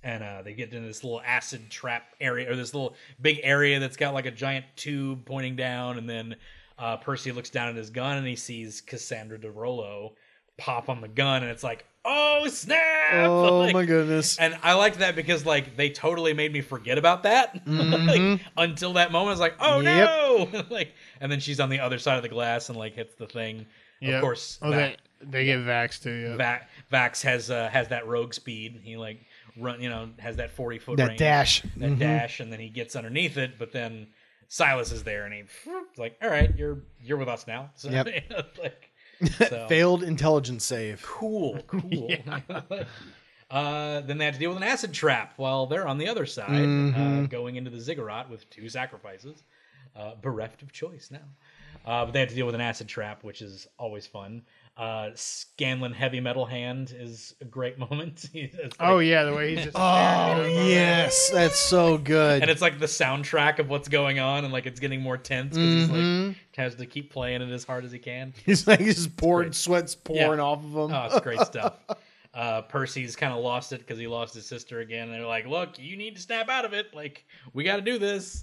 B: and uh, they get into this little acid trap area or this little big area that's got like a giant tube pointing down and then uh, percy looks down at his gun and he sees cassandra derolo pop on the gun and it's like oh snap *laughs*
D: Oh
B: Like,
D: my goodness.
B: and *laughs* i liked that because like they totally made me forget about that *laughs* like, until that moment i was like oh no *laughs* like and then she's on the other side of the glass and like hits the thing
C: Yep.
B: of course
C: Oh,
B: that-
C: they, they get vaxxed too. Yeah.
B: Va- Vax has uh, has that rogue speed. He like run, you know, has that forty foot
D: That
B: range,
D: dash.
B: that dash, and then he gets underneath it. But then Silas is there, and he's *laughs* like, "All right, you're you're with us now." *laughs* So,
D: Yep.
B: you know, like, so
D: Failed intelligence save.
B: *laughs* cool, cool. uh, then they have to deal with an acid trap while they're on the other side, uh, going into the ziggurat with two sacrifices, uh, bereft of choice now. Uh, but they have to deal with an acid trap, which is always fun. Uh, Scanlan heavy metal hand is a great *laughs* moment. He's just like-
C: Oh yeah, the way he's just.
D: *laughs* Oh yes, that's so good. *laughs*
B: and it's like the soundtrack of what's going on, and like it's getting more tense because he's like has to keep playing it as hard as he can.
D: He's like he's just pouring, sweat's pouring
B: Yeah.
D: off of
B: *laughs*
D: him.
B: Oh, it's great stuff. Uh, Percy's kind of lost it because he lost his sister again. They're like, "Look, you need to snap out of it. Like, we got to do this."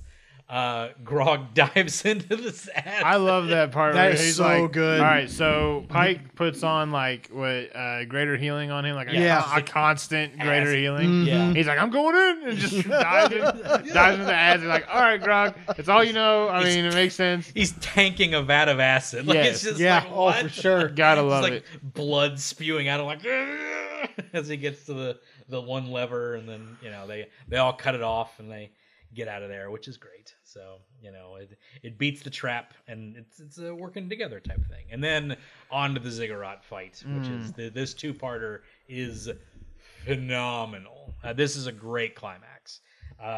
B: Uh, Grog *laughs* dives into this.
C: I love that part.
D: That
C: where
D: is
C: he's
D: so
C: like,
D: good.
C: All right, so Pike puts on like what uh, greater healing on him, like a,
D: Yeah. Mm-hmm.
C: a constant greater
B: Acid.
C: healing.
B: Yeah.
C: He's like, I'm going in, and
D: *laughs*
C: just dives, in, dives into the acid. Like, all right, Grog, it's all you know. I
B: He's-
C: mean, it makes sense.
B: He's tanking a vat of acid. Like it's
C: Yes.
B: just
D: yeah,
B: like
D: oh
B: what?
D: for sure.
C: Gotta
B: It's
C: love
B: like
C: it.
B: blood spewing out of like *laughs* as he gets to the the one lever, and then you know they they all cut it off and they get out of there, which is great. So you know it it beats the trap, and it's it's a working together type thing. And then on to the ziggurat fight, which is
C: Mm.
B: the, this two parter is phenomenal. Uh, this is a great climax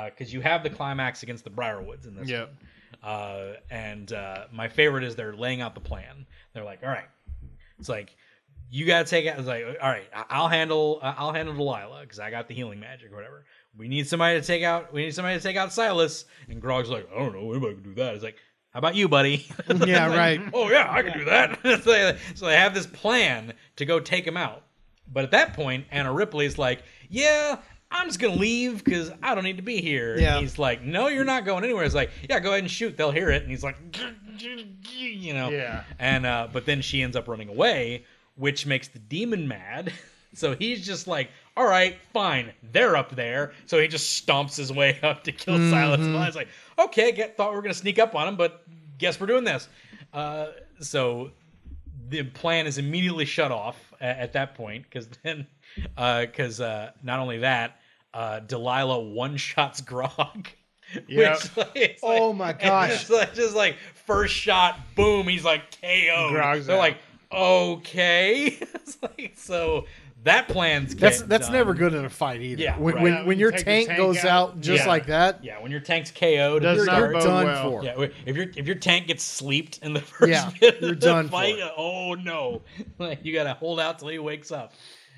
B: because you have the climax against the Briarwoods in this.
C: Yep.
B: one. Uh, and uh, my favorite is they're laying out the plan. They're like, all right, it's like you gotta take out. It's like, all right, I- I'll handle. I- I'll handle Delilah because I got the healing magic or whatever. We need somebody to take out. We need somebody to take out Silas. And Grog's like, I don't know, anybody can do that. It's like, how about you, buddy? *laughs*
D: *laughs* Yeah,
B: Like,
D: right.
B: *laughs* Oh yeah, I can do that. *laughs* so, they, so they have this plan to go take him out. But at that point, Anna Ripley's like, yeah. I'm just gonna leave because I don't need to be here. And
D: Yeah.
B: he's like, "No, you're not going anywhere." It's like, "Yeah, go ahead and shoot. They'll hear it." And he's like, *laughs* "You know."
C: Yeah.
B: And uh, but then she ends up running away, which makes the demon mad. *laughs* So he's just like, "All right, fine, they're up there." So he just stomps his way *laughs* up to kill
D: Mm-hmm.
B: Silas. And I was like, "Okay, get, thought we were gonna sneak up on him, but guess we're doing this." Uh, so the plan is immediately shut off at, at that point because *laughs* then, because uh, not only that, uh, Delilah one shots Grog. *laughs*
C: Yep.
B: Which, like, *laughs* it's
D: Oh
B: like-
D: my gosh.
B: it's *laughs* like- just like first shot, boom, he's like KO.
C: Grog's
B: They're
C: out.
B: like, okay. *laughs* It's like, so that plan's
D: That's
B: getting
D: that's
B: done.
D: never good in a fight either.
B: Yeah,
D: when,
B: right.
D: when,
B: Yeah,
D: when
C: you
D: your
C: take the
D: tank,
C: tank
D: goes
C: out.
D: out just
B: Yeah.
D: like that,
B: Yeah, when your tank's KO'd,
C: Does
B: you're,
C: not
B: you're
C: bode
D: done
C: well.
D: for.
B: yeah, if your if your tank gets sleeped in the *laughs* first
D: Yeah,
B: bit of
D: you're
B: the
D: done for.
B: fight, oh no, *laughs* like you gotta hold out till he wakes up,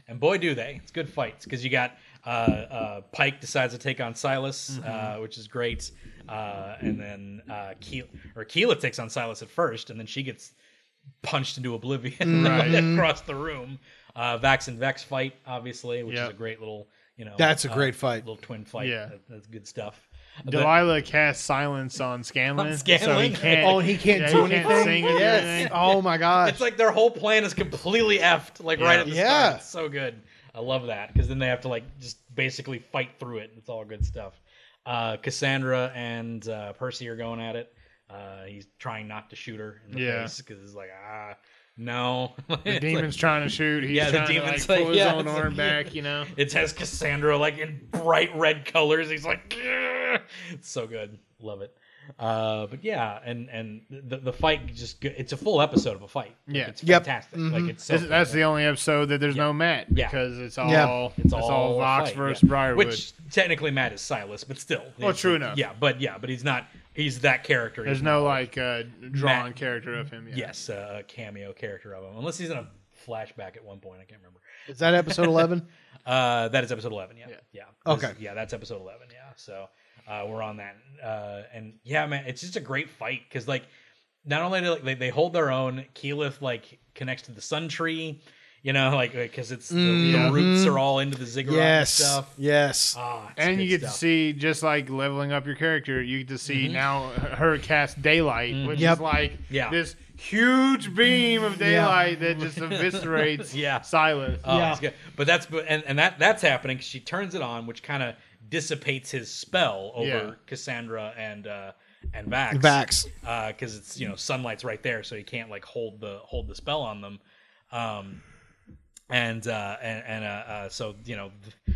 B: and boy do they! It's good fights because you got uh, uh, Pike decides to take on Silas,
D: Mm-hmm.
B: uh, which is great, uh, and then uh, Keela, or Keela takes on Silas at first, and then she gets punched into oblivion *laughs*
C: Right.
D: Mm-hmm.
B: across the room. Uh, Vax and Vex fight, obviously, which
C: Yep.
B: is a great little you know
D: That's a
B: uh,
D: great fight.
B: little twin fight.
C: Yeah.
B: That- that's good stuff.
C: Delilah casts silence on Scanlan,
B: On Scanlan?
C: so he can't.
D: oh, he can't
C: yeah,
B: *laughs*
D: do
C: he can't
D: anything.
C: sing or do
D: yes.
C: anything.
D: Oh my gosh.
B: It's like their whole plan is completely effed, like right
C: Yeah.
B: at the
D: Yeah.
B: start. It's so good. I love that because then they have to like just basically fight through it. It's all good stuff. Uh, Cassandra and uh, Percy are going at it. Uh, he's trying not to shoot her in the
C: Yeah.
B: face because he's like, ah, no. *laughs*
C: The demon's trying to shoot. He's
B: Yeah, the
C: trying to like,
B: demon's
C: pull
B: like-
C: his
B: yeah,
C: own
B: it's like-
C: arm back. You know.
B: It has Cassandra like in bright red colors. He's like, "Grr." it's so good, love it. Uh, but yeah, and and the the fight just go- it's a full episode of a fight. Like,
C: Yeah. Mm-hmm.
B: it's
D: Yep.
B: fantastic.
D: Mhm.
B: Like it's so
C: This, that's the only episode that there's no Matt
B: Yeah.
C: because it's all
D: Yeah.
C: it's, all,
B: a
C: Vox
B: fight,
C: versus
B: yeah.
C: Briarwood.
B: Which technically Matt is Silas, but still.
C: Well,
B: It's-
C: true enough.
B: Yeah, but yeah, but he's not. He's that character.
C: there's
B: He's
C: no like uh, drawn
B: Matt.
C: character of him. Yet.
B: yes, uh, a cameo character of him, unless he's in a flashback at one point. I can't remember.
D: Is that episode eleven?
B: *laughs* Uh, that is episode eleven. Yeah, yeah.
C: Yeah.
B: This-
D: Okay.
B: yeah, that's episode eleven. Yeah, so uh, we're on that, uh, and yeah, man, it's just a great fight because like not only do like, they they hold their own, Keyleth like connects to the Sun Tree. You know, like because it's the, the roots are all into the ziggurat
D: Mm-hmm. Yes.
B: and stuff.
D: Yes.
B: Ah, it's
C: and you
B: good
C: get
B: stuff. Mm-hmm.
C: to see just like leveling up your character. You get to see now her cast daylight, which
D: Yep.
C: is like
B: Yeah.
C: this huge beam of daylight
B: *laughs*
C: that just eviscerates
B: Yeah.
C: silence.
B: Oh,
D: Yeah.
B: it's good. But that's but- and, and that that's happening 'cause she turns it on, which kind of dissipates his spell over
C: Yeah.
B: Cassandra and uh and Vax.
D: Vax.
B: because it's you know sunlight's right there, so he can't like hold the hold the spell on them. Um, and uh, and and uh, uh, so you know, *laughs*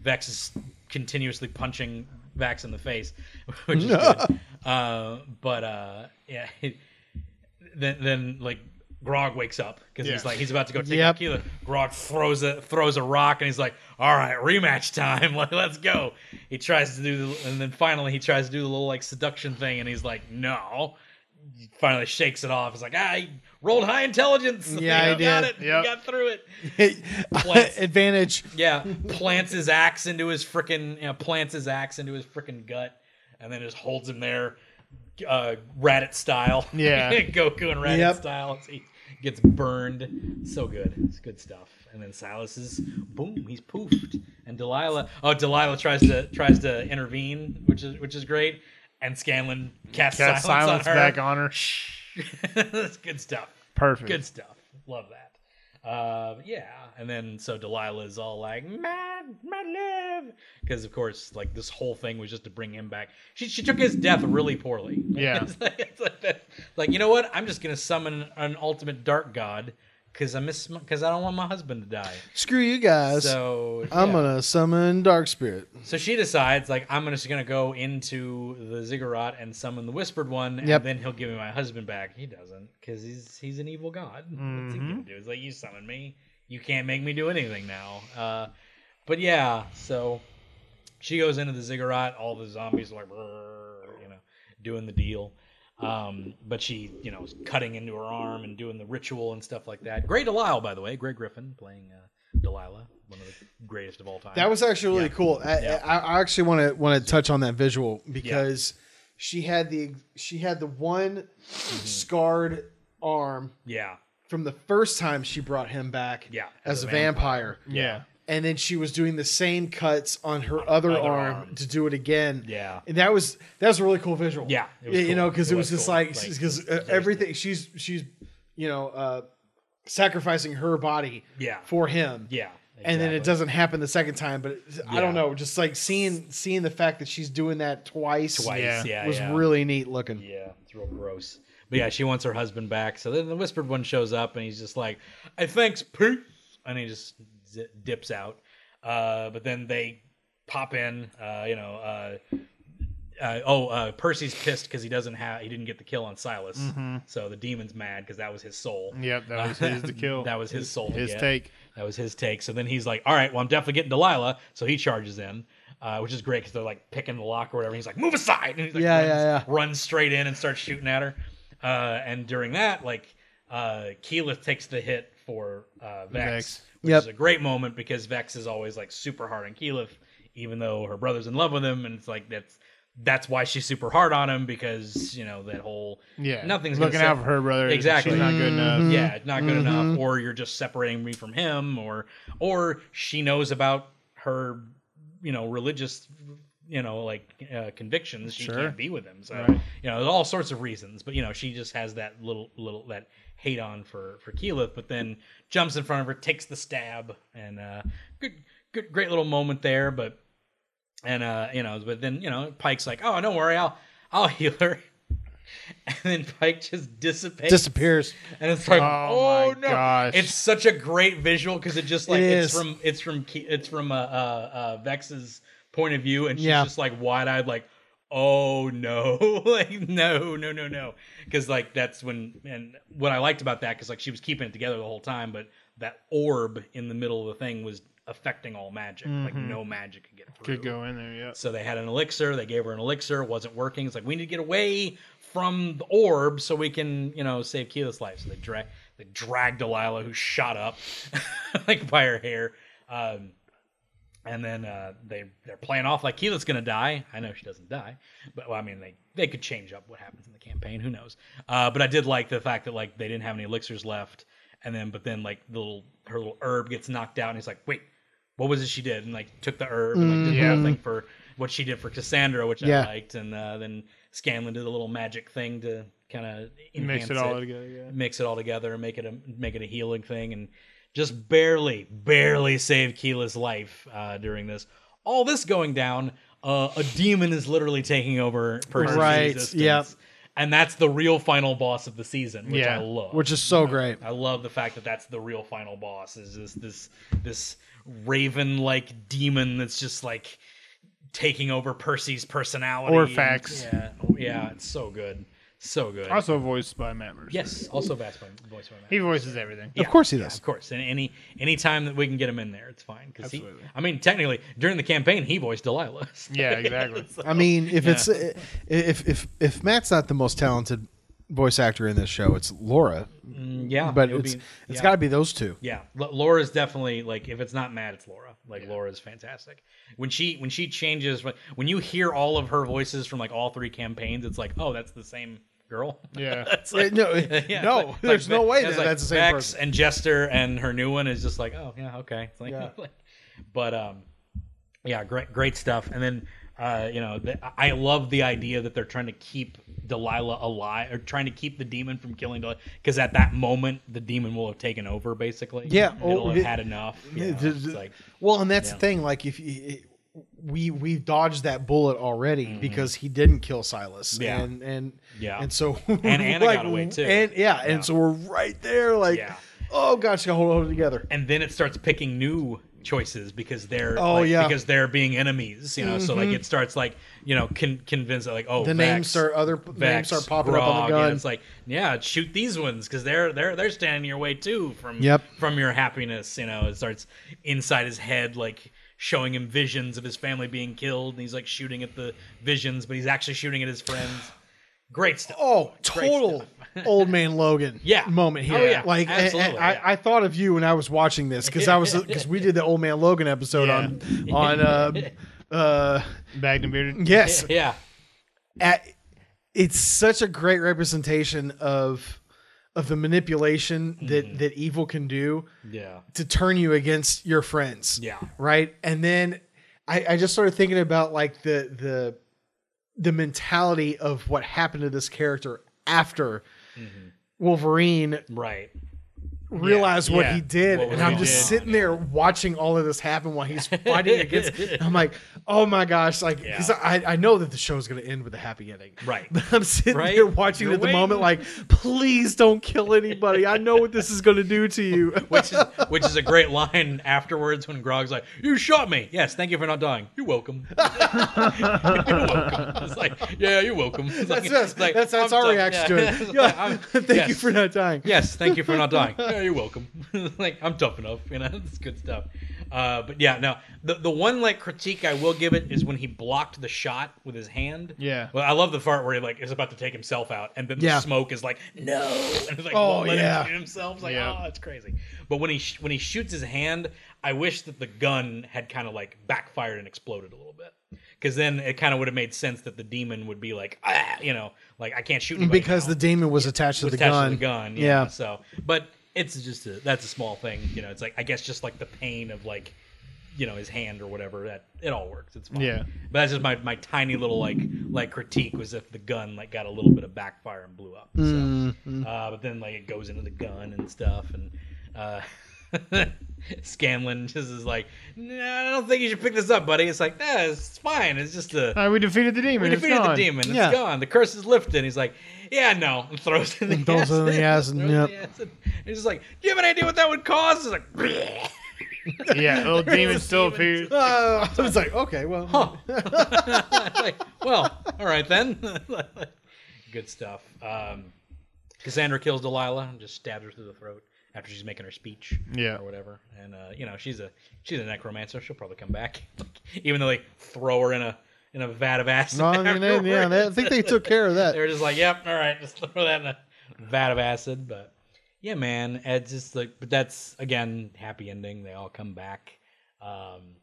B: Vex is continuously punching Vax in the face, *laughs* which is good. Uh, but uh, yeah, *laughs* then then like. Grog wakes up because he's
C: Yeah.
B: like he's about to go take
D: Yep.
B: a tequila. Grog throws a throws a rock and he's like, "All right, rematch time. *laughs* Like, let's go." He tries to do the, and then finally he tries to do the little like seduction thing and he's like, "No." He finally shakes it off. He's like, "I rolled high intelligence. *laughs*
D: Yeah,
B: you
D: I
B: got
D: did.
B: it. You
C: Yep.
B: got through it."
D: *laughs*
B: Plants.
D: Advantage.
C: *laughs*
B: Yeah, plants his axe into his frickin' you know, plants his axe into his frickin' gut, and then just holds him there, uh, Raditz style.
C: Yeah.
B: *laughs* Goku and Raditz
D: Yep.
B: style. As he gets burned. So good. It's good stuff. And then Silas is boom. He's poofed. And Delilah. Oh, Delilah tries to tries to intervene, which is which is great. And Scanlan casts
C: Cast
B: silence,
C: silence
B: on her.
C: back on her.
B: *laughs* That's good stuff.
C: Perfect.
B: Good stuff. Love that. Uh, yeah. And then so Delilah's all like, "Mad, mad live," because of course, like this whole thing was just to bring him back. She she took his death really poorly. *laughs*
C: Yeah.
B: it's like, it's like, that- like, you know what? I'm just gonna summon an ultimate dark god because I miss because I don't want my husband to die.
D: Screw you guys.
B: So
D: I'm
B: yeah.
D: gonna summon Dark Spirit.
B: So she decides, like, I'm just gonna go into the ziggurat and summon the whispered one, and
D: Yep.
B: then he'll give me my husband back. He doesn't, because he's he's an evil god. What's he
D: Mm-hmm.
B: gonna do? He's like, you summon me, you can't make me do anything now. Uh, but yeah, so she goes into the ziggurat. All the zombies are like, "Brrr," you know, doing the deal. Um, but she, you know, is cutting into her arm and doing the ritual and stuff like that. Great Delisle, by the way, Greg Griffin playing uh, Delilah, one of the greatest of all time.
D: That was actually really cool. I,
B: Yeah.
D: I, I actually want to want to touch on that visual because she had the she had the one
B: Mm-hmm.
D: scarred arm
B: yeah.
D: from the first time she brought him back
B: Yeah,
D: as, a vampire.
C: Yeah.
D: and then she was doing the same cuts on her other,
B: other
D: arm,
B: arm.
D: to do it again.
B: Yeah.
D: and that was that was a really cool visual.
B: Yeah, it was
D: you
B: cool.
D: know, because
B: It
D: it, was,
B: was
D: just
B: cool.
D: like
B: Like,
D: because everything she's she's you know uh, sacrificing her body
B: Yeah.
D: for him.
B: Yeah.
D: And then it
B: exactly.
D: doesn't happen the second time, but it, I don't
B: Yeah.
D: know. Just like seeing seeing the fact that she's doing that twice,
B: Twice. Yeah.
C: Yeah.
B: Yeah.
D: was really neat looking.
B: Yeah. It's real gross. But yeah, she wants her husband back. So then the whispered one shows up and he's just like, "Hey, thanks, peace," and he just z- dips out. Uh, but then they pop in. Uh, you know. Uh, uh, oh, uh, Percy's pissed because he doesn't have he didn't get the kill on Silas, so the demon's mad because that was his soul.
C: Mm-hmm. Yep,
B: *laughs*
C: that was his to kill.
B: that was his soul. to
C: His
B: get.
C: take.
B: That was his take. So then he's like, "All right, well, I'm definitely getting Delilah." So he charges in, uh, which is great because they're like picking the lock or whatever. He's like, "Move aside!" And he's like,
D: Yeah,
B: runs,
D: yeah, yeah.
B: runs straight in and starts shooting at her. Uh, and during that, like, uh, Keyleth takes the hit for uh, Vex,
C: Vex.
B: which
D: Yep.
B: is a great moment because Vex is always like super hard on Keyleth, even though her brother's in love with him, and it's like that's that's why she's super hard on him because you know that whole
C: Yeah.
B: nothing's gonna
C: looking
B: sep-
C: out for her brother.
B: Exactly.
C: She's not good enough.
B: yeah, it's not good enough, or you're just separating me from him, or or she knows about her, you know, religious, you know, like uh, convictions. She
C: Sure.
B: can't be with him, so
C: Right.
B: you know, there's all sorts of reasons. But you know, she just has that little little that hate on for for Keyleth, but then jumps in front of her, takes the stab, and uh, good good great little moment there, but. And uh, you know, but then you know, Pike's like, "Oh, don't worry, I'll I'll *laughs* heal her," and then Pike just dissipates,
D: Disappears.
B: and it's like, oh,
C: Oh my
B: no!
C: gosh.
B: It's such a great visual because it just like
D: It
B: it's
D: is.
B: from it's from Ke- it's from uh, uh, uh, Vex's point of view, and she's
D: Yeah.
B: just like wide eyed, like, oh no, *laughs* like no, no, no, no, because like that's when and what I liked about that because like she was keeping it together the whole time, but that orb in the middle of the thing was affecting all magic, like no magic could get through.
C: Could go in there, yeah.
B: So they had an elixir. They gave her an elixir. It wasn't working. It's like we need to get away from the orb so we can, you know, save Keyleth's life. So they drag they dragged Delilah, who shot up *laughs* like by her hair. Um, and then uh, they they're playing off like Keyleth's gonna die. I know she doesn't die, but well, I mean they they could change up what happens in the campaign. Who knows? Uh, but I did like the fact that like they didn't have any elixirs left, and then but then like the little her little herb gets knocked out, and he's like, wait, what was it she did? And like took the herb and like did the whole thing for what she did for Cassandra, which
D: Yeah.
B: I liked, and uh, then Scanlan did a little magic thing to kind of
C: Mix it all together. Yeah.
B: mix it all together and make it a make it a healing thing and just barely barely save Keela's life uh, during this all this going down uh, a demon is literally taking over Percy's
D: Right,
B: existence.
D: yep.
B: and that's the real final boss of the season which
C: Yeah,
B: I love
D: which is so great.
B: I love the fact that that's the real final boss is this this this raven like demon that's just like taking over Percy's personality
C: Or
B: and-
C: facts.
B: yeah oh, yeah it's so good so good
C: Also voiced by Matt Mercer.
B: yes also Bass by- voice by Matt.
C: He voices everything.
D: Of course he
B: Yeah,
D: does.
B: of course. And any any time that we can get him in there, it's fine. Because he,
C: Absolutely.
B: I mean, technically during the campaign, he voiced Delilah. *laughs*
C: Yeah, exactly.
D: I mean, if it's eh, if if if Matt's not the most talented voice actor in this show, it's Laura.
B: yeah,
D: But
B: it would
D: it's
B: Mm-hmm. be-
D: it's
B: yeah.
D: got to be those two.
B: Yeah, L- Laura's definitely like if it's not Matt, it's Laura. Like Laura's fantastic. When she when she changes when when you hear all of her voices from like all three campaigns, it's like oh that's the same girl.
C: Yeah.
B: It's
D: *laughs*
B: like-
D: Eh, No,
B: yeah, it's
D: no,
B: like-
D: *laughs* there's
B: like,
D: no way
B: it's
D: that
B: like
D: that's the same
B: Bex
D: person.
B: And Jester and her new one is just like oh yeah okay. It's like,
D: Yeah.
B: *laughs* like- but um yeah great great stuff. And then uh you know the, I love the idea that they're trying to keep Delilah alive or trying to keep the demon from killing Delilah because at that moment the demon will have taken over basically.
D: Yeah,
B: it'll
D: oh,
B: have
D: it-
B: had
D: *laughs*
B: enough. you know,
D: Th- th-
B: it's like
D: well, and that's the thing. Like, if you, we we dodged that bullet already because he didn't kill Silas,
B: Mm-hmm. Yeah.
D: and and
B: Yeah.
D: and so *laughs*
B: And Anna got away, too.
D: and yeah, and so we're right there. Like,
B: Yeah.
D: oh gosh, gotta hold it together.
B: and then it starts picking new choices because they're
D: Oh,
B: like,
D: yeah. Mm-hmm.
B: because they're being enemies you know so like it starts like you know con- convince like oh
D: The
B: Vex,
D: names are other p-
B: Vex,
D: names are popping up on
B: Grog,
D: the gun.
B: and it's like yeah shoot these ones because they're they're they're standing your way too from
D: Yep.
B: from your happiness you know it starts inside his head like showing him visions of his family being killed and he's like shooting at the visions but he's actually shooting at his friends great stuff
D: Oh,
B: Great
D: total
B: *laughs*
D: old man Logan
B: Yeah.
D: moment here.
B: Oh, yeah.
D: Like I-
B: Absolutely,
D: I,
B: yeah.
D: I, thought of you when I was watching this because I
B: *laughs*
D: was because we did the old man Logan episode
C: Yeah.
D: on on uh, uh
C: Bagged and bearded.
B: *laughs*
D: yes
B: yeah
D: at, it's such a great representation of of the manipulation that
B: Mm.
D: that evil can do
B: yeah
D: to turn you against your friends.
B: Yeah.
D: Right. And then I, I just started thinking about like the the the mentality of what happened to this character after
B: Mm-hmm.
D: Wolverine
B: right
D: realized what
C: yeah.
D: he did.
B: What
D: and
B: he
D: I'm just
B: did.
D: sitting there watching all of this happen
B: *laughs*
D: while he's fighting against I'm like, oh my gosh, like 'cause
B: Yeah.
D: I, I know that the show's gonna end with a happy ending.
B: Right.
D: But I'm sitting
B: Right?
D: there watching
B: You're
D: it at the moment,
B: waiting.
D: like, please don't kill anybody. I know what this is gonna do
B: *laughs*
D: to you.
B: which is which is a great line afterwards when Grog's like, "You shot me. Yes, thank you for not dying. You're welcome. *laughs* you're welcome." It's like, "Yeah, you're welcome." It's like-
D: That's us.
B: it's like,
D: that's, that's
B: I'm
D: our
B: done.
D: reaction
B: Yeah.
D: to
B: It's
D: it.
B: like,
D: *laughs* Yeah.
B: I'm-
D: *laughs* Thank you
B: yes.
D: for not dying.
B: Yes, thank you for not dying. *laughs* yeah, you're welcome. like I'm tough enough, you know, *laughs* it's good stuff. Uh, but yeah, no, the the one like critique I will give it is when he blocked the shot with his hand.
C: Yeah.
B: Well, I love the part where he like is about to take himself out, and then
D: Yeah.
B: the smoke is like no, *laughs* and it's like
D: Oh,
B: won't let him
D: yeah.
B: shoot himself. It's like
C: Yeah.
B: oh, it's crazy. But when he sh- when he shoots his hand, I wish that the gun had kind of like backfired and exploded a little bit. Because then it kind of would have made sense that the demon would be like, ah, you know, like I can't shoot anybody
D: Because
B: now
D: the demon was attached to the
B: attached
D: gun.
B: to the gun. Yeah.
D: Yeah.
B: So, but it's just a, that's a small thing. You know, it's like I guess just like the pain of like, you know, his hand or whatever. That it all works. It's fine.
C: Yeah.
B: But that's just my my tiny little like like critique was if the gun like got a little bit of backfire and blew up. So, uh, but then like it goes into the gun and stuff and. uh *laughs* Scanlan just is like, no, I don't think you should pick this up, buddy. It's like, nah, it's fine. It's just a
C: All right, Uh, we defeated the demon.
B: we
C: it's
B: defeated
C: gone.
B: the demon. It's
D: Yeah.
B: gone. The curse is lifted. He's like, yeah, no, and throws it in the
D: And throws
B: ass.
D: it in the ass
B: *laughs*
D: and-
B: Throws it in
D: yep.
B: the ass and- and he's just like, do you have an idea what that would cause? It's like, bleh. *laughs*
C: Yeah, little demon still appears.
D: Uh, *laughs* I was like, okay, well,
B: It's like, well, all right then. *laughs* Good stuff. Um, Cassandra kills Delilah and just stabs her through the throat after she's making her speech,
C: Yeah.
B: or whatever. And uh, you know, she's a she's a necromancer. She'll probably come back, *laughs* even though they throw her in a in a vat of acid.
D: no, I mean, they- yeah, they- I think they took care
B: *laughs*
D: of that.
B: they were just like, "Yep, all right, just throw that in a vat of acid." But yeah, man, it's just like, but that's again happy ending. They all come back. Um,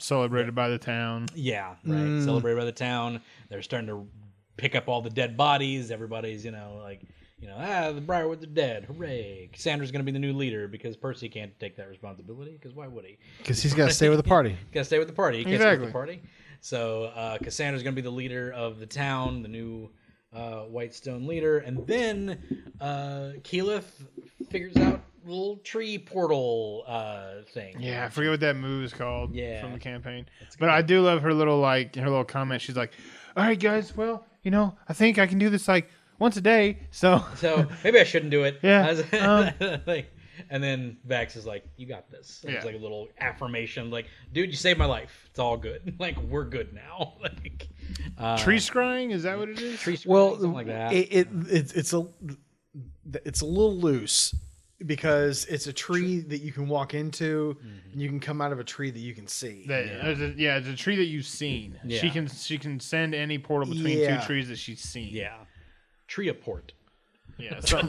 C: Celebrated by the town.
B: yeah, right. Celebrated by the town. They're starting to pick up all the dead bodies. Everybody's, you know, like You know, ah, the Briarwoods are dead. Hooray! Cassandra's gonna be the new leader because Percy can't take that responsibility. Because why would he?
D: because he's got to stay with the
B: *laughs*
D: party.
B: Gotta stay with the party. You can't stay with the
D: Exactly.
B: party. So uh, Cassandra's gonna be the leader of the town, the new uh, Whitestone leader, and then uh, Keyleth figures out the little tree portal uh, thing.
C: Yeah, I forget what that move is called
B: Yeah.
C: from the campaign. But I do love her little like her little comment. She's like, "All right, guys, well, you know, I think I can do this like once a day." So
B: So maybe I shouldn't do it. *laughs*
C: Yeah,
B: I was-
C: um.
B: like, and then Vax is like, "You got this." And It's
C: Yeah.
B: like a little affirmation, like, "Dude, you saved my life. It's all good. *laughs* Like, we're good now." *laughs* like, uh,
C: tree scrying is that what it is?
B: tree screen,
D: Well,
B: something like that.
D: It, it, it's it's a it's a little loose because it's a tree that you can walk into
B: Mm-hmm.
D: and you can come out of a tree that you can see.
C: That, there's a- yeah, it's a tree that you've seen.
B: Yeah.
C: She can she can send any portal between
D: Yeah.
C: two trees that she's seen.
B: yeah, tree a port. *laughs*
C: yeah. So,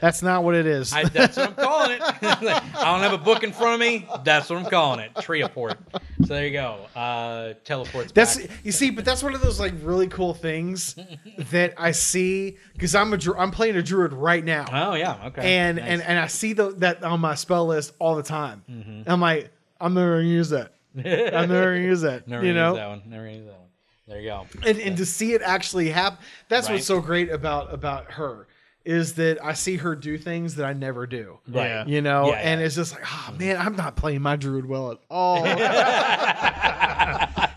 D: That's not what it is.
B: I, that's what I'm calling it. *laughs* Like, I don't have a book in front of me. That's what I'm calling it. Treeaport. So there you go. Uh, teleports.
D: *laughs* That's
B: back.
D: you see, but that's one of those like really
B: *laughs*
D: cool things that I see because I'm a dru- I'm playing a druid right now,
B: Oh yeah. Okay.
D: and
B: Nice.
D: and and I see the, that on my spell list all the time.
B: Mm-hmm.
D: And I'm like, I'm never gonna use that. I'm never gonna use
B: *laughs*
D: that.
B: never
D: you
B: used
D: know,
B: that one. Never used that one. There you go.
D: and, and to see it actually happen that's
B: Right.
D: what's so great about about her is that i see her do things that i never do
C: yeah.
D: you know
B: Yeah,
D: and
B: yeah.
D: it's just like oh man i'm not playing my druid well
B: *laughs*
D: at all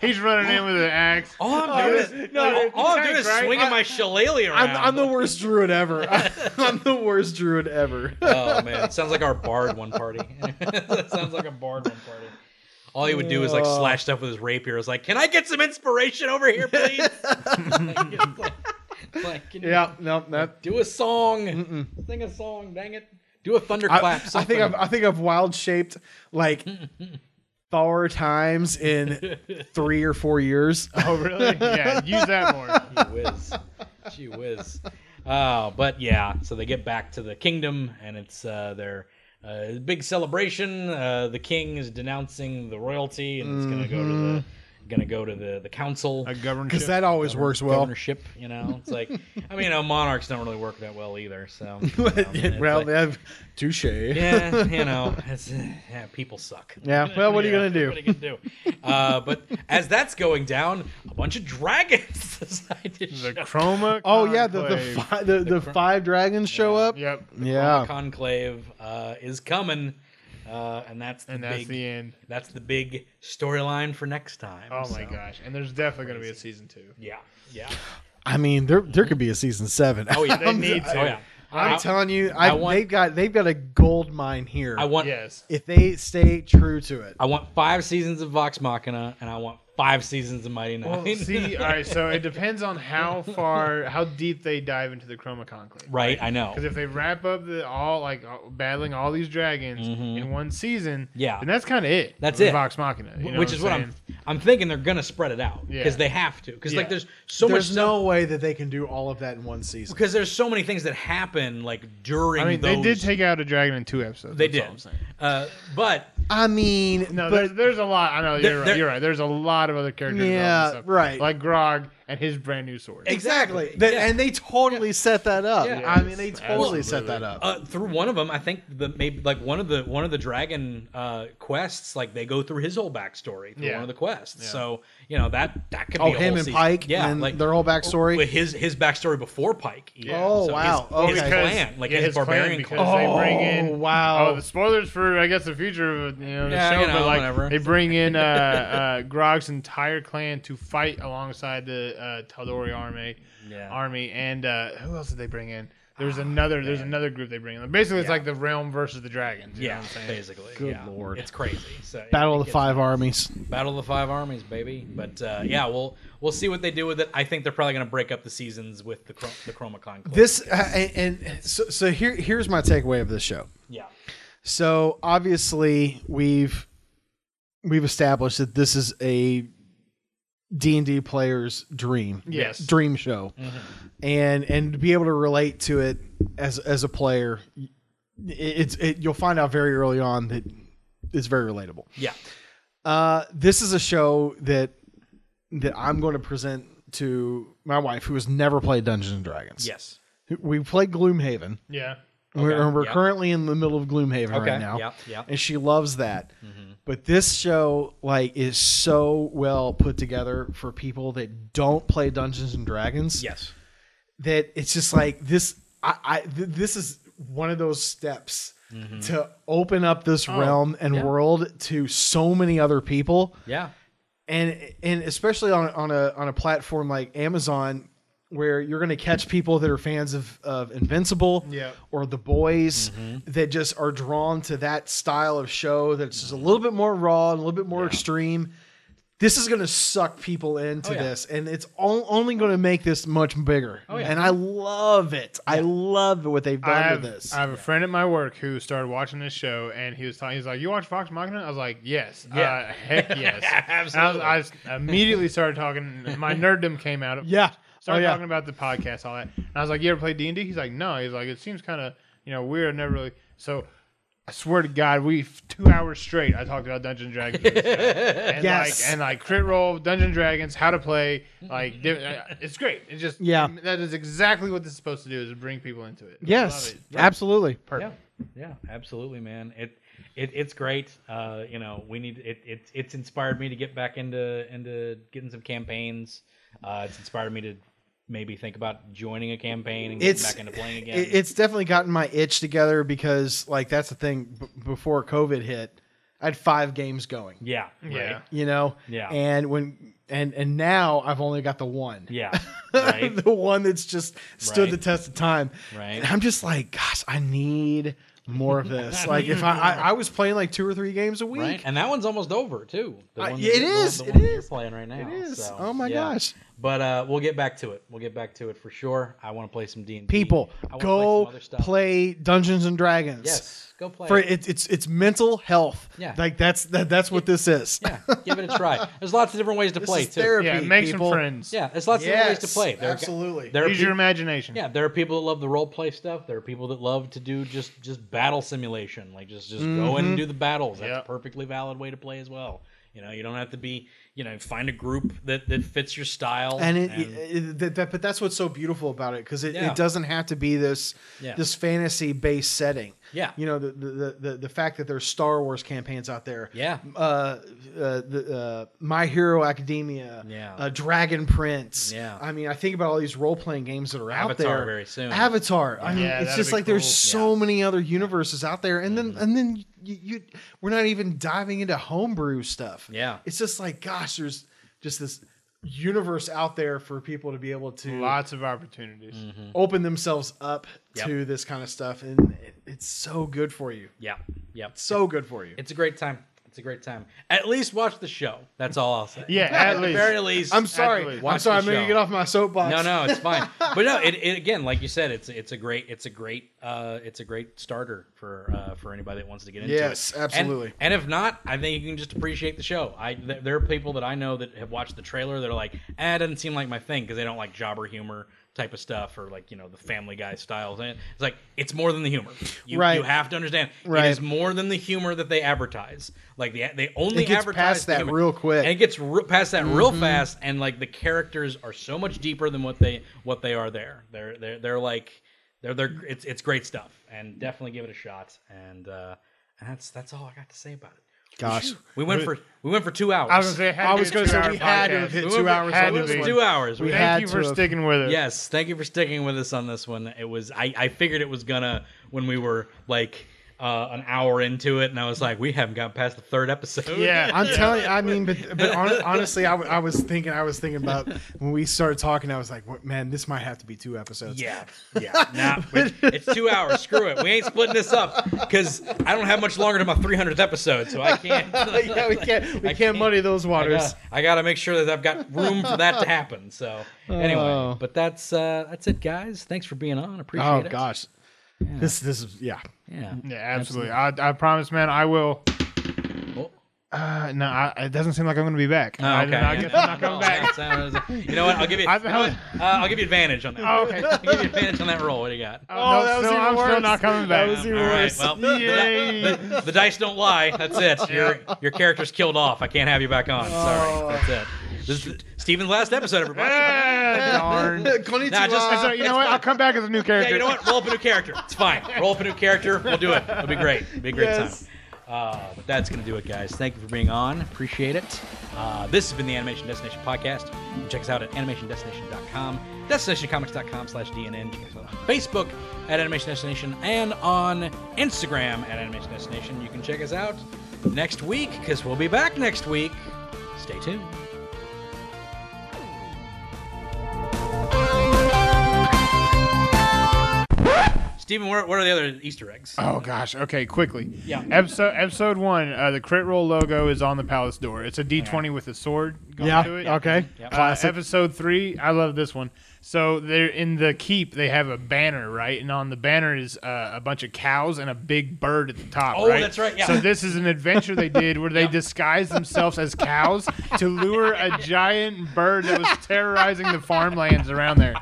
C: He's running in with an axe.
B: All I'm
D: Oh,
B: doing
D: it's-
B: is,
D: no,
B: all-
D: it's
B: all I'm
D: tank,
B: doing is
D: right?
B: swinging
D: I-
B: my shillelagh around.
D: I'm, I'm the worst druid ever *laughs* i'm the worst druid ever
B: *laughs*
D: *laughs*
B: oh man, it sounds like our bard one party. *laughs* that sounds like a bard one party. All he would do is like
D: Oh.
B: slash stuff with his rapier. It's like, can I get some inspiration over here,
D: *laughs*
B: please? *laughs* like, it's like- like, can you-
D: yeah no that
B: Do a song. Sing a song. Dang it. Do a thunderclap.
D: I, I think
B: something.
D: I've I think I've wild shaped
B: *laughs*
D: like four times in three or four years.
B: *laughs*
C: Oh really? Yeah. Use that more.
B: Gee whiz. Gee whiz. Oh, but yeah. So they get back to the kingdom, and it's uh, their uh, big celebration. Uh, the king is denouncing the royalty, and it's gonna go to the gonna go to the the council.
C: A governorship.
D: Because that always works Mm-hmm. well.
B: governorship, you know, it's like, I mean, you know, monarchs don't really work that well either.
D: *laughs*
B: So, you know, it's
D: well,
B: like-
D: they have touche.
B: yeah, you know, it's, yeah, people suck.
D: Yeah, well, what are you
B: Yeah,
D: gonna do?
B: What are you gonna do? Uh, but as that's going down, a bunch of dragons *laughs* decide to
C: the
B: show
C: chroma.
D: *laughs* Oh yeah, the the,
C: conclave.
D: fi- the, the five dragons show up.
C: Yep.
D: Yeah.
B: conclave uh, is coming, uh, and that's the
C: And that's
B: big,
C: the end.
B: that's the big storyline for next time.
C: Oh my
B: so,
C: gosh! And there's definitely going to be a season two.
B: Yeah, yeah.
D: I mean, there there could be a season seven.
B: Oh yeah,
C: They need to.
B: Oh yeah.
D: *laughs* I'm
B: I-
D: telling you, I,
B: I want-
D: they've got they've got a gold mine here.
B: I want *laughs*
C: Yes.
D: if they stay true to it.
B: I want five seasons of Vox Machina, and I want five seasons of Mighty Nein.
C: Well, *laughs* see, all right. So it depends on how far, how deep they dive into the chroma conclave.
B: *laughs* right? I know.
C: Because if they wrap up the all like all- battling all these dragons in one season,
B: Mm-hmm. Yeah.
C: then that's kind of it.
B: That's
C: with
B: it.
C: Vox Machina, you know
B: Which is what I'm,
C: saying?
B: I'm thinking they're gonna spread it out
C: Yeah.
B: because they have to because
C: Yeah.
B: like there's so
D: There's
B: much stuff
D: no way that they can do all of that in one season.
B: because there's so many things that happen like during.
C: I mean,
B: those,
C: they did take out a dragon in two episodes.
B: They
C: that's all I'm
B: did,
C: saying.
B: uh, but
D: I mean,
C: No,
D: but
C: there's, there's a lot. I know
B: There-
C: you're right.
B: there-
C: You're right. There's a lot of other characters.
D: Yeah, right.
C: Like Grog and his brand new sword.
D: Exactly.
B: Exactly.
D: That-
B: Yeah.
D: And they totally set that up.
B: Yeah.
D: I mean, they totally
C: Absolutely.
D: set that up.
B: uh, through one of them, I think the maybe like one of the one of the dragon uh, quests, like they go through his whole backstory through
C: Yeah.
B: one of the quests. So you know that that could be
D: oh,
B: a
D: him
B: whole
D: and
B: season.
D: Pike.
B: yeah,
D: and
B: like
D: their whole backstory.
B: But his his backstory before Pike. even.
C: Yeah.
D: Oh,
B: his-
D: wow.
B: His,
D: Okay.
C: Because-
B: clan, like
C: yeah,
B: his, barbarian
C: because
B: clan.
C: they bring
D: Oh,
C: in
D: wow.
C: Oh, the spoilers for I guess the future of you know the
B: Yeah,
C: show,
B: you know,
C: but like
B: whatever.
C: they bring
B: *laughs*
C: in uh, uh, Grog's entire clan to fight alongside the uh, Tal'Dorei army.
B: Yeah. Ah,
C: Army and uh, who else did they bring in? There's another there's another group they bring in. Basically, it's like the realm versus the dragons. you know
B: Yeah,
C: what I'm saying?
B: basically.
D: Good
B: yeah.
D: lord.
B: it's crazy. So yeah,
D: Battle
B: it
D: of the Hmm.
B: gets-
D: Five Armies.
B: Battle of the Five Armies, baby. But uh, yeah, we'll we'll see what they do with it. I think they're probably going to break up the seasons with the chro- the Chroma Conclave.
D: This uh, and, and so, so here here's my takeaway of this show.
B: yeah,
D: So obviously we've we've established that this is a D and D player's dream.
C: Yes.
D: dream show, and and to be able to relate to it as as a player, it, it's it, you'll find out very early on that it's very relatable.
B: yeah,
D: Uh, this is a show that that I'm going to present to my wife, who has never played Dungeons and Dragons.
B: yes,
D: we played Gloomhaven.
C: Yeah.
D: We're, we're
B: yeah.
D: currently in the middle of Gloomhaven
B: Okay, Mm-hmm.
D: right now.
B: yeah, yeah.
D: And she loves that. But this show like is so well put together for people that don't play Dungeons and Dragons
B: Yes.
D: that it's just like this I, I th- this is one of those steps to open up this realm and
B: Mm-hmm. Oh, yeah.
D: world to so many other people
B: Yeah.
D: and and especially on on a on a platform like Amazon where you're going to catch people that are fans of of Invincible
C: Yeah. Mm-hmm.
D: or The Boys that just are drawn to that style of show that's just a little bit more raw and a little bit more extreme. This is going to suck people into
B: Oh, yeah.
D: this and it's on, only going to make this much bigger.
B: Oh, yeah.
D: And I love it. I love what they've
C: I
D: done
C: have,
D: with this.
C: I have a friend at my work who started watching this show, and he was talking. He's like, "You watch Fox Machina?" I was like, "Yes,
B: Yeah.
C: uh,
B: *laughs*
C: heck yes,
B: Absolutely.
C: And I, was, I was- immediately started
B: *laughs*
C: talking. My nerddom came out.
D: yeah.
C: started
D: oh, yeah.
C: talking about the podcast, all that. And I was like, "You ever play D and D?" He's like, "No." He's like, "It seems kind of you know weird. I never really." So I swear to God, we f- two hours straight. I talked about Dungeon Dragons,
D: *laughs*
C: with this guy. and
D: Yes.
C: like and like crit roll, Dungeon Dragons, how to play. Like di- uh, it's great. It's just
D: Yeah.
C: That is exactly what this is supposed to do is to bring people into it. I
D: Yes.
C: love it.
D: Absolutely.
C: Perfect.
B: Yeah, yeah, absolutely, man. It, it it's great. Uh, you know, we need it, it. It's inspired me to get back into into getting some campaigns. Uh, it's inspired me to maybe think about joining a campaign and getting
D: It's-
B: back into playing again.
D: it, it's definitely gotten my itch together because like that's the thing b- before covid hit i had five games going
B: yeah,
D: *laughs*
B: right.
C: Yeah.
D: you know
B: Yeah.
D: and when and and now i've only got the one *laughs*
B: yeah, right,
D: the one that's just stood
B: Right.
D: the test of time and
B: right.
D: i'm just like gosh i need more
B: *laughs*
D: of this like if I, I i was playing like two or three games a week
B: Right, and that one's almost over too. The
D: I-
B: one
D: it
B: that-
D: is,
B: The,
D: it
B: one that you're
D: is,
B: playing right now.
D: it is
B: so,
D: oh my
B: yeah.
D: gosh
B: But uh, we'll get back to it. We'll get back to it for sure. I want to play some D and
D: people go
B: play, some other
D: play,
B: stuff.
D: dungeons and dragons
B: Yes, go play.
D: for it, it's it's mental health
B: Yeah.
D: like that's that, that's what this is
B: yeah, give it a try.
D: *laughs*
B: There's lots of different ways to
D: This
B: play
D: is
B: too.
D: therapy,
C: Yeah, make
D: people.
C: some friends.
B: Yeah, there's lots of different ways to
D: Yes,
B: play. There are, gu-
D: absolutely.
B: There are
C: Use your
B: peop-
C: imagination.
B: yeah, there are people that love the role play stuff. There are people that love to do just just battle simulation, like just just go
D: Mm-hmm.
B: in and do the battles. That's
C: Yeah.
B: a perfectly valid way to play as well. You know, you don't have to be, you know, find a group that that fits your style.
D: and it, uh, it- that, that- but that's what's so beautiful about it because it,
B: Yeah.
D: it doesn't have to be this
B: Yeah.
D: this fantasy based setting
B: Yeah.
D: you know the, the the- the the fact that there's star wars campaigns out there
B: Yeah.
D: uh, uh the uh my hero academia
B: Yeah.
D: uh, dragon prince
B: Yeah.
D: i mean i think about all these role-playing games that are out
B: Avatar
D: there
B: very soon.
D: avatar i mean
C: Yeah,
D: it's
C: that'd
D: just
C: be
D: like there's
C: cool.
D: so many other universes out there and
B: Mm-hmm.
D: then and then you, you we're not even diving into homebrew stuff
B: Yeah.
D: it's just like gosh there's just this universe out there for people to be able to
C: Lots of opportunities.
D: open themselves up
B: Yep.
D: to this kind of stuff and it, it's so good for you
B: yeah, yeah.
D: so good for you
B: It's a great time. It's a great time. At least watch the show. That's all I'll say.
C: Yeah,
B: at,
C: at
B: the
C: least.
B: very least.
D: i'm sorry
C: Actually,
D: i'm
B: watch the
D: sorry i'm gonna
B: show.
D: get off my soapbox
B: No, no, it's fine. But no,
D: *laughs*
B: it, it again, like you said, it's it's a great it's a great uh, it's a great starter for uh, for anybody that wants to get into
D: Yes,
B: it. And-
D: absolutely.
B: And, if not, I think you can just appreciate the show. I th- there are people that I know that have watched the trailer that are like, "Ah, it doesn't seem like my thing" because they don't like jobber humor type of stuff or like you know the Family Guy styles. And it's like it's more than the humor. You,
D: Right.
B: You have to understand.
D: Right.
B: It is more than the humor that they advertise. Like they they only
D: It gets
B: advertise
D: past
B: the
D: that
B: humor.
D: real quick. Mm-hmm.
B: And it gets re- past that real fast and like the characters are so much deeper than what they what they are there they're they're, they're like they're they're it's it's great stuff and definitely give it a shot and uh and that's that's all i got to say about it
D: gosh
B: we went for we went for two hours
C: I was gonna say, it had
D: I
C: to be
D: was
C: a
D: gonna
C: two-hour
D: say we had to have
C: podcast.
D: hit
B: we
D: two
B: went for-
D: hours
B: had
C: on
B: to
C: this
B: be
C: one.
B: two hours
D: We
B: we
D: had
C: Thank you
D: to
C: for
D: have-
C: sticking with it.
B: yes thank you for sticking with us on this one it was i i figured it was gonna when we were like uh an hour into it and i was like we haven't gotten past the third episode
C: Yeah.
D: I'm telling you, I mean, but but hon- honestly, I, w- I was thinking, I was thinking
B: *laughs*
D: about when we started talking. I was like, "What- man, this might have to be two
C: *laughs*
D: episodes.
B: Yeah, yeah. Nah, we- it's two hours. Screw it. We ain't splitting this up because I don't have much longer to my 300th episode,
C: *laughs*
B: so I can't.
D: *laughs* yeah,
B: *laughs*
D: we can't, we
B: I
D: can't muddy those
B: I
D: waters.
B: gotta, I gotta make sure that I've got room for that to happen. So anyway,
D: Oh.
B: but that's uh, that's it, guys. Thanks for being on. Appreciate
D: Oh
B: it.
D: gosh, this this is yeah.
B: Yeah.
C: Yeah, absolutely. I, I promise, man. I will.
B: Oh.
C: Uh, no, I, it doesn't seem like I'm going to be back.
B: Oh,
C: I,
B: okay.
C: I,
B: Yeah,
C: am
B: no,
C: not
B: no,
C: coming
B: *laughs*
D: *laughs*
C: back.
B: no, no, no. You know what? I'll give you.
C: I've-
B: you know what? Uh, I'll give you advantage on that.
C: Oh,
D: *laughs*
C: okay.
B: I'll give you advantage on that roll. What do you got?
C: Oh,
D: No, that was
C: still,
D: even
C: I'm still
D: worse.
C: not coming
D: That
C: back.
D: was even
B: All right.
D: worse.
B: Well,
C: Yay.
B: the, the dice don't lie. That's it. Your your character's killed off. I can't have you back on. Sorry. That's it. This is Steven's last episode, everybody.
C: Ah,
D: *laughs*
C: darn.
D: Konnichiwa.
B: Nah, just-
C: That's all right, you know what? I'll come back as a new
B: yeah,
C: character.
B: you know what? Roll up a new character. It's fine. Roll up a new character. We'll do it. It'll be great. It'll be a great
D: Yes.
B: time. Uh, but that's going to do it, guys. Thank you for being on. Appreciate it. Uh, this has been the Animation Destination Podcast. You can check us out at animationdestination.com, destinationcomics.com slash DNN. Check us out on Facebook at Animation Destination and on Instagram at Animation Destination. You can check us out next week because we'll be back next week. Stay tuned. Steven, where, what are the other Easter eggs?
C: Oh gosh. Okay, quickly.
B: Yeah.
C: Episode episode one. Uh, the crit roll logo is on the palace door. It's a D twenty with a sword going
D: Yeah.
C: to it.
D: Okay.
C: Uh,
D: Classic.
C: episode three. I love this one. So they're in the keep. They have a banner, right? And on the banner is uh, a bunch of cows and a big bird at the top.
B: Oh,
C: right?
B: that's right, yeah.
C: So this is an adventure they did
B: *laughs*
C: where they disguised themselves as cows to lure a giant bird that was terrorizing the farmlands around there.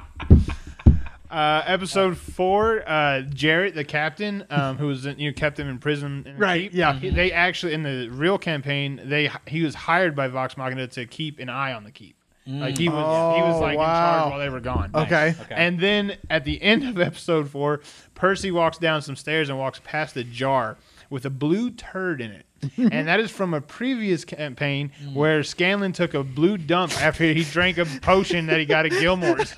C: Uh, episode four, uh, Jarrett, the captain, um, who was in, you know, kept him in prison. In the
D: Right,
C: keep.
D: yeah.
C: He- They actually in the real campaign, they he was hired by Vox Machina to keep an eye on the keep. Like he was, he was
D: Oh,
C: like in
D: wow.
C: charge while they were gone.
D: Okay.
B: Okay.
C: And then at the end of episode four, Percy walks down some stairs and walks past a jar with a blue turd in it. and that is from a previous campaign where Scanlan took a blue dump after he drank a potion that he got at Gilmore's.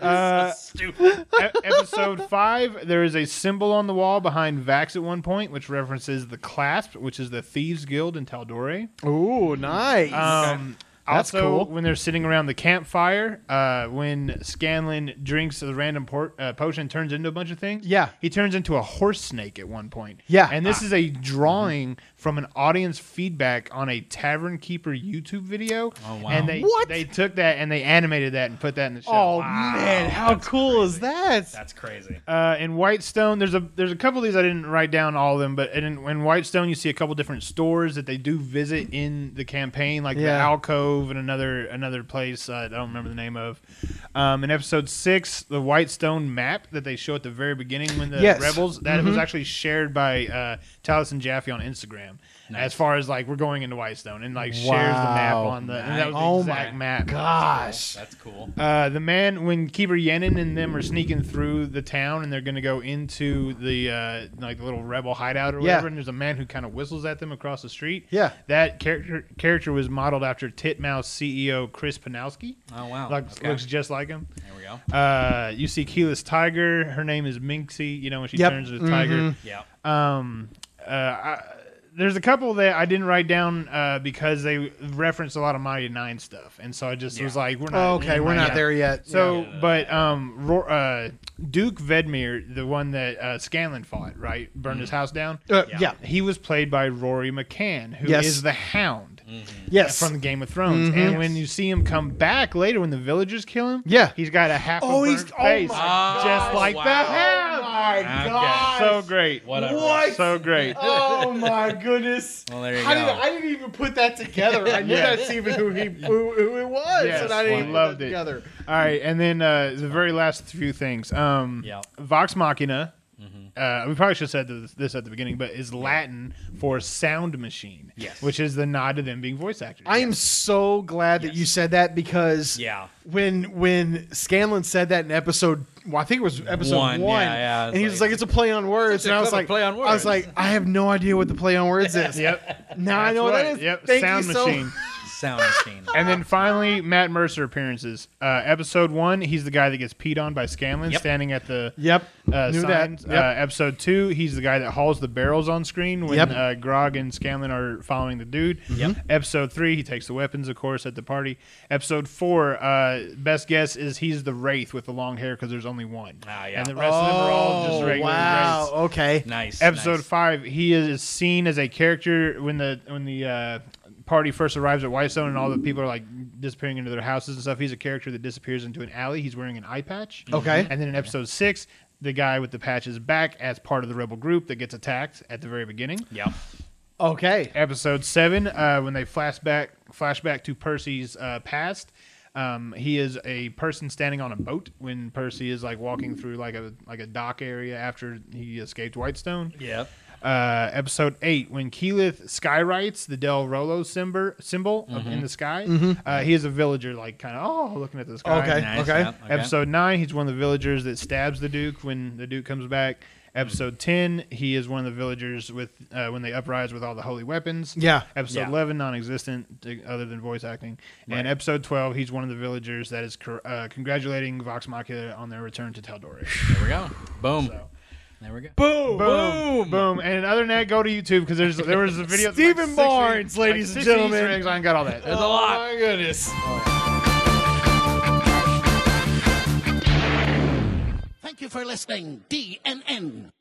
B: That's so stupid.
C: E- episode five, there is a symbol on the wall behind Vax at one point, which references the Clasp, which is the Thieves Guild in Taldore.
D: Ooh, nice.
C: Um,
D: That's
C: also,
D: cool.
C: when they're sitting around the campfire, uh, when Scanlan drinks the random por- uh, potion, turns into a bunch of things.
D: Yeah.
C: he turns into a horse snake at one point.
D: Yeah.
C: and this is a drawing from an audience feedback on a tavern keeper YouTube video.
B: Oh, wow.
C: And they
D: What?
C: they took that and they animated that and put that in the show.
D: oh man, how cool is that?
B: That's crazy.
C: Uh, in Whitestone, there's a there's a couple of these I didn't write down all of them, but in, in Whitestone you see a couple different stores that they do visit in the campaign, like the
D: Yeah.
C: alcove and another another place uh, I don't remember the name of. Um, in episode six, the Whitestone map that they show at the very beginning when the
D: Yes. Mm-hmm.
C: rebels that was actually shared by uh, Talis and Jaffe on Instagram. As far as like we're going into Whitestone and like shares the map
D: Wow.
C: on the and that was the
D: Oh my
C: exact map.
D: Gosh.
B: That's cool.
C: Uh, the man when Keeper Yenin and them are sneaking through the town and they're gonna go into the uh, like the little rebel hideout or
D: Yeah.
C: whatever, and there's a man who kind of whistles at them across the street.
D: Yeah.
C: that character character was modeled after Titmouse CEO Chris Panowski.
B: Oh wow.
C: Looks,
B: okay.
C: looks just like him.
B: there we go.
C: Uh, you see Keyless Tiger. Her name is Minxie. You know when she
D: Yep. Mm-hmm.
C: turns into a tiger.
B: Yeah.
C: Um, uh, I, there's a couple that I didn't write down uh, because they referenced a lot of Mighty Nine stuff, and so I just was
B: Yeah.
C: like, "We're not."
D: Oh, Okay,
C: in
D: we're
C: right
D: not
C: now.
D: there yet.
C: So,
B: Yeah.
C: but um, Ro- uh, Duke Vedmir, the one that uh, Scanlan fought, right, burned his house down.
D: Uh,
B: Yeah.
D: yeah.
C: He was played by Rory McCann, who is
D: Yes.
C: the Hound
D: Mm. Yes.
C: from the Game of Thrones.
D: Mhm.
C: And when you see him come back later, when the villagers kill him,
D: Yeah.
C: he's got a half
D: Oh,
C: a
D: he's-
C: burnt
D: oh
C: face,
B: my
C: just
B: gosh.
C: like the
B: Wow.
C: Hound.
B: Okay.
C: So great.
B: Whatever.
D: What?
C: So great.
D: *laughs* oh my goodness.
B: Well, there you
D: How
B: go.
D: did I, I didn't even put that together.
B: *laughs*
D: I knew
C: Yes.
D: that's even who he who, who it was,
C: Yes,
D: and I
C: we
D: didn't even
C: loved
D: put that
C: it.
D: together.
C: All right, and then uh, the very last few things. Um,
B: Yeah. Mm-hmm.
C: Vox Machina. Uh, we probably should have said this, this at the beginning, but is Latin for sound machine.
B: Yes.
C: Which is the nod to them being voice actors.
D: I am so glad that you said that because
B: Yeah.
D: when when Scanlan said that in episode, well, I think it was episode
B: One,
D: one,
B: yeah, yeah, it's
D: and he was
B: like-
D: like, "It's a play on words,"
B: Such a
D: and I was
B: clever
D: like,
B: play on
D: I
B: words.
D: was like, "I have no idea what the play on words is."
C: Yep.
D: Now I
C: That's
D: know what
C: right.
D: that is.
C: Yep.
D: Thank
C: sound
D: you so-
C: machine.
B: Sound machine.
C: and then finally, Matt Mercer appearances. Uh, episode one, he's the guy that gets peed on by Scanlan
B: Yep.
C: standing at the
D: Yep.
C: uh,
D: Knew
C: signs.
D: that. Yep.
C: Uh, episode two, he's the guy that hauls the barrels on screen when
D: Yep. Mm-hmm.
C: uh, Grog and Scanlan are following the dude.
B: Yep.
C: Episode three, he takes the weapons, of course, at the party. Episode four, uh, best guess is he's the wraith with the long hair because there's only one.
B: Ah, yeah.
C: uh, And the rest of them are all just
D: Oh,
C: regular
D: wow.
C: wraiths.
D: Okay.
B: Nice.
C: Episode
B: nice.
C: five, he is seen as a character when the when the uh, party first arrives at Whitestone and all the people are like disappearing into their houses and stuff. He's a character that disappears into an alley. He's wearing an eye patch.
D: Okay.
C: And then in episode six, the guy with the patch is back as part of the rebel group that gets attacked at the very beginning.
B: Yeah.
D: Okay.
C: Episode seven, uh, when they flash back flashback to Percy's uh, past. Um, he is a person standing on a boat when Percy is like walking through like a like a dock area after he escaped Whitestone.
B: Yep.
C: uh, episode eight, when Keyleth skywrites the Del Rolo symbol, symbol of,
D: Mm-hmm.
C: in the sky, uh, he is a villager, like kind of oh, looking at the sky.
D: Okay.
B: Nice,
D: Okay.
B: yep,
C: Episode nine, he's one of the villagers that stabs the Duke when the Duke comes back. Episode
D: Mm-hmm.
C: ten, he is one of the villagers with uh, when they uprise with all the holy weapons.
D: Yeah.
C: Episode
B: Yeah.
C: eleven, non-existent to- other than voice acting.
B: Right.
C: And episode twelve, he's one of the villagers that is cor- uh, congratulating Vox Machina on their return to
D: *laughs*
C: Tal'Dorei.
B: There we go. Boom. There we go. Boom.
C: Boom, boom, and in other net, go to YouTube because there's there was a video. of,
D: Stephen
C: like 60
D: Barnes,
C: like
D: ladies and
C: 60 Easter
D: gentlemen.
C: eggs. I ain't got all that.
B: There's a lot.
D: my goodness.
E: Thank you for listening, DNN.